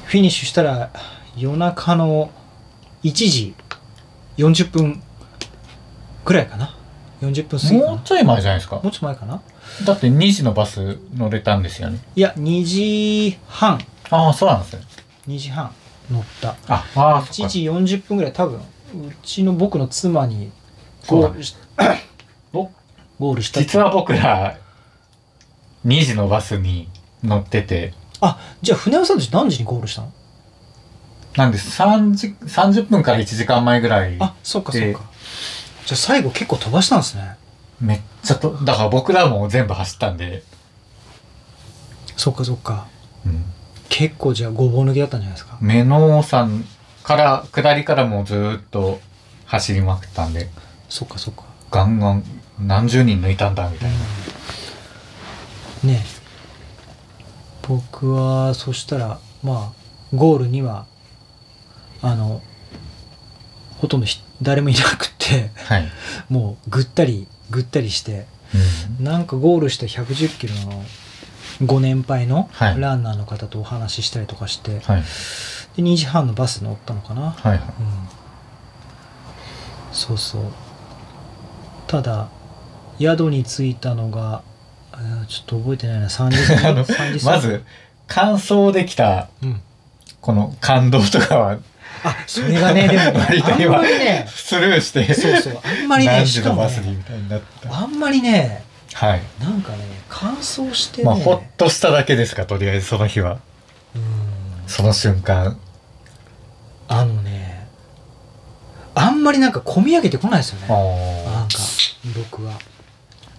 [SPEAKER 3] フィニッシュしたら夜中の1時40分ぐらいかな40分過ぎかな
[SPEAKER 4] もうちょい前じゃないですか
[SPEAKER 3] もうちょっと前かな
[SPEAKER 4] だって2時のバス乗れたんですよね
[SPEAKER 3] いや2時半
[SPEAKER 4] ああそうなんですね
[SPEAKER 3] 2時半乗った
[SPEAKER 4] あああそ
[SPEAKER 3] 1
[SPEAKER 4] っか
[SPEAKER 3] 時40分ぐらい多分うちの僕の妻に
[SPEAKER 4] そう
[SPEAKER 3] ゴ
[SPEAKER 4] だ
[SPEAKER 3] ールし
[SPEAKER 4] 僕
[SPEAKER 3] ゴールしたって
[SPEAKER 4] 実は僕ら2時のバスに乗ってて
[SPEAKER 3] あじゃあ船尾さんたち何時にゴールしたの
[SPEAKER 4] なんで3時30分から1時間前ぐらい
[SPEAKER 3] あそっかそっ
[SPEAKER 4] で
[SPEAKER 3] かじゃあ最後結構飛ばしたんですね
[SPEAKER 4] めっちゃと、だから僕らも全部走ったんで、
[SPEAKER 3] そっかそっか
[SPEAKER 4] うん、
[SPEAKER 3] 結構じゃあごぼう抜きだったんじゃないですか
[SPEAKER 4] 目の山から、下りからもうずーっと走りまくったんで、
[SPEAKER 3] そっかそっか
[SPEAKER 4] ガンガン何十人抜いたんだみたいな。
[SPEAKER 3] ねえ僕はそしたらまあゴールにはあのほとんどひ誰もいなくて
[SPEAKER 4] はい。
[SPEAKER 3] もうぐったりぐったりして
[SPEAKER 4] うん
[SPEAKER 3] なんかゴールした110キロのご年配の
[SPEAKER 4] はい
[SPEAKER 3] ランナーの方とお話ししたりとかして、
[SPEAKER 4] はい。
[SPEAKER 3] で2時半のバス乗ったのかな、
[SPEAKER 4] は
[SPEAKER 3] う
[SPEAKER 4] い。
[SPEAKER 3] ん、そうそうただ宿に着いたのがあーちょっと覚えてないな3時
[SPEAKER 4] あの
[SPEAKER 3] 3時
[SPEAKER 4] まず、完走できた、
[SPEAKER 3] うん、
[SPEAKER 4] この感動とかは、
[SPEAKER 3] あそれがねでも
[SPEAKER 4] 割と
[SPEAKER 3] あん
[SPEAKER 4] 今
[SPEAKER 3] まりね
[SPEAKER 4] スルーして、
[SPEAKER 3] そうそうあんまりね
[SPEAKER 4] 何
[SPEAKER 3] し
[SPEAKER 4] 時
[SPEAKER 3] か
[SPEAKER 4] の
[SPEAKER 3] も
[SPEAKER 4] バスに
[SPEAKER 3] ね
[SPEAKER 4] みたいになった。
[SPEAKER 3] あんまりね
[SPEAKER 4] はい。
[SPEAKER 3] なんかね乾燥してね、
[SPEAKER 4] まあ、ほっとしただけですか、とりあえずその日は。
[SPEAKER 3] うん
[SPEAKER 4] その瞬間。
[SPEAKER 3] あのねあんまりなんか込み上げてこないですよねなんか僕は
[SPEAKER 4] ち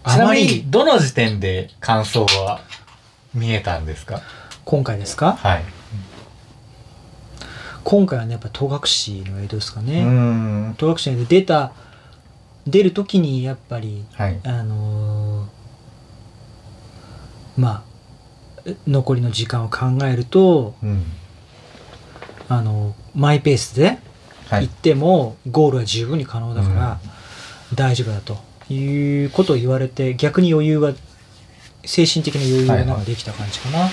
[SPEAKER 3] あ
[SPEAKER 4] な
[SPEAKER 3] ま
[SPEAKER 4] み
[SPEAKER 3] り
[SPEAKER 4] に、どの時点で感想は見えたんですか
[SPEAKER 3] 今回ですか
[SPEAKER 4] はい。
[SPEAKER 3] 今回はねやっぱ戸隠の江戸ですか
[SPEAKER 4] うー
[SPEAKER 3] ね
[SPEAKER 4] ん。
[SPEAKER 3] 戸隠の江戸出た出る時にやっぱり
[SPEAKER 4] はい。
[SPEAKER 3] あのーまあえ残りの時間を考えると
[SPEAKER 4] うん。
[SPEAKER 3] あのマイペースで
[SPEAKER 4] は
[SPEAKER 3] 行っ
[SPEAKER 4] い。
[SPEAKER 3] てもゴールは十分に可能だから大丈夫だということを言われて逆に余裕が精神的な余裕がなんかできた感じかな、うん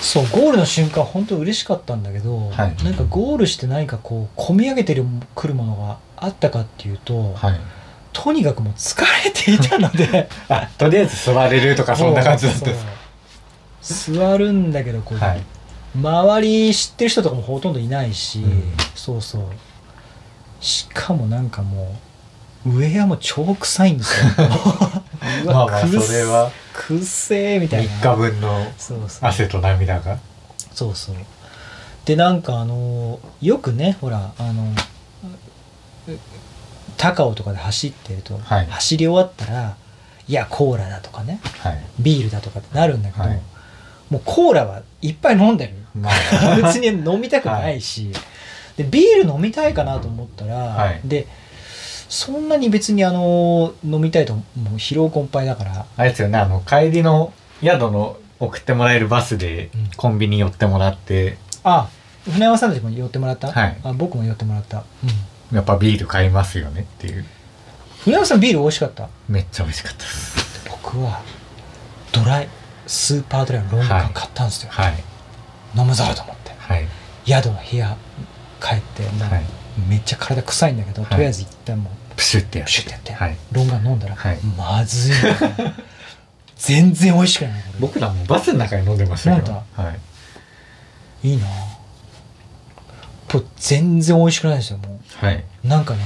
[SPEAKER 3] そうゴールの瞬間本当嬉しかったんだけど、
[SPEAKER 4] はい
[SPEAKER 3] なんかゴールして何かこう込み上げてるくるものがあったかっていうと、
[SPEAKER 4] うんはい。
[SPEAKER 3] とにかくもう疲れていたので
[SPEAKER 4] あ、と りあえず座れるとか、そんな感じだったんです。
[SPEAKER 3] そう座るんだけどこう、
[SPEAKER 4] はい。
[SPEAKER 3] 周り知ってる人とかもほとんどいないし、
[SPEAKER 4] うん
[SPEAKER 3] そうそうしかもなんかもうウェアも超臭いんですよ うわ
[SPEAKER 4] まあまあ、
[SPEAKER 3] くっ
[SPEAKER 4] それは、
[SPEAKER 3] くっせーみたいな
[SPEAKER 4] 3日分の
[SPEAKER 3] そうそう
[SPEAKER 4] 汗と涙が。
[SPEAKER 3] そうそうでなんかあのよくねほらあの高尾とかで走ってると、
[SPEAKER 4] はい
[SPEAKER 3] 走り終わったらいやコーラだとかね
[SPEAKER 4] はい。
[SPEAKER 3] ビールだとかってなるんだけど、
[SPEAKER 4] はい
[SPEAKER 3] もうコーラはいっぱい飲んでる
[SPEAKER 4] まあ、
[SPEAKER 3] 別に飲みたくないし、でビール飲みたいかなと思ったら、
[SPEAKER 4] はい
[SPEAKER 3] でそんなに別にあの飲みたいともう疲労困憊だから
[SPEAKER 4] あれですよね、あの、帰りの宿の送ってもらえるバスで
[SPEAKER 3] うん、
[SPEAKER 4] コンビニ寄ってもらって、
[SPEAKER 3] あ船山さんたちも寄ってもらった、
[SPEAKER 4] はい
[SPEAKER 3] あ僕も寄ってもらった、
[SPEAKER 4] やっぱビール買いますよねっていう。
[SPEAKER 3] 船山さんビール美味しかった
[SPEAKER 4] めっちゃ美味しかったです。
[SPEAKER 3] 僕はドライスーパードライのロング缶
[SPEAKER 4] はい
[SPEAKER 3] 買ったんですよ、
[SPEAKER 4] はい。
[SPEAKER 3] 飲むぞと思って
[SPEAKER 4] はい。
[SPEAKER 3] 宿の部屋帰って、もう
[SPEAKER 4] はい。
[SPEAKER 3] めっちゃ体臭いんだけど、
[SPEAKER 4] はい
[SPEAKER 3] とりあえず一旦も
[SPEAKER 4] プシュって
[SPEAKER 3] う
[SPEAKER 4] やる
[SPEAKER 3] シュッてやって、
[SPEAKER 4] はい
[SPEAKER 3] ロング缶飲んだら、
[SPEAKER 4] はい
[SPEAKER 3] まずい な全然美味しくないなこれ
[SPEAKER 4] 僕らもバスの中に飲んでましたけど。
[SPEAKER 3] 飲
[SPEAKER 4] は
[SPEAKER 3] ん
[SPEAKER 4] い。
[SPEAKER 3] いいなこれ全然美味しくないですよも
[SPEAKER 4] はい。
[SPEAKER 3] うなんかね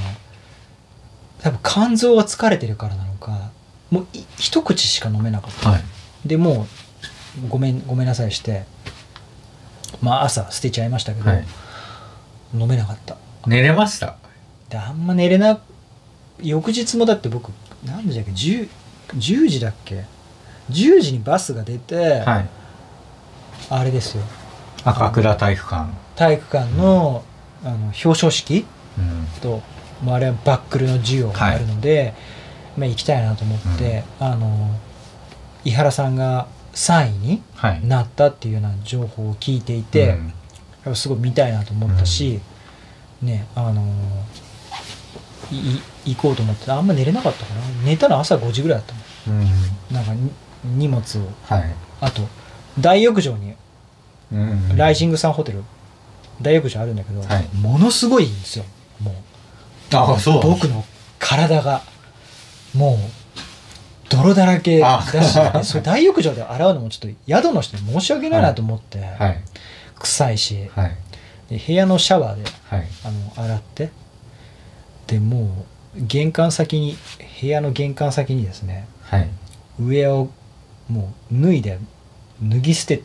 [SPEAKER 3] 多分肝臓が疲れてるからなのかもうい一口しか飲めなかった
[SPEAKER 4] はい。
[SPEAKER 3] でもうごめんごめんなさいしてまあ朝捨てちゃいましたけど、
[SPEAKER 4] はい
[SPEAKER 3] 飲めなかった
[SPEAKER 4] 寝れました。
[SPEAKER 3] であんま寝れな翌日もだって僕何時だっけ 10, 10時だっけ10時にバスが出て、
[SPEAKER 4] はい。
[SPEAKER 3] あれですよ
[SPEAKER 4] 赤倉体育館。
[SPEAKER 3] 体育館の,、あの表彰式
[SPEAKER 4] うん。
[SPEAKER 3] と、まあ、あれはバックルの授業があるので、まあ、行きたいなと思って、あの井原さんが3位に
[SPEAKER 4] はい。
[SPEAKER 3] なったっていうような情報を聞いていて、
[SPEAKER 4] うん
[SPEAKER 3] すごい見たいなと思ったし、ねあのーいい行こうと思ってあんま寝れなかったかな寝たの朝5時ぐらいだったも
[SPEAKER 4] うん。
[SPEAKER 3] んなんかに荷物を
[SPEAKER 4] はい。
[SPEAKER 3] あと大浴場に
[SPEAKER 4] うん
[SPEAKER 3] ライジングサンホテル、大浴場あるんだけど、
[SPEAKER 4] はい
[SPEAKER 3] ものすごいんですよもう
[SPEAKER 4] あ、そう。
[SPEAKER 3] 僕の体がもう泥だらけだし、
[SPEAKER 4] あ
[SPEAKER 3] それ大浴場で洗うのもちょっと宿の人に申し訳ないなと思って、
[SPEAKER 4] はい。
[SPEAKER 3] 臭いし
[SPEAKER 4] はい。
[SPEAKER 3] で部屋のシャワーで
[SPEAKER 4] はい。
[SPEAKER 3] あの洗ってでもう玄関先に部屋の玄関先にですね
[SPEAKER 4] はい。
[SPEAKER 3] 上をもう脱いで脱ぎ 捨てて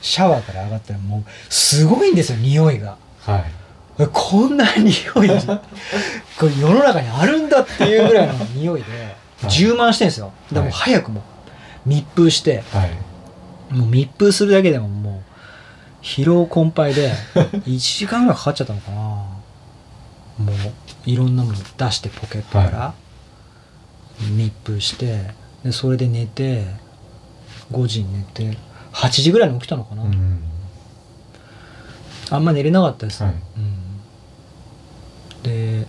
[SPEAKER 3] シャワーから上がったらもうすごいんですよ匂いが
[SPEAKER 4] はい。
[SPEAKER 3] えこんな匂い これ世の中にあるんだっていうぐらいの匂いで
[SPEAKER 4] はい
[SPEAKER 3] 充満してるんですよでもう早くもう密封して
[SPEAKER 4] はい。
[SPEAKER 3] もう密封するだけでももう疲労困憊 で1時間ぐらいかかっちゃったのかなもういろんなもの出してポケットから
[SPEAKER 4] は
[SPEAKER 3] 密封してでそれで寝て5時に寝て8時ぐらいに起きたのかな、
[SPEAKER 4] うん。
[SPEAKER 3] あんま寝れなかったです、
[SPEAKER 4] はい
[SPEAKER 3] うん、で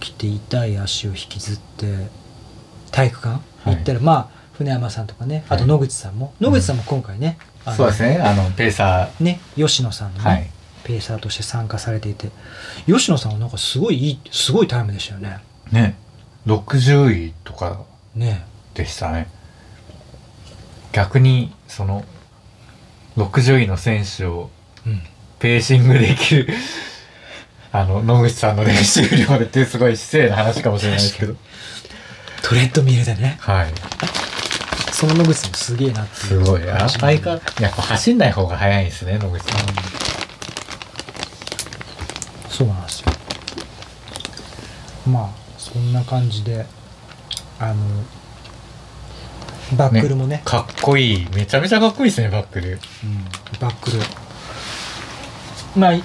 [SPEAKER 3] 起きて痛い足を引きずって体育館行ったら、まあ船山さんとかねあと
[SPEAKER 4] はい
[SPEAKER 3] 野口さんも、野口さんも今回ね、あの
[SPEAKER 4] そうですね。あの、ペーサ
[SPEAKER 3] ね吉野さんの
[SPEAKER 4] ー。
[SPEAKER 3] ね、
[SPEAKER 4] はい。
[SPEAKER 3] ペーサーとして参加されていて吉野さんはなんかすごいいいすごいタイムでしたよね
[SPEAKER 4] ね。60位とか
[SPEAKER 3] ね
[SPEAKER 4] でしたね。逆に、その、60位の選手を
[SPEAKER 3] うん
[SPEAKER 4] ペーシングできる、 あの、野口さんの練習量でってすごい失礼な話かもしれないですけど。
[SPEAKER 3] トレッドミルでね
[SPEAKER 4] はい。
[SPEAKER 3] その野口さんもすげえなってい
[SPEAKER 4] す
[SPEAKER 3] う
[SPEAKER 4] ごい。あ
[SPEAKER 3] 感じ
[SPEAKER 4] 相変わやっぱ走んない方が早いんですね、野口さん。
[SPEAKER 3] そうなんですよまあそんな感じであのバックルもね
[SPEAKER 4] かっこいい。めちゃめちゃかっこいいですね、バックル。
[SPEAKER 3] うんバックルまあい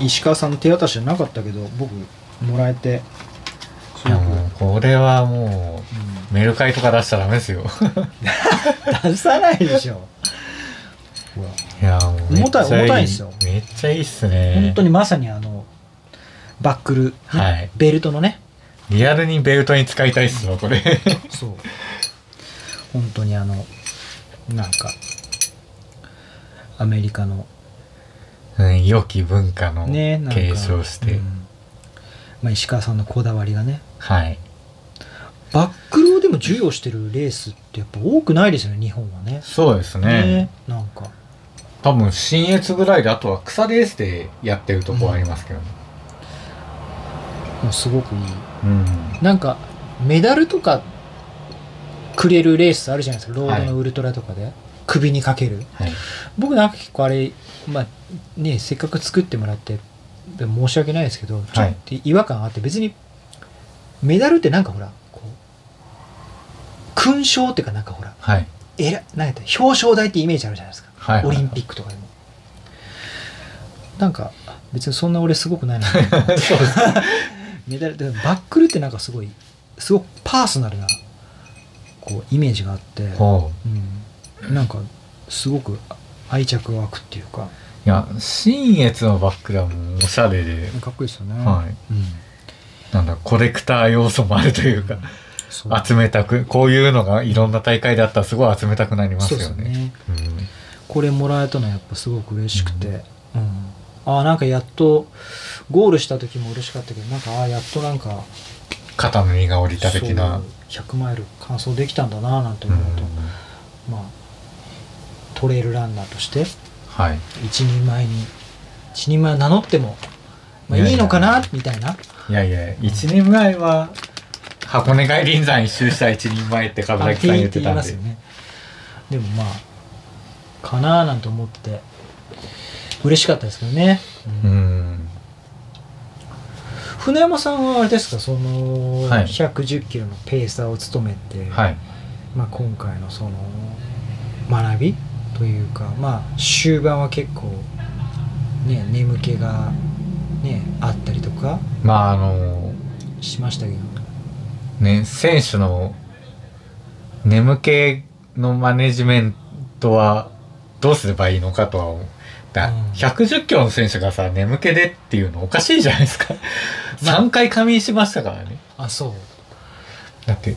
[SPEAKER 5] 石川さんの手渡しじゃなかったけど僕もらえてすごく、
[SPEAKER 4] もうこれはもう、メルカリとか出しちゃダメですよ。
[SPEAKER 3] 出さないでしょほら
[SPEAKER 4] いやもうめっち
[SPEAKER 3] 重た
[SPEAKER 4] ゃ
[SPEAKER 3] い重たいんですよ
[SPEAKER 4] めっちゃいいっすね。
[SPEAKER 3] 本当にまさにあのバックル、ね
[SPEAKER 4] はい
[SPEAKER 3] ベルトのね
[SPEAKER 4] リアルにベルトに使いたいっすわ、これ。
[SPEAKER 3] そう本当にあのなんかアメリカの
[SPEAKER 4] うん、良き文化の
[SPEAKER 3] ねなんか
[SPEAKER 4] 継承して。
[SPEAKER 3] うんまあ、石川さんのこだわりがね
[SPEAKER 4] はい。
[SPEAKER 3] バックルをでも授与してるレースってやっぱ多くないですよね日本はね
[SPEAKER 4] そうですね。
[SPEAKER 3] ねなんか
[SPEAKER 4] 多分、新越ぐらいで、あとは草レースでやってるとこはありますけど、ね
[SPEAKER 3] もうすごくいい
[SPEAKER 4] うん。
[SPEAKER 3] なんかメダルとかくれるレースあるじゃないですかロードのウルトラとかで、首にかける
[SPEAKER 4] はい。
[SPEAKER 3] 僕なんか結構あれまあねせっかく作ってもらってで申し訳ないですけどちょっと違和感あって別にメダルってなんかほらこう勲章っていうかなんかほら
[SPEAKER 4] はい。
[SPEAKER 3] えらなんて表彰台ってイメージあるじゃないですか、
[SPEAKER 4] はい
[SPEAKER 3] オリンピックとかでもなんか別にそんな俺すごくないなメダルでもバックルってなんかすごいすごくパーソナルなこうイメージがあって、
[SPEAKER 4] ほう。
[SPEAKER 3] うん、なんかすごく愛着湧くっていうか
[SPEAKER 4] いや、新越のバックルはもうおしゃれで、
[SPEAKER 3] かっこいいですよね、
[SPEAKER 4] はい。
[SPEAKER 3] うん、
[SPEAKER 4] なんだ、コレクター要素もあるというか、
[SPEAKER 3] そう
[SPEAKER 4] 集めたく、こういうのがいろんな大会であったらすごい集めたくなります
[SPEAKER 3] そう
[SPEAKER 4] よ
[SPEAKER 3] ですよ
[SPEAKER 4] ね。
[SPEAKER 3] ね
[SPEAKER 4] うん
[SPEAKER 3] これもらえたのはやっぱすごく嬉しくて、うんああなんかやっとゴールした時も嬉しかったけどなんかああやっとなんか
[SPEAKER 4] 肩の荷が下りた的な。
[SPEAKER 3] そう100マイル完走できたんだななんて
[SPEAKER 4] う
[SPEAKER 3] 思
[SPEAKER 4] ん
[SPEAKER 3] うと、まあトレイルランナーとして
[SPEAKER 4] はい。
[SPEAKER 3] 一人前に一人前を名乗っても、まあ、
[SPEAKER 4] いやいや
[SPEAKER 3] いいのかなみたいない
[SPEAKER 4] やいや、一人前は、箱根外輪山一周した一人前って株
[SPEAKER 3] 安
[SPEAKER 4] 崎さん
[SPEAKER 3] 定
[SPEAKER 4] 言
[SPEAKER 3] っ
[SPEAKER 4] ってて
[SPEAKER 3] 言い
[SPEAKER 4] た
[SPEAKER 3] ま
[SPEAKER 4] ん
[SPEAKER 3] す
[SPEAKER 4] で
[SPEAKER 3] よ。ねでもまあかなーなんて思って嬉しかったですけどね、うん
[SPEAKER 4] うん。
[SPEAKER 3] 船山さんはあれですかその、
[SPEAKER 4] はい
[SPEAKER 3] 110キロのペーサーを務めて、
[SPEAKER 4] はい。
[SPEAKER 3] まあ、今回のその学びというか、まあ、終盤は結構、ね、眠気が、ね、あったりとか
[SPEAKER 4] まあ、あの、
[SPEAKER 3] しましたけど、
[SPEAKER 4] ね、選手の眠気のマネジメントはどうすればいいのかとは思う。だ
[SPEAKER 3] うん
[SPEAKER 4] 110キロの選手がさ、眠気でっていうのおかしいじゃないですか。
[SPEAKER 3] まあ
[SPEAKER 4] 3回仮眠しましたからね。
[SPEAKER 3] あそう
[SPEAKER 4] だって、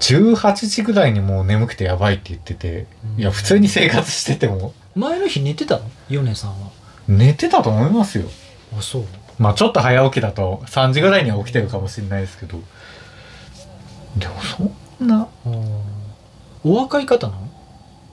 [SPEAKER 4] 18時ぐらいにもう眠くてやばいって言ってて、
[SPEAKER 3] うん
[SPEAKER 4] いや、普通に生活してても
[SPEAKER 3] 前の日寝てたの米さんは
[SPEAKER 4] 寝てたと思いますよ。
[SPEAKER 3] あそう
[SPEAKER 4] まあちょっと早起きだと3時ぐらいには起きてるかもしれないですけど。でもそんな、
[SPEAKER 3] あーお若い方なの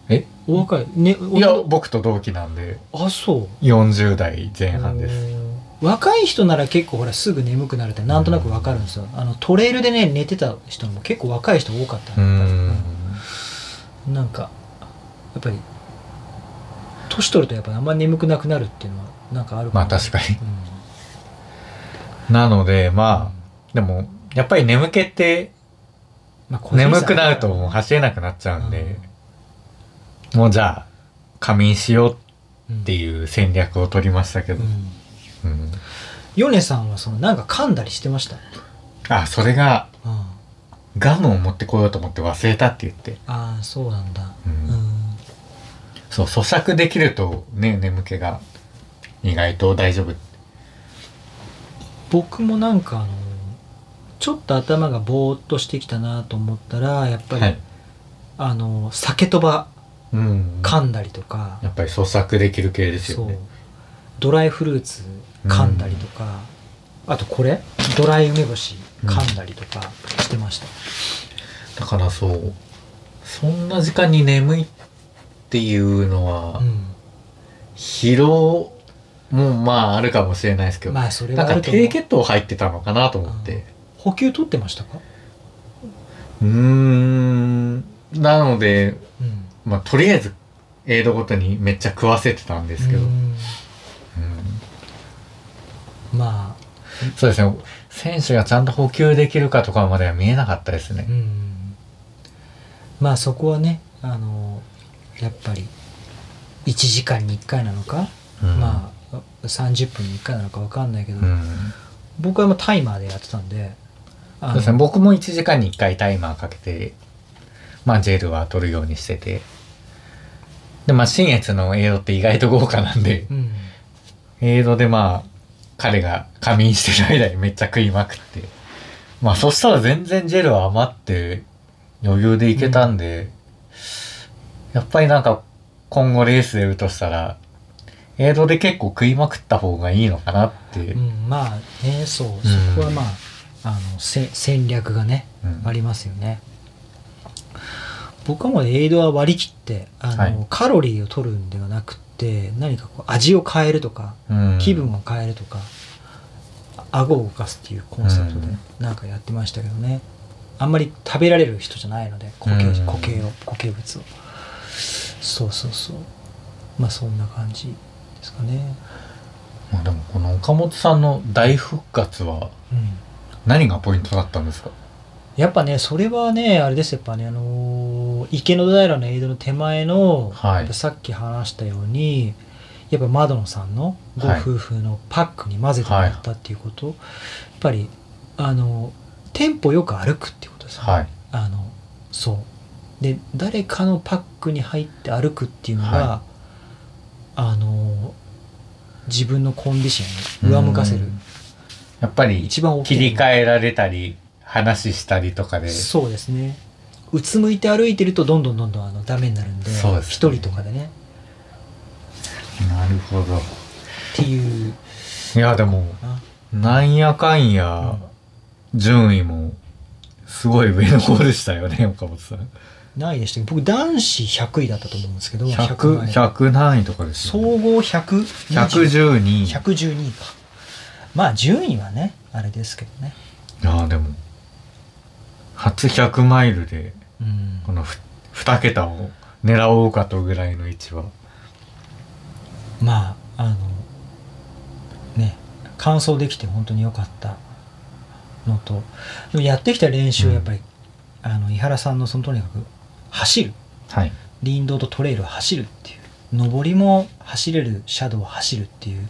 [SPEAKER 4] え
[SPEAKER 3] お若いね
[SPEAKER 4] いや、
[SPEAKER 3] お
[SPEAKER 4] 僕と同期なんで、
[SPEAKER 3] あそう
[SPEAKER 4] 40代前半です。
[SPEAKER 3] おー若い人なら結構ほらすぐ眠くなるってなんとなくわかるんですよ、あのトレイルでね寝てた人も結構若い人多かった
[SPEAKER 4] うー
[SPEAKER 3] のやっぱり
[SPEAKER 4] ん。
[SPEAKER 3] なんかやっぱりト年取るとやっぱあんま眠くなくなるっていうのはなんかある
[SPEAKER 4] まあ
[SPEAKER 3] もね
[SPEAKER 4] 確かになのでまあでもやっぱり眠気って
[SPEAKER 3] まあ個人差
[SPEAKER 4] 眠くなるともう走れなくなっちゃうんで、もうじゃあ仮眠しようっていう戦略を取りましたけ
[SPEAKER 3] う
[SPEAKER 4] ど、
[SPEAKER 3] ん
[SPEAKER 4] うん
[SPEAKER 3] ヨネさんはそのなんか噛んだりしてましたね、
[SPEAKER 4] あそれが
[SPEAKER 3] うん、あ
[SPEAKER 4] ガムを持ってこようと思って忘れたって言って
[SPEAKER 3] あーそうなんだ
[SPEAKER 4] う
[SPEAKER 3] うんん、
[SPEAKER 4] そう咀嚼できるとね眠気が意外と大丈夫
[SPEAKER 3] 僕もなんかあのちょっと頭がぼーっとしてきたなと思ったらやっぱり、
[SPEAKER 4] はい
[SPEAKER 3] あの酒とば
[SPEAKER 4] うん
[SPEAKER 3] 噛んだりとか、
[SPEAKER 4] やっぱり咀嚼できる系です
[SPEAKER 3] そ
[SPEAKER 4] よ
[SPEAKER 3] う
[SPEAKER 4] ね
[SPEAKER 3] ドライフルーツ噛んだりとか、あとこれドライ梅干し噛んだりとかしてました、
[SPEAKER 4] だからそうそんな時間に眠いっていうのは、
[SPEAKER 3] うん
[SPEAKER 4] 疲労もまああるかもしれないですけど、
[SPEAKER 3] まあそれ
[SPEAKER 4] な
[SPEAKER 3] は
[SPEAKER 4] ん
[SPEAKER 3] あ
[SPEAKER 4] か
[SPEAKER 3] ると思
[SPEAKER 4] 低
[SPEAKER 3] う
[SPEAKER 4] 血糖入ってたのかなと思って
[SPEAKER 3] 補給取ってましたか、
[SPEAKER 4] うーんなので
[SPEAKER 3] うん、
[SPEAKER 4] まあとりあえずエイドごとにめっちゃ食わせてたんですけど、
[SPEAKER 3] うん
[SPEAKER 4] うん
[SPEAKER 3] まあ
[SPEAKER 4] そうですね選手がちゃんと補給できるかとかまでは見えなかったですね
[SPEAKER 3] う、んまあそこはねあのやっぱり1時間に1回なのか、
[SPEAKER 4] うん
[SPEAKER 3] まあ30分に1回なのか分かんないけど、
[SPEAKER 4] うん
[SPEAKER 3] 僕はもうタイマーでやってたんであ
[SPEAKER 4] そう
[SPEAKER 3] の
[SPEAKER 4] ですね僕も1時間に1回タイマーかけてまあジェルは取るようにしててでまあ新越のエイドって意外と豪華なんで
[SPEAKER 3] うん
[SPEAKER 4] エイドでまあ彼が仮眠してる間にめっちゃ食いまくってまあそしたら全然ジェルは余って余裕でいけたんで、やっぱりなんか今後レースで売るとしたらエイドで結構食いまくった方がいいのかなって、
[SPEAKER 3] うんまあねそうそこはまあ,、あのせ戦略がね、
[SPEAKER 4] うん
[SPEAKER 3] ありますよね僕はもうエイドは割り切ってあの、
[SPEAKER 4] はい
[SPEAKER 3] カロリーを取るんではなくて何かこう味を変えるとか
[SPEAKER 4] うん
[SPEAKER 3] 気分を変えるとか、顎を動かすっていうコンセプトで
[SPEAKER 4] うん
[SPEAKER 3] なんかやってましたけどね、あんまり食べられる人じゃないので固形,、
[SPEAKER 4] うん
[SPEAKER 3] 固形を固形物をそうそうそうまあそんな感じですかね
[SPEAKER 4] まあでもこの岡本さんの大復活は
[SPEAKER 3] うん
[SPEAKER 4] 何がポイントだったんですか
[SPEAKER 3] やっぱねそれはねあれですやっぱねあのー池の平のエイドの手前の、
[SPEAKER 4] はい
[SPEAKER 3] やっぱさっき話したようにやっぱ窓野さんのご
[SPEAKER 4] はい
[SPEAKER 3] 夫婦のパックに混ぜてもらったっていうこと、やっぱりあのテンポよく歩くっていうことですね、
[SPEAKER 4] はい
[SPEAKER 3] あのそうで誰かのパックに入って歩くっていうのが、
[SPEAKER 4] は
[SPEAKER 3] あの自分のコンディションを上向かせる
[SPEAKER 4] うんやっぱり
[SPEAKER 3] 一番大きい
[SPEAKER 4] 切り替えられたり話したりとかで
[SPEAKER 3] そうですねうつむいて歩いてるとどんどんどんどんあのダメになるんで
[SPEAKER 4] そうですね
[SPEAKER 3] 一人とかでね
[SPEAKER 4] なるほど
[SPEAKER 3] っていう
[SPEAKER 4] いやでも
[SPEAKER 3] な
[SPEAKER 4] なんやかんや順位もすごい上の方でしたよね岡本さん
[SPEAKER 3] ないでしたけど僕男子100位だったと思うんですけど100
[SPEAKER 4] 100 100何位とかですよ、
[SPEAKER 3] 総
[SPEAKER 4] ね、
[SPEAKER 3] 合100
[SPEAKER 4] 112位い
[SPEAKER 3] 112位かまあ順位はねあれですけどね
[SPEAKER 4] やでも初100マイルで
[SPEAKER 3] うん
[SPEAKER 4] このふ2桁を狙おうかとぐらいの位置は
[SPEAKER 3] まああのね完走できて本当に良かったのとでもやってきた練習はやっぱり、あの井原さんのそのとにかく走る
[SPEAKER 4] はい
[SPEAKER 3] 林道とトレイルを走るっていう上りも走れるシャドウを走るっていう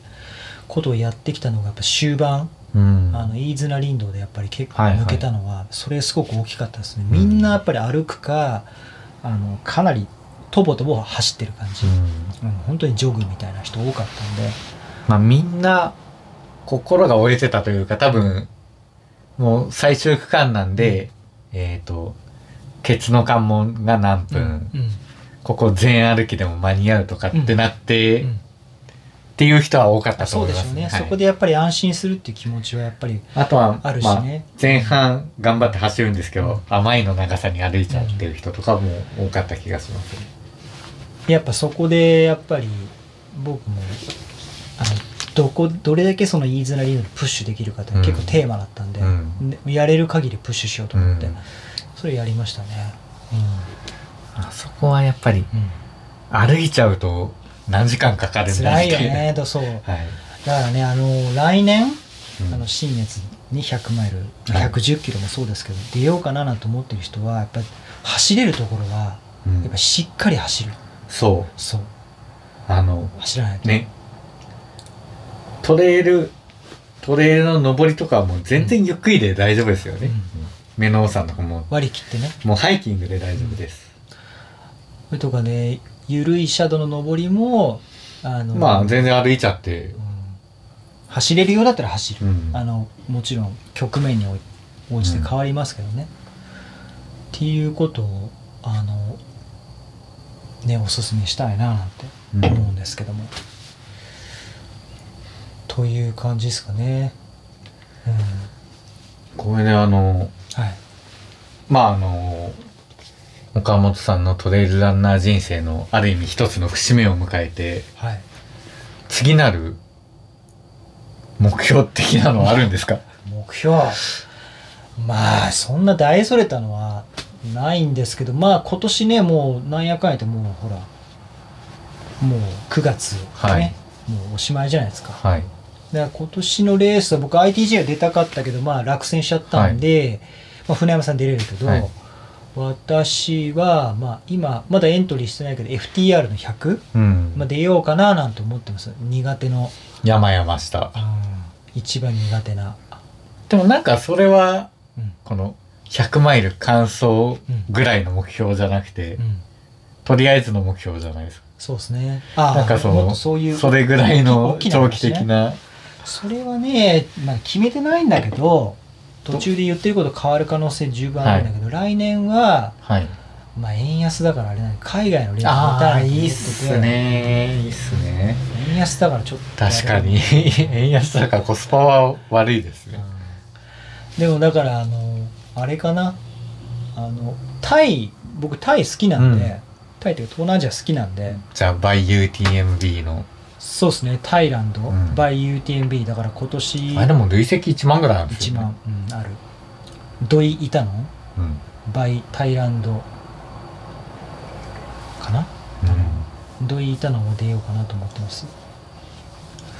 [SPEAKER 3] ことをやってきたのがやっぱ終盤、
[SPEAKER 4] うん
[SPEAKER 3] あの飯綱林道でやっぱり結構
[SPEAKER 4] はいはい
[SPEAKER 3] 抜けたのは、それすごく大きかったですねみんなやっぱり歩くかあのかなりとぼとぼ走ってる感じ、
[SPEAKER 4] うん
[SPEAKER 3] うん、本当にジョグみたいな人多かったんで
[SPEAKER 4] まあ、みんな心が折れてたというか多分もう最終区間なんで、えっ、とケツの関門が何分、
[SPEAKER 3] うん
[SPEAKER 4] ここ全歩きでも間に合うとかってなって、
[SPEAKER 3] うんう
[SPEAKER 4] っ
[SPEAKER 3] ん
[SPEAKER 4] ていう人は多かったと
[SPEAKER 3] そう
[SPEAKER 4] 思い
[SPEAKER 3] でし
[SPEAKER 4] ま
[SPEAKER 3] ょ
[SPEAKER 4] す
[SPEAKER 3] うね、
[SPEAKER 4] はい
[SPEAKER 3] そこでやっぱり安心するっていう気持ちはやっぱり
[SPEAKER 4] あとは
[SPEAKER 3] あるしね
[SPEAKER 4] まあ、前半頑張って走るんですけど、
[SPEAKER 3] うん
[SPEAKER 4] 甘いの長さに歩いちゃってる人とかも多かった気がしますね、
[SPEAKER 3] やっぱそこでやっぱり僕もあのどこどれだけその飯綱リードにプッシュできるかって
[SPEAKER 4] うん
[SPEAKER 3] 結構テーマだったんで、
[SPEAKER 4] うん
[SPEAKER 3] でやれる限りプッシュしようと思って、
[SPEAKER 4] うん
[SPEAKER 3] それやりましたね、
[SPEAKER 4] あそこはやっぱり
[SPEAKER 3] うん
[SPEAKER 4] 歩いちゃうと何時間かかるんだ
[SPEAKER 3] 辛いよ
[SPEAKER 4] みた
[SPEAKER 3] ね
[SPEAKER 4] な
[SPEAKER 3] とそう
[SPEAKER 4] はい、
[SPEAKER 3] だからねあの来年、
[SPEAKER 4] うん
[SPEAKER 3] あの新越に100マイル
[SPEAKER 4] はい
[SPEAKER 3] 110キロもそうですけど、出ようかななんて思ってる人はやっぱり走れるところは
[SPEAKER 4] うん
[SPEAKER 3] やっぱしっかり走る、
[SPEAKER 4] そ
[SPEAKER 3] そう
[SPEAKER 4] うあの
[SPEAKER 3] 走らないと、
[SPEAKER 4] ねトレイルトレイルの上りとかはもう全然ゆっくりで大丈夫ですよね、
[SPEAKER 3] うん
[SPEAKER 4] 目のさんとかも
[SPEAKER 3] 割り切ってね
[SPEAKER 4] もうハイキングで大丈夫です、
[SPEAKER 3] それとかね緩いシャドウの上りもあの、
[SPEAKER 4] まあ全然歩いちゃって
[SPEAKER 3] うん走れるようだったら走る、
[SPEAKER 4] うん
[SPEAKER 3] あのもちろん局面に応応じて変わりますけどね、っていうことをあのねおすすめしたいななんて思うんですけども、という感じですかねうん
[SPEAKER 4] これであの
[SPEAKER 3] はい
[SPEAKER 4] まああの岡本さんのトレイルランナー人生のある意味一つの節目を迎えて
[SPEAKER 3] はい
[SPEAKER 4] 次なる目標的なのはあるんですか
[SPEAKER 3] 目標まあそんな大それたのはないんですけどまあ今年ねもうなんやかんやってもうほらもう9月ね、
[SPEAKER 4] はい
[SPEAKER 3] もうおしまいじゃないですかだか
[SPEAKER 4] はい
[SPEAKER 3] ら今年のレースは僕 ITJ は出たかったけどまあ落選しちゃったんで、まあ、船山さん出れるけど、
[SPEAKER 4] はい
[SPEAKER 3] 私はまあ今まだエントリーしてないけど FTR の100、
[SPEAKER 4] うん、
[SPEAKER 3] まあ、出ようかななんて思ってます苦手の、
[SPEAKER 4] 山々した
[SPEAKER 3] 一番苦手な、
[SPEAKER 4] でもなんかそれは
[SPEAKER 3] うん
[SPEAKER 4] この100マイル完走ぐらいの目標じゃなくて、
[SPEAKER 3] うん、
[SPEAKER 4] とりあえずの目標じゃないですか
[SPEAKER 3] そうですね。あ
[SPEAKER 4] なんかそ
[SPEAKER 3] もっ
[SPEAKER 4] の
[SPEAKER 3] とそういう
[SPEAKER 4] それぐらいの
[SPEAKER 3] 大きな
[SPEAKER 4] 長期
[SPEAKER 3] 話ね
[SPEAKER 4] 的な
[SPEAKER 3] それはね、まあ、決めてないんだけど途中で言ってること変わる可能性十分あるんだけど、来年は、
[SPEAKER 4] はい
[SPEAKER 3] まあ、円安だからあれなんだけど海外のレース
[SPEAKER 4] ああ
[SPEAKER 3] 見たいなと思てて
[SPEAKER 4] いいっすねいいっすね
[SPEAKER 3] 円安だからちょっと
[SPEAKER 4] 確かに円安だからコスパは悪いですね
[SPEAKER 3] でもだからあのあれかなあのタイ僕タイ好きなんで、
[SPEAKER 4] うん
[SPEAKER 3] タイというか東南アジア好きなんで、
[SPEAKER 4] じゃあ byUTMB の
[SPEAKER 3] そうですねタイランド、
[SPEAKER 4] うん
[SPEAKER 3] by UTMB だから今年
[SPEAKER 4] あれでも累積1万ぐらいあるんです
[SPEAKER 3] 1
[SPEAKER 4] よ、ね、
[SPEAKER 3] 万、うん、あるドイいたの
[SPEAKER 4] うん、うん
[SPEAKER 3] バイタイランドかなどういたのも出ようかなと思ってます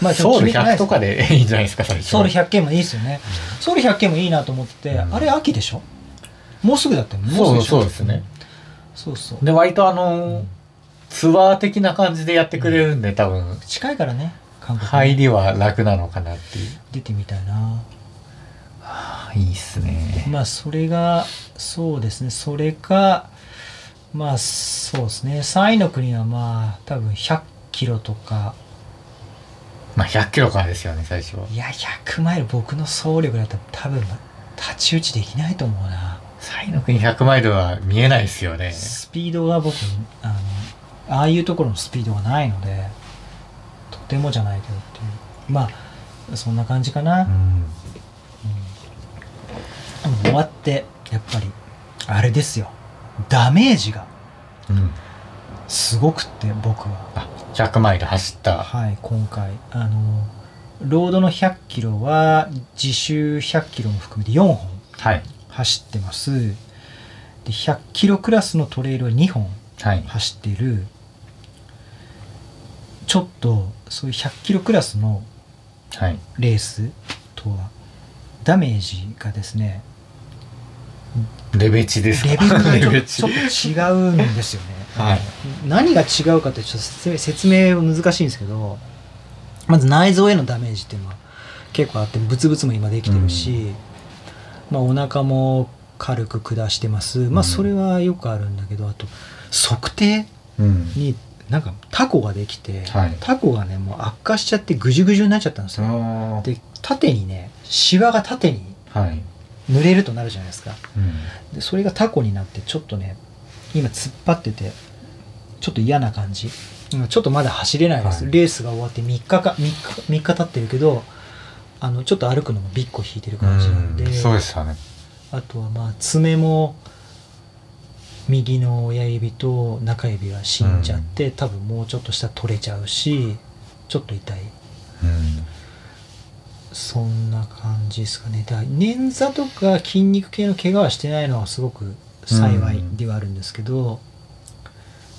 [SPEAKER 3] まちょっ
[SPEAKER 4] ソウル
[SPEAKER 3] 決めてないです
[SPEAKER 4] 100とかでいいんじゃないですか最初
[SPEAKER 3] ソウル100件もいいですよね、ソウル100件もいいなと思って、
[SPEAKER 4] うん
[SPEAKER 3] あれ秋でしょもうすぐだったよねも
[SPEAKER 4] そう
[SPEAKER 3] うすぐ
[SPEAKER 4] そう
[SPEAKER 3] で
[SPEAKER 4] で
[SPEAKER 3] し
[SPEAKER 4] す
[SPEAKER 3] ょ
[SPEAKER 4] ね
[SPEAKER 3] そうそう
[SPEAKER 4] で割とあのーツアー的な感じでやってくれるんで多分
[SPEAKER 3] 近いからね韓国、
[SPEAKER 4] 入りは楽なのかなっていう
[SPEAKER 3] 出てみたいない
[SPEAKER 4] いっすね
[SPEAKER 3] まあそれがそうですねそれかまあそうですね3位の国はまあ多分100キロとか
[SPEAKER 4] まあ100キロからですよね最初はい
[SPEAKER 3] や100マイル僕の総力だったら多分太刀打ちできないと思うな
[SPEAKER 4] サイの国100マイルは見えないですよね
[SPEAKER 3] スピードが僕あのああいうところのスピードがないのでとてもじゃないけどっていうまあそんな感じかな、
[SPEAKER 4] うん
[SPEAKER 3] でも終わってやっぱりあれですよダメージが
[SPEAKER 4] うん
[SPEAKER 3] すごくって僕は
[SPEAKER 4] あ100マイル走った
[SPEAKER 3] はい今回あのロードの100キロは自習100キロも含めて4本
[SPEAKER 4] はい
[SPEAKER 3] 走ってますで100キロクラスのトレイルは2本
[SPEAKER 4] はい
[SPEAKER 3] 走っているちょっとそういう100キロクラスの
[SPEAKER 4] はい
[SPEAKER 3] レースとはダメージがですね
[SPEAKER 4] レベチですか
[SPEAKER 3] レベルがちょ
[SPEAKER 4] レベチ
[SPEAKER 3] ちょっと違うんですよね、
[SPEAKER 4] はい
[SPEAKER 3] 何が違うかってちょっと説明説明は難しいんですけどまず内臓へのダメージっていうのは結構あってブツブツも今できてるし、まあ、お腹も軽く下してますま
[SPEAKER 4] う
[SPEAKER 3] あ
[SPEAKER 4] ん
[SPEAKER 3] それはよくあるんだけどあと測定
[SPEAKER 4] うん
[SPEAKER 3] になんかタコができて、
[SPEAKER 4] はい
[SPEAKER 3] タコがねもう悪化しちゃってぐじゅぐじゅになっちゃったんですよ、
[SPEAKER 4] あー
[SPEAKER 3] で縦にねシワが縦に
[SPEAKER 4] はい
[SPEAKER 3] 濡れるとなるじゃないですか
[SPEAKER 4] うん
[SPEAKER 3] でそれがタコになってちょっとね今突っ張っててちょっと嫌な感じ今ちょっとまだ走れないです、
[SPEAKER 4] はい
[SPEAKER 3] レースが終わって3日か3日3日経ってるけどあのちょっと歩くのもビッコ引いてる感じなので
[SPEAKER 4] うんそうですよね
[SPEAKER 3] あとはまあ爪も右の親指と中指が死んじゃって、多分もうちょっとしたら取れちゃうしちょっと痛い
[SPEAKER 4] うん
[SPEAKER 3] そんな感じですかねだから捻挫とか筋肉系の怪我はしてないのはすごく幸いではあるんですけど、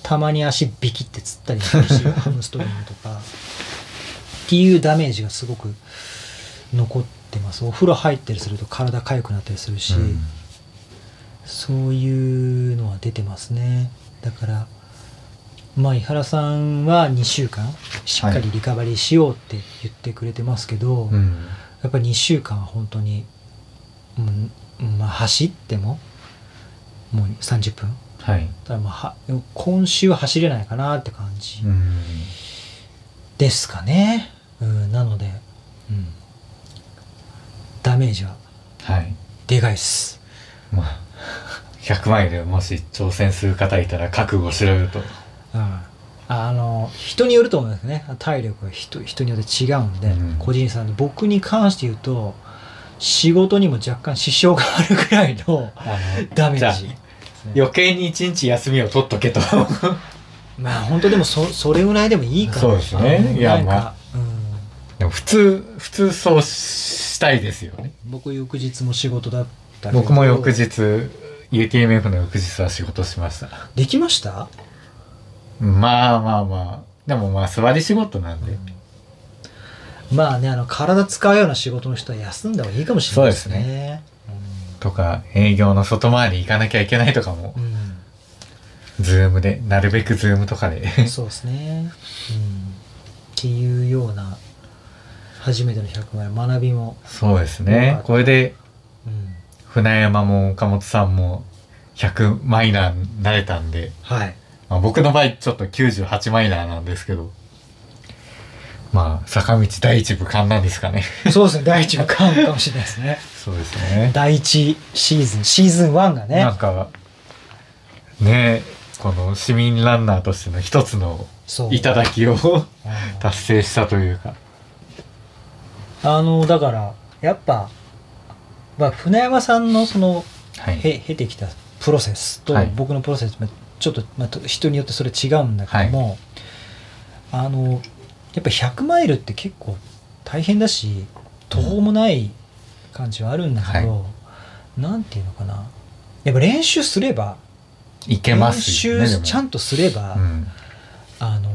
[SPEAKER 3] たまに足ビキってつったりもするしハムストリングとかっていうダメージがすごく残ってますお風呂入ったりすると体痒くなったりするし、
[SPEAKER 4] うん
[SPEAKER 3] そういうのは出てますねだからまあ井原さんは2週間しっかりリカバリーしようって言ってくれてますけど、
[SPEAKER 4] うん
[SPEAKER 3] やっぱり2週間は本当に、うんまあ、走ってももう30分
[SPEAKER 4] はい
[SPEAKER 3] ただまあは今週は走れないかなって感じ
[SPEAKER 4] うん
[SPEAKER 3] ですかね、うん、なので、うん、ダメージは
[SPEAKER 4] はい
[SPEAKER 3] でかいです
[SPEAKER 4] まあ100マイルもし挑戦する方いたら覚悟しろよと、
[SPEAKER 3] うんああの人によると思うんですね体力は人人によって違うんで、
[SPEAKER 4] うん
[SPEAKER 3] 個人差で僕に関して言うと仕事にも若干支障があるぐらいの
[SPEAKER 4] あの
[SPEAKER 3] ダメージ
[SPEAKER 4] じゃあ余計に一日休みを取っとけと
[SPEAKER 3] まあ本当でもそそれぐらいでもいいから
[SPEAKER 4] そうですねいや
[SPEAKER 3] なんか、
[SPEAKER 4] ま でも普通普通そうしたいですよね
[SPEAKER 3] うん、僕翌日も仕事だったけど
[SPEAKER 4] 僕も翌日 UTMF の翌日は仕事しました
[SPEAKER 3] できました
[SPEAKER 4] まあまあまあでもまあ座り仕事なんで、
[SPEAKER 3] まあねあの体使うような仕事の人は休んだ方がいいかもしれないです
[SPEAKER 4] そうです
[SPEAKER 3] ね
[SPEAKER 4] とか営業の外回り行かなきゃいけないとかも
[SPEAKER 3] う、
[SPEAKER 4] ズームでなるべくズームとかで
[SPEAKER 3] ん、そうですね、うん、っていうような初めての100万円学びも、
[SPEAKER 4] そうですねこれで
[SPEAKER 3] うん、
[SPEAKER 4] 船山も岡本さんも100マイナーになれたんで、
[SPEAKER 3] はい
[SPEAKER 4] まあ、僕の場合ちょっと98マイナーなんですけどまあ坂道第一部完なんですかね
[SPEAKER 3] そうですね第一部買うかもしれないですね
[SPEAKER 4] そうですね
[SPEAKER 3] 第一シーズンシーズン1がね
[SPEAKER 4] なんかねこの市民ランナーとしての一つの
[SPEAKER 3] そう
[SPEAKER 4] 頂きを
[SPEAKER 3] うん
[SPEAKER 4] 達成したというか
[SPEAKER 3] あのだからやっぱ、まあ、船山さんのその
[SPEAKER 4] はい
[SPEAKER 3] へ経てきたプロセスと
[SPEAKER 4] はい
[SPEAKER 3] 僕のプロセス、まあちょっと、まあ、と人によってそれ違うんだけども、あのやっぱ100マイルって結構大変だし途方もない感じはあるんだけど、なんていうのかなやっぱ練習すれば
[SPEAKER 4] いけま
[SPEAKER 3] 練
[SPEAKER 4] すよね
[SPEAKER 3] 習
[SPEAKER 4] でも
[SPEAKER 3] ちゃんとすれば、
[SPEAKER 4] うん
[SPEAKER 3] あの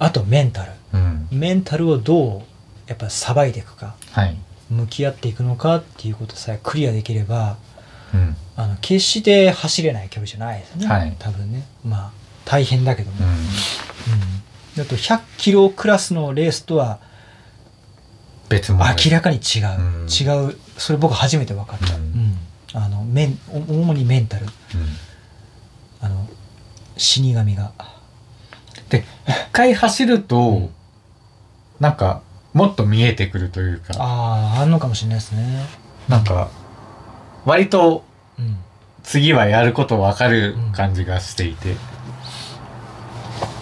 [SPEAKER 3] あとメンタル
[SPEAKER 4] うん
[SPEAKER 3] メンタルをどうやっぱさばいていくか
[SPEAKER 4] はい
[SPEAKER 3] 向き合っていくのかっていうことさえクリアできれば
[SPEAKER 4] うん
[SPEAKER 3] あの決して走れない距離じゃないですね、
[SPEAKER 4] はい
[SPEAKER 3] 多分ねまあ大変だけど
[SPEAKER 4] う
[SPEAKER 3] も、
[SPEAKER 4] ん
[SPEAKER 3] うんだと100キロクラスのレースとは
[SPEAKER 4] 別も
[SPEAKER 3] 明らかに違う、
[SPEAKER 4] うん
[SPEAKER 3] 違うそれ僕初めて分かった、
[SPEAKER 4] う
[SPEAKER 3] うんんあのメンお主にメンタル
[SPEAKER 4] うん
[SPEAKER 3] あの死神が
[SPEAKER 4] で一回走ると、なんかもっと見えてくるというか
[SPEAKER 3] あああんのかもしれないですね
[SPEAKER 4] なんか割と
[SPEAKER 3] うん
[SPEAKER 4] 次はやることわかる感じがしていて、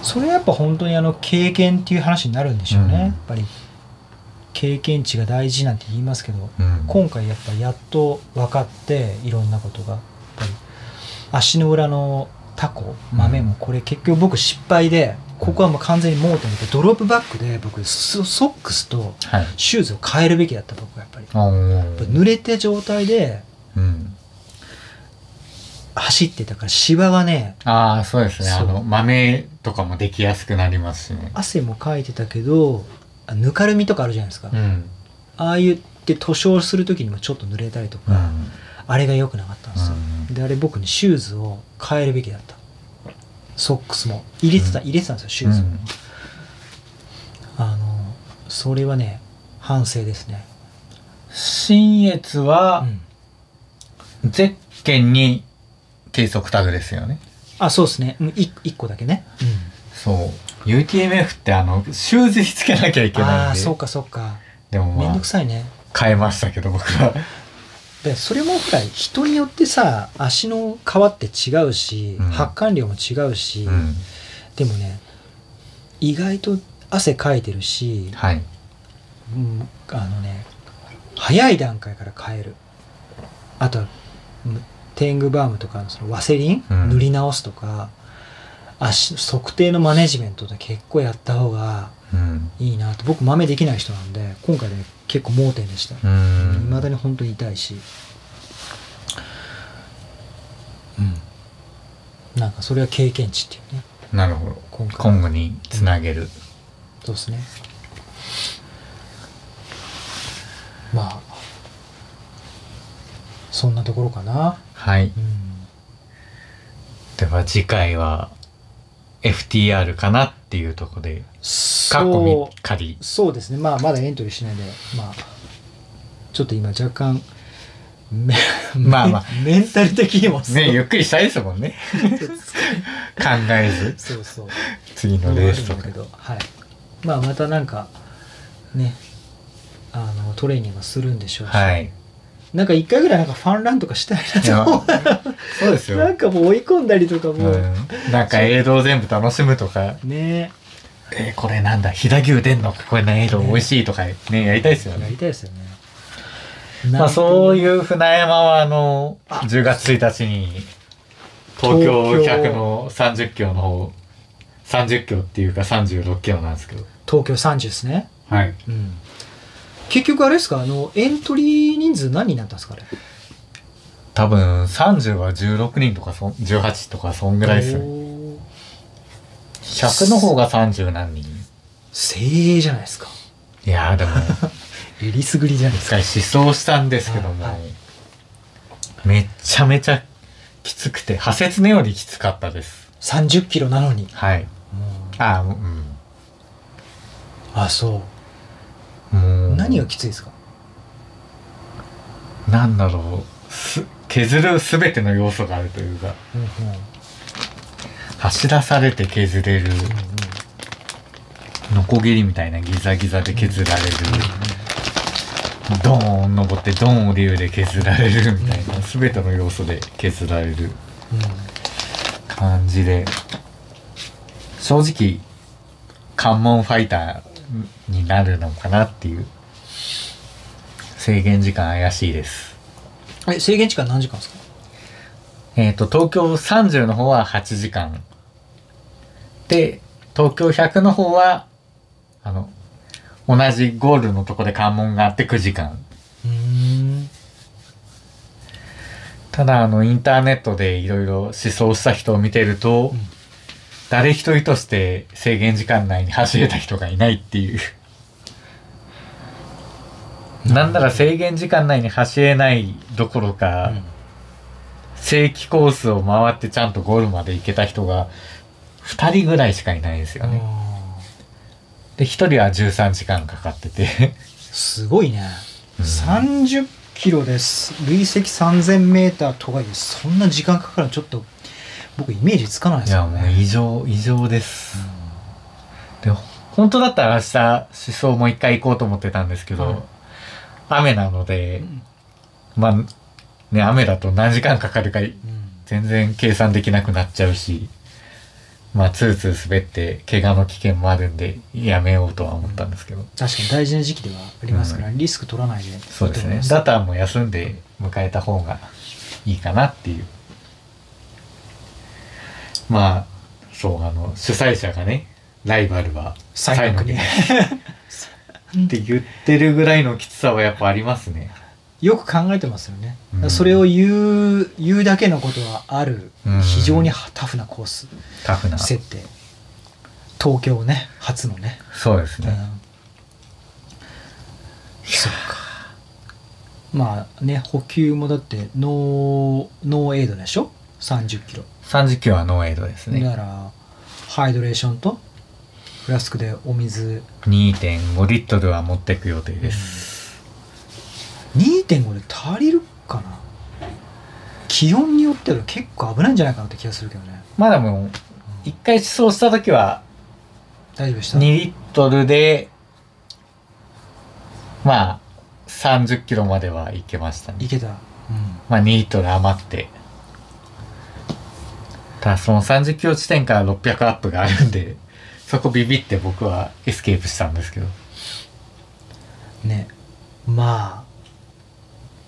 [SPEAKER 3] それはやっぱ本当にあの経験っていう話になるんでしょうね、
[SPEAKER 4] うん
[SPEAKER 3] やっぱり経験値が大事なんて言いますけど
[SPEAKER 4] うん
[SPEAKER 3] 今回やっぱやっと分かっていろんなことがやっぱり足の裏のタコ豆もこれ結局僕失敗でここはもう完全に盲点でドロップバックで僕ソソックスと
[SPEAKER 4] はい
[SPEAKER 3] シューズを変えるべきだった僕はやっぱりや
[SPEAKER 4] あ
[SPEAKER 3] っぱ
[SPEAKER 4] ー
[SPEAKER 3] 濡れた状態で
[SPEAKER 4] うん、
[SPEAKER 3] 走ってたから芝がね
[SPEAKER 4] あーそうですねあ
[SPEAKER 3] そう
[SPEAKER 4] の豆とかもできやすくなりますしね
[SPEAKER 3] 汗もかいてたけどあぬかるみとかあるじゃないですか、
[SPEAKER 4] うん、
[SPEAKER 3] ああいうって塗装する時にもちょっと濡れたりと
[SPEAKER 4] う
[SPEAKER 3] か、
[SPEAKER 4] ん、
[SPEAKER 3] あれが良くなかったんですよ、
[SPEAKER 4] うん
[SPEAKER 3] であれ僕にシューズを変えるべきだったソックスも入れてた、
[SPEAKER 4] うん
[SPEAKER 3] 入れてたんですよシュ
[SPEAKER 4] う
[SPEAKER 3] ーズを、
[SPEAKER 4] ん
[SPEAKER 3] あのそれはね反省ですね、
[SPEAKER 4] 新越
[SPEAKER 3] う
[SPEAKER 4] は
[SPEAKER 3] ん
[SPEAKER 4] ゼッケンに計測タグですよね
[SPEAKER 3] あそうですね、うん、1個だけね、
[SPEAKER 4] そう UTMF ってあのシューズにつけなきゃいけ
[SPEAKER 3] あ
[SPEAKER 4] ないん
[SPEAKER 3] あ
[SPEAKER 4] で
[SPEAKER 3] そうかそうか
[SPEAKER 4] でも
[SPEAKER 3] めん
[SPEAKER 4] ま
[SPEAKER 3] ど
[SPEAKER 4] あ
[SPEAKER 3] くさいね
[SPEAKER 4] 変えましたけど僕は
[SPEAKER 3] でそれもほら人によってさ足の皮って違うし、
[SPEAKER 4] うん
[SPEAKER 3] 発汗量も違うし、
[SPEAKER 4] うん
[SPEAKER 3] でもね意外と汗かいてるし、
[SPEAKER 4] はい
[SPEAKER 3] うん、あのね早い段階から変えるあとはうんテングバームとかのそのワセリン、
[SPEAKER 4] うん
[SPEAKER 3] 塗り直すとか足測定のマネジメントって結構やった方が
[SPEAKER 4] うん
[SPEAKER 3] いいなと僕豆できない人なんで今回ね結構盲点でした
[SPEAKER 4] う
[SPEAKER 3] い
[SPEAKER 4] ん
[SPEAKER 3] ま、未だに本当に痛いし、うん、なんかそれは経験値っていうね
[SPEAKER 4] なるほど
[SPEAKER 3] 今回
[SPEAKER 4] 今後につなげる、
[SPEAKER 3] そうですねまあそんなところかな
[SPEAKER 4] はい
[SPEAKER 3] うん
[SPEAKER 4] では次回は FTR かなっていうところでかっこ
[SPEAKER 3] そ
[SPEAKER 4] み仮
[SPEAKER 3] うそうですねまあまだエントリーしないでまあちょっと今若干め
[SPEAKER 4] まあまあ
[SPEAKER 3] メンタル的にもそう
[SPEAKER 4] ねゆっくりしたいですもん ね考えず
[SPEAKER 3] そうそう
[SPEAKER 4] 次のレースと
[SPEAKER 3] あ
[SPEAKER 4] か
[SPEAKER 3] るんだけど、はい、まあまたなんかねあのトレーニングもするんでしょうし、
[SPEAKER 4] はい
[SPEAKER 3] なんか一回ぐらいなんかファンランとかしたい
[SPEAKER 4] いや
[SPEAKER 3] なと思
[SPEAKER 4] そうです
[SPEAKER 3] う
[SPEAKER 4] よ
[SPEAKER 3] なんかもう追い込んだりとかもう、
[SPEAKER 4] うん、なんか映像全部楽しむとか、
[SPEAKER 3] ね
[SPEAKER 4] えーこれなんだ、飛騨牛出んのか、これ何色美味しいとかね、やりたいですよ
[SPEAKER 3] や
[SPEAKER 4] ね
[SPEAKER 3] り。たいですよね
[SPEAKER 4] まあそう
[SPEAKER 3] う
[SPEAKER 4] いう船山はあの、10月1日に、東京
[SPEAKER 3] 東京
[SPEAKER 4] 100の30キロの方、30キロっていうか36キロなんですけど。
[SPEAKER 3] 東京30ですね、
[SPEAKER 4] はい。
[SPEAKER 3] うん、結局あれですかあのエントリー人数何になったんですかあれ
[SPEAKER 4] 多分30は16人とかそん、18とかそんぐらいですよ
[SPEAKER 3] お
[SPEAKER 4] ね。
[SPEAKER 3] ー
[SPEAKER 4] 100の方が30何人。
[SPEAKER 3] 精鋭じゃないですか
[SPEAKER 4] いやーでも、
[SPEAKER 3] えりすぐりじゃないで
[SPEAKER 4] 一
[SPEAKER 3] すか
[SPEAKER 4] 回思想したんですけども、
[SPEAKER 3] はいはい
[SPEAKER 4] めっちゃめちゃきつくて、破切ねよりきつかったです。
[SPEAKER 3] 30キロなのに、
[SPEAKER 4] はい。あー、うん。
[SPEAKER 3] あそ
[SPEAKER 4] も
[SPEAKER 3] う
[SPEAKER 4] う
[SPEAKER 3] 何がきついですか
[SPEAKER 4] なんだろうす削る全ての要素があるというか
[SPEAKER 3] うんうん
[SPEAKER 4] 走らされて削れるノコギリみたいなギザギザで削られるドーン登ってドーン降りるで削られるみたいな全ての要素で削られる感じで正直関門ファイターになるのかなっていう制限時間怪しいです
[SPEAKER 3] うんえ制限時間何時間ですか
[SPEAKER 4] えっ、と、東京30の方は8時間。で、東京100の方は、あの、同じゴールのとこで関門があって9時間。
[SPEAKER 3] うーん
[SPEAKER 4] ただ、あの、インターネットでいろいろ思想した人を見てると、
[SPEAKER 3] うん
[SPEAKER 4] 誰一人として制限時間内に走れた人がいないっていう。なんなら制限時間内に走れないどころか、正規コースを回ってちゃんとゴールまで行けた人が2人ぐらいしかいないんですよね。
[SPEAKER 3] あ
[SPEAKER 4] で、1人は13時間かかってて。
[SPEAKER 3] ーすごいね、
[SPEAKER 4] うん
[SPEAKER 3] 30キロです累積3000メーターとはいえそんな時間かかるのちょっと僕イメージつかないで
[SPEAKER 4] い
[SPEAKER 3] す
[SPEAKER 4] や、
[SPEAKER 3] よ、ね、
[SPEAKER 4] もう異常、異常です。で、本当だったら明日、思想もう一回行こうと思ってたんですけど、
[SPEAKER 3] うん
[SPEAKER 4] 雨なので、まあ、ね、雨だと何時間かかるか
[SPEAKER 3] うん
[SPEAKER 4] 全然計算できなくなっちゃうし、まあ、ツーツー滑って、怪我の危険もあるんで、やめようとは思ったんですけど。
[SPEAKER 3] 確かに大事な時期ではありますから、リスク取らないでいいと
[SPEAKER 4] そう
[SPEAKER 3] 思
[SPEAKER 4] で
[SPEAKER 3] い
[SPEAKER 4] すね
[SPEAKER 3] ま。す
[SPEAKER 4] だったらもう休んで迎えた方がいいかなっていう。まあ、そう、あの、主催者がね、ライバルは
[SPEAKER 3] 最悪に
[SPEAKER 4] 最後にって言ってるぐらいのきつさはやっぱありますね。
[SPEAKER 3] よく考えてますよね、
[SPEAKER 4] うん
[SPEAKER 3] それを言う言うだけのことはある、
[SPEAKER 4] うん
[SPEAKER 3] 非常にタフなコース
[SPEAKER 4] タフな。
[SPEAKER 3] 設定東京ね初のね、
[SPEAKER 4] そうです
[SPEAKER 3] うん
[SPEAKER 4] ね。
[SPEAKER 3] そっかまあね補給もだってノーノーエイドでしょ3 0キロ
[SPEAKER 4] 30キロはノーエイドで
[SPEAKER 3] だ
[SPEAKER 4] すね。
[SPEAKER 3] からハイドレーションとフラスクでお水
[SPEAKER 4] 2.5リットルは持ってく予定です。
[SPEAKER 3] 2.5で足りるかな気温によっては結構危ないんじゃないかなって気がするけどね
[SPEAKER 4] まあでも、一回試走した時は、
[SPEAKER 3] 大丈夫でした
[SPEAKER 4] 2リットルで、まあ、30キロまでは行けました
[SPEAKER 3] い
[SPEAKER 4] ね。
[SPEAKER 3] けた、うん、
[SPEAKER 4] まあ、2リットル余って。ただ、その30キロ地点から600アップがあるんで、そこビビって僕はエスケープしたんですけど。
[SPEAKER 3] ねま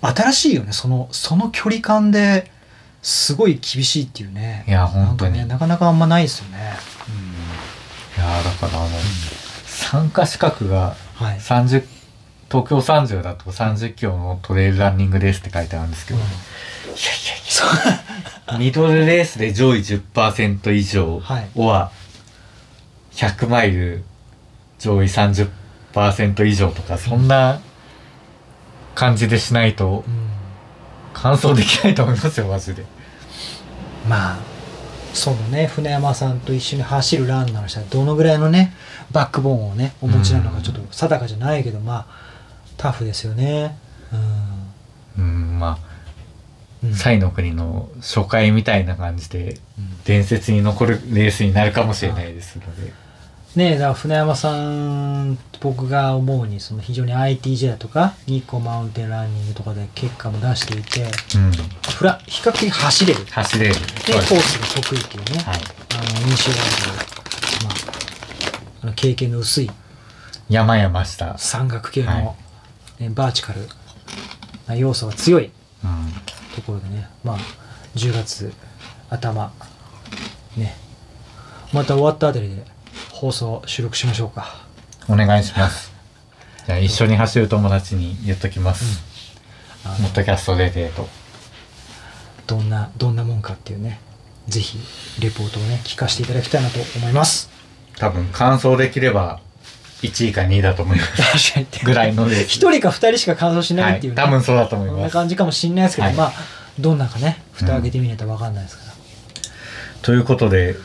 [SPEAKER 3] あ新しいよねそのその距離感ですごい厳しいっていうね
[SPEAKER 4] いや本当に
[SPEAKER 3] なんかねなかなかあんまないですよね、
[SPEAKER 4] いやーだからあの、参加資格が
[SPEAKER 3] はい、
[SPEAKER 4] 30、東京30だと30キロのトレイルランニングレースって書いてあるんですけど、いやいやいや、
[SPEAKER 3] そう
[SPEAKER 4] ミドルレースで上位10%以上
[SPEAKER 3] はい
[SPEAKER 4] は100マイル上位30%以上とかそんな感じでしないと
[SPEAKER 3] うん
[SPEAKER 4] 完走できないと思いますよマジで。
[SPEAKER 3] まあそのね船山さんと一緒に走るランナーの人はどのぐらいのねバックボーンをねお持ちなのかちょっと定かじゃないけど、まあタフですよねう
[SPEAKER 4] うんま
[SPEAKER 3] ん、う
[SPEAKER 4] あ
[SPEAKER 3] ん
[SPEAKER 4] サイの国の初回みたいな感じで
[SPEAKER 3] うん
[SPEAKER 4] 伝説に残るレースになるかもしれないですので。
[SPEAKER 3] ねえだから船山さん僕が思うにその非常に ITJ だとか日光マウンテンランニングとかで結果も出していて
[SPEAKER 4] うん、
[SPEAKER 3] フラ比較的走れるで
[SPEAKER 4] 走れる。
[SPEAKER 3] コースが得意っていうね、
[SPEAKER 4] はい。
[SPEAKER 3] あの印象がある、まあ、あの経験の薄い
[SPEAKER 4] 山々した。
[SPEAKER 3] 山岳系の、
[SPEAKER 4] はい
[SPEAKER 3] ねバーチカルな要素が強い
[SPEAKER 4] うん。
[SPEAKER 3] ところでね、まあ、10月頭、ね、また終わったあたりで放送収録しましょうか。
[SPEAKER 4] お願いします。じゃあ一緒に走る友達に言っときます。
[SPEAKER 3] あ
[SPEAKER 4] モ
[SPEAKER 3] の
[SPEAKER 4] ッドキャストでデート。
[SPEAKER 3] どんな、どんなもんかっていうね、ぜひ、レポートをね、聞かせていただきたいなと思います。
[SPEAKER 4] 多分完走できれば1位か2位だと思い ます。
[SPEAKER 3] 確かに。
[SPEAKER 4] ぐらいのレース。
[SPEAKER 3] 一人か二人しか感想し
[SPEAKER 4] は
[SPEAKER 3] ないっていう
[SPEAKER 4] い。
[SPEAKER 3] ね。
[SPEAKER 4] 多分そうだと思い
[SPEAKER 3] こん
[SPEAKER 4] ま
[SPEAKER 3] な
[SPEAKER 4] す。
[SPEAKER 3] 感じかもしんないですけど、
[SPEAKER 4] はい
[SPEAKER 3] まあ、どんなかね、蓋開けてみないとわかんないですから。
[SPEAKER 4] ということで、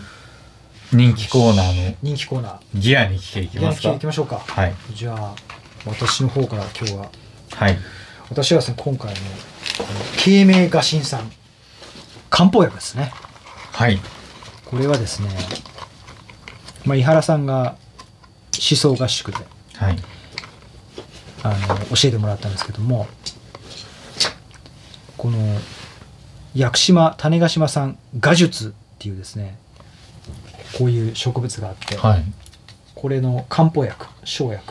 [SPEAKER 4] 人気コーナーの
[SPEAKER 3] 人気コーナー、
[SPEAKER 4] ギアに来ていき
[SPEAKER 3] や
[SPEAKER 4] ま
[SPEAKER 3] り
[SPEAKER 4] す
[SPEAKER 3] きい
[SPEAKER 4] か
[SPEAKER 3] き。ましょうか。
[SPEAKER 4] はい。
[SPEAKER 3] じゃあ、私の方から今日は、
[SPEAKER 4] はい。
[SPEAKER 3] 私はですね、今回の、この、慶明画神さん、漢方薬ですね。
[SPEAKER 4] はい。
[SPEAKER 3] これはですね、まあ、井原さんが思想合宿で
[SPEAKER 4] はい。
[SPEAKER 3] あの教えてもらったんですけどもこの屋久島種子島産画術っていうですねこういう植物があって、
[SPEAKER 4] はい。
[SPEAKER 3] これの漢方薬生薬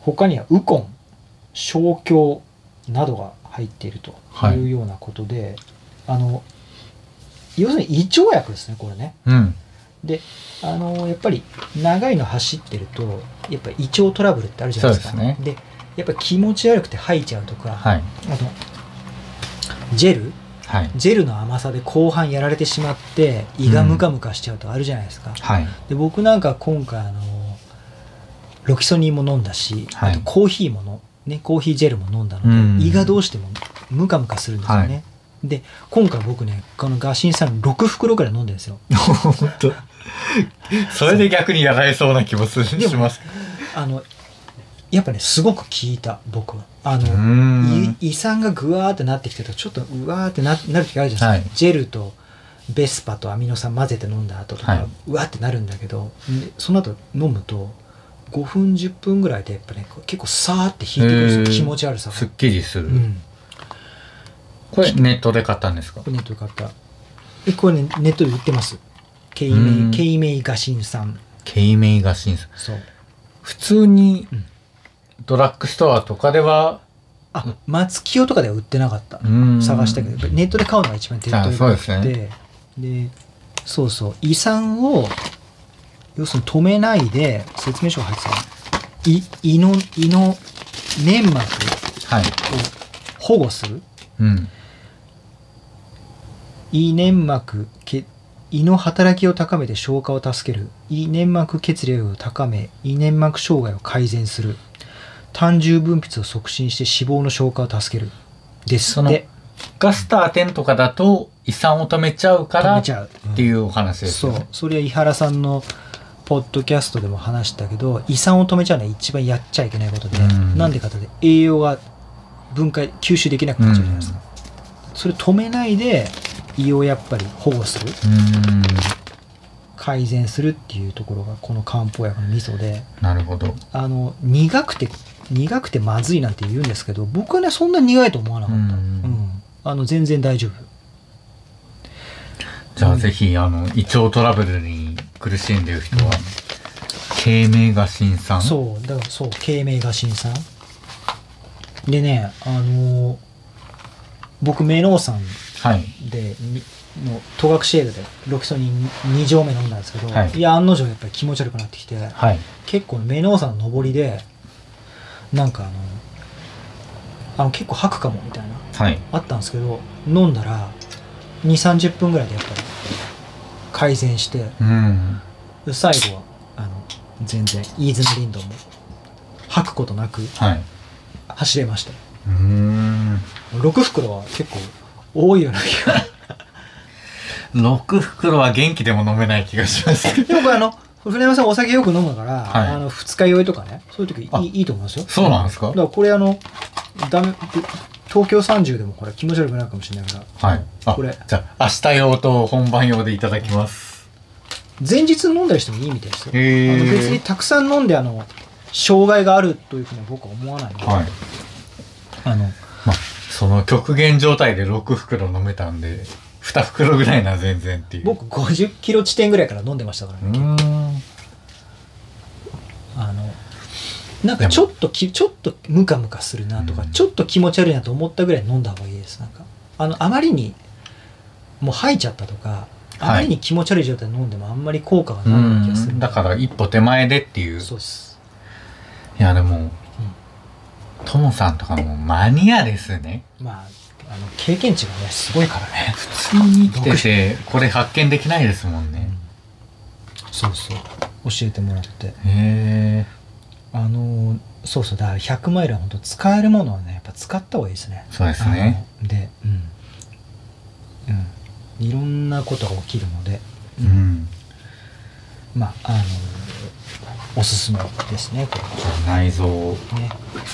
[SPEAKER 3] 他にはウコン生姜などが入っていると
[SPEAKER 4] はい
[SPEAKER 3] いうようなことで、あの要するに胃腸薬ですねこれね。
[SPEAKER 4] うん。
[SPEAKER 3] であのやっぱり長いの走ってるとやっぱ胃腸トラブルってあるじゃないですか
[SPEAKER 4] そうです
[SPEAKER 3] でやっぱ気持ち悪くて吐いちゃうとか、
[SPEAKER 4] はい。
[SPEAKER 3] あとジェル
[SPEAKER 4] はい。
[SPEAKER 3] ジェルの甘さで後半やられてしまって胃がムカムカしちゃうとあるじゃないですか、
[SPEAKER 4] はい。
[SPEAKER 3] で僕なんか今回あのロキソニンも飲んだし、
[SPEAKER 4] はい
[SPEAKER 3] あとコーヒーもの、ね、コーヒージェルも飲んだので、
[SPEAKER 4] うん
[SPEAKER 3] 胃がどうしてもムカムカするんですよね、
[SPEAKER 4] は
[SPEAKER 3] で今回僕ねこのガシンさん6袋ぐらい飲んでるんですよ
[SPEAKER 4] 本当。 それで逆にやられそうな気もする
[SPEAKER 3] でも
[SPEAKER 4] します。
[SPEAKER 3] あのやっぱねすごく効いた僕はあ
[SPEAKER 4] うー
[SPEAKER 3] の、
[SPEAKER 4] ん。
[SPEAKER 3] い胃酸がぐわーってなってきてるとちょっとうわーってななる時あるじゃないですか、
[SPEAKER 4] は
[SPEAKER 3] ジェルとベスパとアミノ酸混ぜて飲んだ後とか、
[SPEAKER 4] はいう
[SPEAKER 3] わーってなるんだけどでその後飲むと5分10分ぐらいでやっぱねこう結構さーって引いてくるんですよ
[SPEAKER 4] へー
[SPEAKER 3] 気持ち悪さ
[SPEAKER 4] すっ
[SPEAKER 3] が、
[SPEAKER 4] きりする。
[SPEAKER 3] うん、
[SPEAKER 4] これネットで買ったんですか
[SPEAKER 3] これネットで買ったえこれねネットで売ってますケイ
[SPEAKER 4] う
[SPEAKER 3] メ
[SPEAKER 4] ん
[SPEAKER 3] イケイメイガシン酸
[SPEAKER 4] ケイメイが審査。
[SPEAKER 3] そう
[SPEAKER 4] 普通に
[SPEAKER 3] うん
[SPEAKER 4] ドラッグストアとかでは、
[SPEAKER 3] あ松清とかでは売ってなかった、
[SPEAKER 4] うん
[SPEAKER 3] 探したけどやっぱりネットで買うのが一番手っ取り早くて
[SPEAKER 4] あそうで
[SPEAKER 3] でそうそう胃酸を要するに止めないで説明書が入ってた胃胃の胃の粘膜を
[SPEAKER 4] はい。
[SPEAKER 3] 保護する
[SPEAKER 4] うん。
[SPEAKER 3] 胃粘膜け胃の働きを高めて消化を助ける胃粘膜血流を高め胃粘膜障害を改善する胆汁分泌を促進して脂肪の消化を助けるです
[SPEAKER 4] そ
[SPEAKER 3] っ
[SPEAKER 4] の
[SPEAKER 3] て
[SPEAKER 4] ガスター10とかだと胃酸を止めちゃうか
[SPEAKER 3] 止
[SPEAKER 4] ら
[SPEAKER 3] め
[SPEAKER 4] っ
[SPEAKER 3] ちゃう、
[SPEAKER 4] ていうお話です、
[SPEAKER 3] そう
[SPEAKER 4] ね。
[SPEAKER 3] それは井原さんのポッドキャストでも話したけど胃酸を止めちゃうのは一番やっちゃいけないことで、
[SPEAKER 4] うん
[SPEAKER 3] なんでかというと栄養が分解吸収できなくなっちゃうじゃないですか、それ止めないで胃をやっぱり保護する
[SPEAKER 4] う。ん。
[SPEAKER 3] 改善するっていうところがこの漢方薬のミソで
[SPEAKER 4] なるほど。
[SPEAKER 3] あの苦くて苦くてまずいなんて言うんですけど僕はねそんな苦いと思わなかった、
[SPEAKER 4] う
[SPEAKER 3] うんんあの全然大丈夫
[SPEAKER 4] じゃあぜひ、あの、胃腸トラブルに苦しんでる人は、ケイメイが新酸。
[SPEAKER 3] そうだからそう慶明が新さんでねあのー僕メノウさん
[SPEAKER 4] はい。
[SPEAKER 3] でにの戸隠シェードでロキソニン2錠目飲んだんですけど、
[SPEAKER 4] はい
[SPEAKER 3] い、や案の定やっぱり気持ち悪くなってきて、
[SPEAKER 4] はい。
[SPEAKER 3] 結構メノウさんの上りでなんかあのあの結構吐くかもみたいな
[SPEAKER 4] はい。
[SPEAKER 3] あったんですけど飲んだら2 3 0分ぐらいでやっぱり改善して
[SPEAKER 4] うん。
[SPEAKER 3] で最後はあの全然飯泉リンドンも吐くことなく
[SPEAKER 4] はい。
[SPEAKER 3] 走れました
[SPEAKER 4] うーん。
[SPEAKER 3] 6袋は結構多いような気 が
[SPEAKER 4] 6袋は元気でも飲めない気がします。
[SPEAKER 3] よくあの船山さんお酒よく飲むから、
[SPEAKER 4] はい
[SPEAKER 3] あの二日酔いとかねそういう時
[SPEAKER 4] あ
[SPEAKER 3] いいいいと思いますよ
[SPEAKER 4] そうなんですか
[SPEAKER 3] だからこれあのダメ東京30でもこれ気持ち悪くなるかもしれないから
[SPEAKER 4] はい。あ、
[SPEAKER 3] これ
[SPEAKER 4] じゃあ、明日用と本番用でいただきます。
[SPEAKER 3] 前日飲んだりしてもいいみたいですよ、
[SPEAKER 4] へー
[SPEAKER 3] あの別にたくさん飲んであの障害があるというふうには僕は思わないので、
[SPEAKER 4] はい。
[SPEAKER 3] あの
[SPEAKER 4] まあ、その極限状態で6袋飲めたんで、2袋ぐらいなら全然っていう。
[SPEAKER 3] 僕50キロ地点ぐらいから飲んでましたから
[SPEAKER 4] う
[SPEAKER 3] ね、
[SPEAKER 4] ーん。
[SPEAKER 3] あのなんかちょっときちょっとムカムカするなとか、
[SPEAKER 4] うん
[SPEAKER 3] ちょっと気持ち悪いなと思ったぐらい飲んだ方がいいですなんかあのあまりにもう吐いちゃったとかあまりに気持ち悪い状態で飲んでもあんまり効果が
[SPEAKER 4] う
[SPEAKER 3] ないような気がする
[SPEAKER 4] ん。だから一歩手前でっていう。
[SPEAKER 3] そうです
[SPEAKER 4] いや、でも、ともさんとかもうマニアですね。
[SPEAKER 3] まああの経験値がねすごいからね
[SPEAKER 4] 普通に生きてて、これ発見できないですもんね。
[SPEAKER 3] そうそう教えてもらって
[SPEAKER 4] へえ。
[SPEAKER 3] あのそうそうだから100マイルは本当使えるものはねやっぱ使った方がいいですね
[SPEAKER 4] そうですね
[SPEAKER 3] あのでうん、うん、いろんなことが起きるので
[SPEAKER 4] うん。
[SPEAKER 3] まああのおすすめですねこれ
[SPEAKER 4] 内臓、
[SPEAKER 3] はね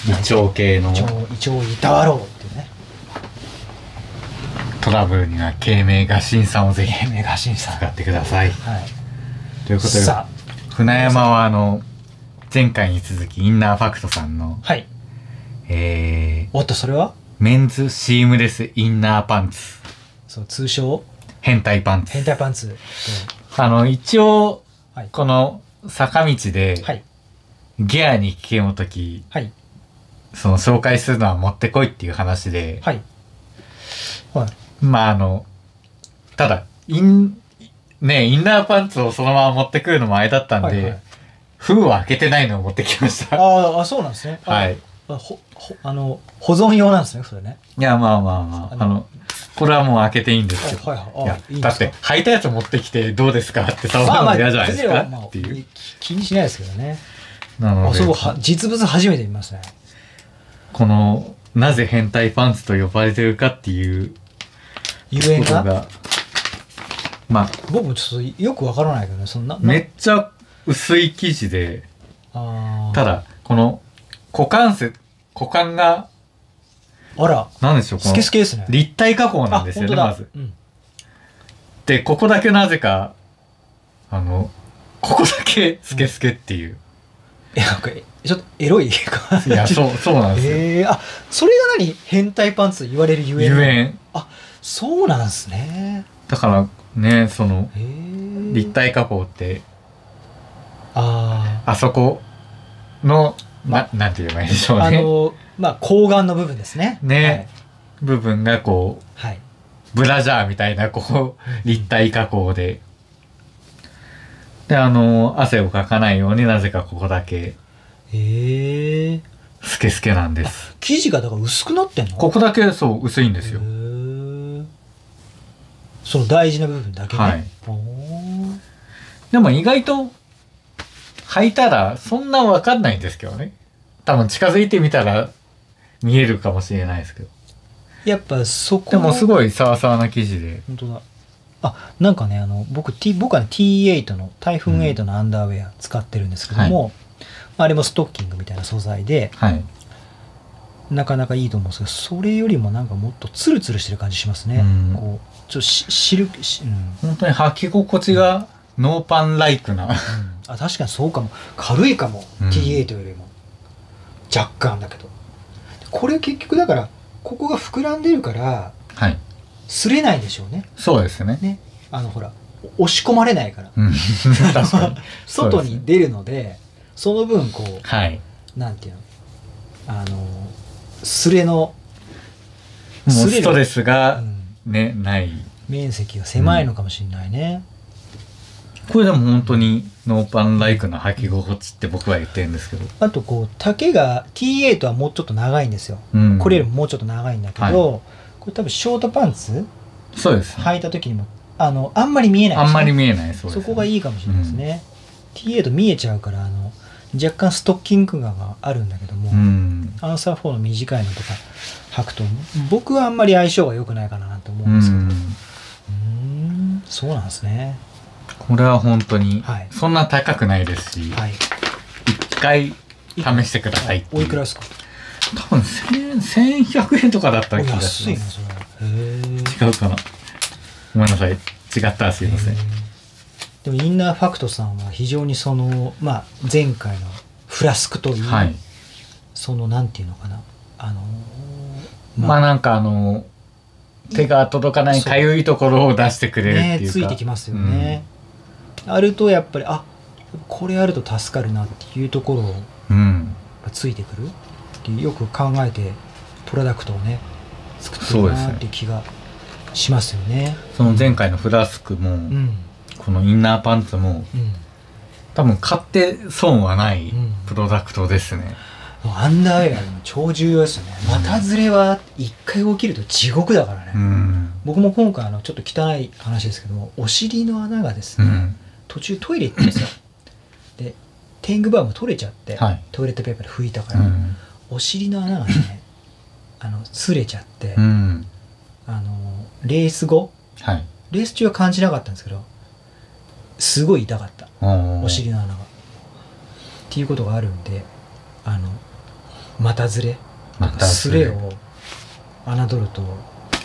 [SPEAKER 4] 胃腸系の
[SPEAKER 3] 胃腸胃腸をいたわろうっていうね
[SPEAKER 4] トラブルには、慶明が新さんをぜひ、
[SPEAKER 3] メガシンさん
[SPEAKER 4] 使ってください。
[SPEAKER 3] はい
[SPEAKER 4] ということで、
[SPEAKER 3] さ
[SPEAKER 4] 船山はあの、前回に続き、インナーファクトさんの、
[SPEAKER 3] はい
[SPEAKER 4] え
[SPEAKER 3] おっとそれは
[SPEAKER 4] ー、メンズシームレスインナーパンツ、
[SPEAKER 3] そう通称
[SPEAKER 4] 変態パンツ。
[SPEAKER 3] 変態パンツ
[SPEAKER 4] あの、一応、
[SPEAKER 3] はい
[SPEAKER 4] この坂道で、
[SPEAKER 3] はい
[SPEAKER 4] ギアに危険を解き、
[SPEAKER 3] はい
[SPEAKER 4] その紹介するのは持ってこいっていう話で、
[SPEAKER 3] はいはい
[SPEAKER 4] まああの、ただ、イン、ねインナーパンツをそのまま持ってくるのもあれだったんで、
[SPEAKER 3] はいはい
[SPEAKER 4] 封は開けてないのを持ってきました。
[SPEAKER 3] あーあそうなんですねあ
[SPEAKER 4] はい。
[SPEAKER 3] あほほあの保存用なんですねそれね
[SPEAKER 4] いや、まあまあまあ、あ
[SPEAKER 3] あ
[SPEAKER 4] の、
[SPEAKER 3] の
[SPEAKER 4] これはもう開けていいんですけど。
[SPEAKER 3] はいはい
[SPEAKER 4] い
[SPEAKER 3] はいあ
[SPEAKER 4] や
[SPEAKER 3] いいん
[SPEAKER 4] だ
[SPEAKER 3] で
[SPEAKER 4] っ
[SPEAKER 3] すか
[SPEAKER 4] て、履いたやつ持ってきてどうですかって頼む
[SPEAKER 3] まあま
[SPEAKER 4] の
[SPEAKER 3] あ
[SPEAKER 4] 嫌じゃないですか
[SPEAKER 3] 崩れはまあ
[SPEAKER 4] っていう。
[SPEAKER 3] き気にしないですけどね
[SPEAKER 4] なの
[SPEAKER 3] あ
[SPEAKER 4] で
[SPEAKER 3] そこは実物初めて見ますね
[SPEAKER 4] この、なぜ変態パンツと呼ばれてるかっていう
[SPEAKER 3] 遊
[SPEAKER 4] こ
[SPEAKER 3] 園
[SPEAKER 4] と
[SPEAKER 3] が
[SPEAKER 4] が、まあ、
[SPEAKER 3] 僕もちょっとよくわからないけどねそんなな
[SPEAKER 4] めっちゃ薄い生地で、
[SPEAKER 3] あー
[SPEAKER 4] ただ、この、股関節、股間が、
[SPEAKER 3] あら
[SPEAKER 4] なんでしょう、こ
[SPEAKER 3] ス
[SPEAKER 4] の
[SPEAKER 3] ケ、スケですね
[SPEAKER 4] 立体加工
[SPEAKER 3] あ
[SPEAKER 4] なんですよ
[SPEAKER 3] 本当
[SPEAKER 4] ね、
[SPEAKER 3] だ
[SPEAKER 4] まず。
[SPEAKER 3] うん
[SPEAKER 4] で、ここだけなぜか、あの、ここだけスケスケっていう。
[SPEAKER 3] いやなんかえちょっとエロい感じ
[SPEAKER 4] い や、 そう、そうなんですよ。
[SPEAKER 3] えー、あそれが何変態パンツと言われるゆえん
[SPEAKER 4] ゆえん。
[SPEAKER 3] そうなんですね
[SPEAKER 4] だから、ね、その、
[SPEAKER 3] へー
[SPEAKER 4] 立体加工って、
[SPEAKER 3] あ
[SPEAKER 4] あそこの、な、なんて言えばいいんでしょ
[SPEAKER 3] あ
[SPEAKER 4] う
[SPEAKER 3] あ
[SPEAKER 4] ね。
[SPEAKER 3] のまあ睾丸の部分ですね
[SPEAKER 4] ね部分がこう、
[SPEAKER 3] はい、はい
[SPEAKER 4] ブラジャーみたいな、こう、立体加工で。で、あの、汗をかかないようになぜかここだけ、
[SPEAKER 3] ええ
[SPEAKER 4] スケスケなんです。
[SPEAKER 3] 生地がだから薄くなってんの
[SPEAKER 4] ここだけ、そう、薄いんですよ
[SPEAKER 3] へ。ーその大事な部分だけね、
[SPEAKER 4] はい
[SPEAKER 3] おー
[SPEAKER 4] でも意外と、履いたら、そんなわかんないんですけどね。多分近づいてみたら、見えるかもしれないですけど。
[SPEAKER 3] やっぱそこ
[SPEAKER 4] でもす
[SPEAKER 3] い
[SPEAKER 4] ごいサワサワな生地で。
[SPEAKER 3] 本当だあなんかねあの僕 T 僕はね T8 の台風8のアンダーウェア使ってるんですけども、まああれもストッキングみたいな素材で
[SPEAKER 4] はい。
[SPEAKER 3] なかなかいいと思うんですけどそれよりもなんかもっとツルツルしてる感じしますね、
[SPEAKER 4] うん
[SPEAKER 3] こうちょっとしシルクし、うん
[SPEAKER 4] 本当に履き心地が、ノーパンライクな。
[SPEAKER 3] あ確かにそうかも軽いかも、
[SPEAKER 4] うん
[SPEAKER 3] T8 よりも若干だけどこれ結局だからここが膨らんでるから
[SPEAKER 4] はい。
[SPEAKER 3] 擦れないでしょうね
[SPEAKER 4] そうですね。
[SPEAKER 3] ねあのほらお押し込まれないから
[SPEAKER 4] うん。確かに。
[SPEAKER 3] 外に出るのでその分こう
[SPEAKER 4] はい。
[SPEAKER 3] なんていうのあの擦れの、
[SPEAKER 4] も
[SPEAKER 3] 擦
[SPEAKER 4] う
[SPEAKER 3] れる
[SPEAKER 4] ストレス
[SPEAKER 3] う
[SPEAKER 4] が
[SPEAKER 3] ん
[SPEAKER 4] ね、ない。
[SPEAKER 3] 面積が狭いのかもしれないね、
[SPEAKER 4] これでも本当にノーパンライクな履き心地って僕は言ってるんですけど。
[SPEAKER 3] あとこう丈が T8 はもうちょっと長いんですよ
[SPEAKER 4] うん
[SPEAKER 3] これよりももうちょっと長いんだけど、これ多分ショートパンツ
[SPEAKER 4] そうです、
[SPEAKER 3] 履いた時にもあのあんまり見えない
[SPEAKER 4] あんまり
[SPEAKER 3] 見
[SPEAKER 4] 見えないそうで
[SPEAKER 3] そ
[SPEAKER 4] す、
[SPEAKER 3] こがい
[SPEAKER 4] い
[SPEAKER 3] いかもしれないですね、T8 見えちゃうからあの若干ストッキング感があるんだけども、
[SPEAKER 4] うん
[SPEAKER 3] アンサー4の短いのとか履くと僕はあんまり相性が良くないかなと思
[SPEAKER 4] う
[SPEAKER 3] うんですけどうんーんそうなんですね
[SPEAKER 4] これは本当に、
[SPEAKER 3] はい
[SPEAKER 4] そんな高くないですし、
[SPEAKER 3] はい
[SPEAKER 4] 一回試してくださいって
[SPEAKER 3] お
[SPEAKER 4] いう
[SPEAKER 3] いくらですか
[SPEAKER 4] 多分1000 1100円とかだった
[SPEAKER 3] お
[SPEAKER 4] 気が
[SPEAKER 3] 安
[SPEAKER 4] し
[SPEAKER 3] い
[SPEAKER 4] ま
[SPEAKER 3] な
[SPEAKER 4] す
[SPEAKER 3] それへー
[SPEAKER 4] 違うかなごめんなさい違ったらすいません、
[SPEAKER 3] でもインナーファクトさんは非常にその、まあ、前回のフラスクといい、
[SPEAKER 4] はい
[SPEAKER 3] そのなんていうのかなあのー
[SPEAKER 4] まあなんかあの手が届かない
[SPEAKER 3] そう
[SPEAKER 4] かゆいところを出してくれるっ
[SPEAKER 3] ね
[SPEAKER 4] ていうか、
[SPEAKER 3] ついてきますよね、あるとやっぱりあこれあると助かるなっていうところを
[SPEAKER 4] うん、うん
[SPEAKER 3] がついてくるっていうよく考えてプロダクトをね作って
[SPEAKER 4] そう
[SPEAKER 3] る
[SPEAKER 4] です
[SPEAKER 3] な
[SPEAKER 4] ね
[SPEAKER 3] っていう気がしますよね
[SPEAKER 4] その前回のフラスクも、
[SPEAKER 3] うん
[SPEAKER 4] このインナーパンツも
[SPEAKER 3] うん
[SPEAKER 4] 多分買って損はない
[SPEAKER 3] うん
[SPEAKER 4] プロダクトですね、
[SPEAKER 3] アンダーウェアでも超重要ですよね股ずれは一回起きると地獄だからね、
[SPEAKER 4] うん
[SPEAKER 3] 僕も今回あのちょっと汚い話ですけどもお尻の穴がです
[SPEAKER 4] う
[SPEAKER 3] ね、
[SPEAKER 4] ん
[SPEAKER 3] 途中トイレ行ったんですよでテングバーも取れちゃって、
[SPEAKER 4] はい
[SPEAKER 3] トイレットペーパーで拭いたか
[SPEAKER 4] う
[SPEAKER 3] ら、
[SPEAKER 4] ん
[SPEAKER 3] お尻の穴がねあの擦れちゃって、
[SPEAKER 4] うん
[SPEAKER 3] あのレース後
[SPEAKER 4] はい
[SPEAKER 3] レース中は感じなかったんですけどすごい痛かったお
[SPEAKER 4] お
[SPEAKER 3] 尻の穴がっていうことがあるんであの股ずれ
[SPEAKER 4] また
[SPEAKER 3] すれを侮ると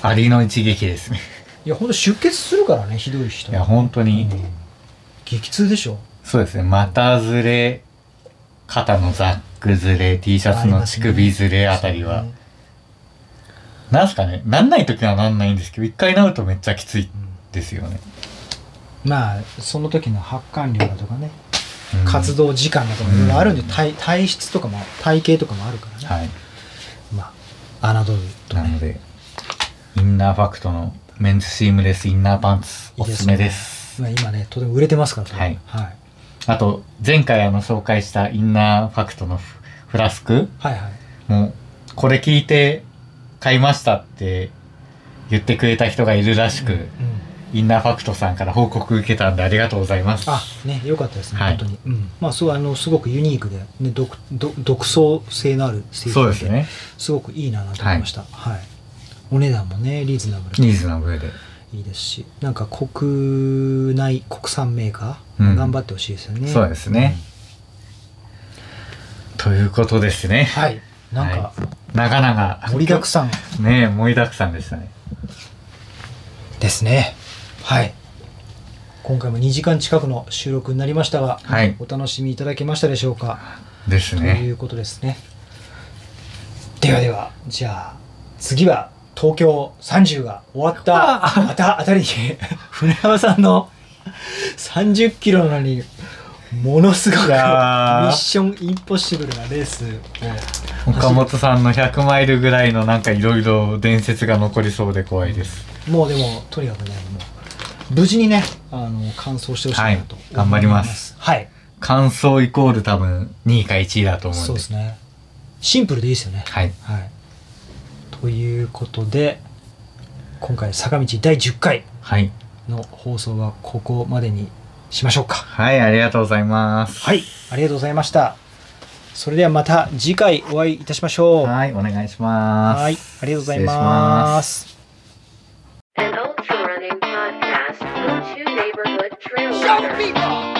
[SPEAKER 4] ありの一撃 ですね
[SPEAKER 3] いやほんと出血するからねひどい人
[SPEAKER 4] いや本当に、
[SPEAKER 3] うん激痛でしょ
[SPEAKER 4] そうですね股ずれ肩のザックずれ T シャツの乳首ずれあたり
[SPEAKER 3] そ
[SPEAKER 4] は、
[SPEAKER 3] うね
[SPEAKER 4] なんすかねなんない時はなんないんですけど一回なるとめっちゃきついですよね、
[SPEAKER 3] まあその時の発汗量だとかね
[SPEAKER 4] うん
[SPEAKER 3] 活動時間だとかいろいろあるんで体体質とかも体型とかもあるからね、
[SPEAKER 4] はい
[SPEAKER 3] まあ侮ると
[SPEAKER 4] な
[SPEAKER 3] ね
[SPEAKER 4] のでインナーファクトのメンズシームレスインナーパンツおすすめです
[SPEAKER 3] まあ、今ねとても売れてますから
[SPEAKER 4] はい
[SPEAKER 3] はい、
[SPEAKER 4] あと前回あの紹介したインナーファクトのフフラスク
[SPEAKER 3] はいはい
[SPEAKER 4] もうこれ聞いて買いましたって言ってくれた人がいるらしく、
[SPEAKER 3] うん
[SPEAKER 4] インナーファクトさんから報告受けたんでありがとうございます
[SPEAKER 3] あね良かったですね、
[SPEAKER 4] はい
[SPEAKER 3] 本当に、うん、まあそうあのすごくユニークで、ね、独独独創性のある製
[SPEAKER 4] そう
[SPEAKER 3] 品
[SPEAKER 4] ですね
[SPEAKER 3] すごくいいなと思いました、はいお値段もねリーズナブルで
[SPEAKER 4] ニーズナブルで
[SPEAKER 3] いいですしなんか国内国産メーカ
[SPEAKER 4] うん
[SPEAKER 3] ー頑張ってほしいですよね、
[SPEAKER 4] そうですね、ということですね
[SPEAKER 3] はいなんか
[SPEAKER 4] はい、なかなか
[SPEAKER 3] 盛りだくさん
[SPEAKER 4] ねえ盛りだくさんでしたね
[SPEAKER 3] ですねはい今回も2時間近くの収録になりましたが、
[SPEAKER 4] はい
[SPEAKER 3] お楽しみいただけましたでしょうか
[SPEAKER 4] です
[SPEAKER 3] と
[SPEAKER 4] ね
[SPEAKER 3] いうことですね。ではでは、じゃあ、次は東京30が終わった、またあたりに、船山さんの30キロなのに、ものすごく
[SPEAKER 4] い
[SPEAKER 3] ミ
[SPEAKER 4] やー
[SPEAKER 3] ッションインポッシブルなレースを
[SPEAKER 4] 岡本さんの100マイルぐらいのなんかいろいろ伝説が残りそうで怖いです
[SPEAKER 3] もうでも、とにかくね、もう、無事にね、あの、完走してほしいなと、
[SPEAKER 4] はい頑張ります。
[SPEAKER 3] はい、
[SPEAKER 4] 完走イコール多分2位か1位だと思うんで
[SPEAKER 3] そうですね。シンプルでいいですよね。
[SPEAKER 4] はい
[SPEAKER 3] はい。ということで、今回、坂道第10回。
[SPEAKER 4] はい
[SPEAKER 3] の放送はここまでにしましょうか。
[SPEAKER 4] はいありがとうございます
[SPEAKER 3] はい、ありがとうございました。それではまた次回お会いいたしましょう。はい、
[SPEAKER 4] はいお願いします
[SPEAKER 3] ありがとうござい
[SPEAKER 4] 失礼しま
[SPEAKER 3] ます
[SPEAKER 1] An ultra running podcast from two neighborhood trail
[SPEAKER 2] Show
[SPEAKER 1] runners.
[SPEAKER 2] people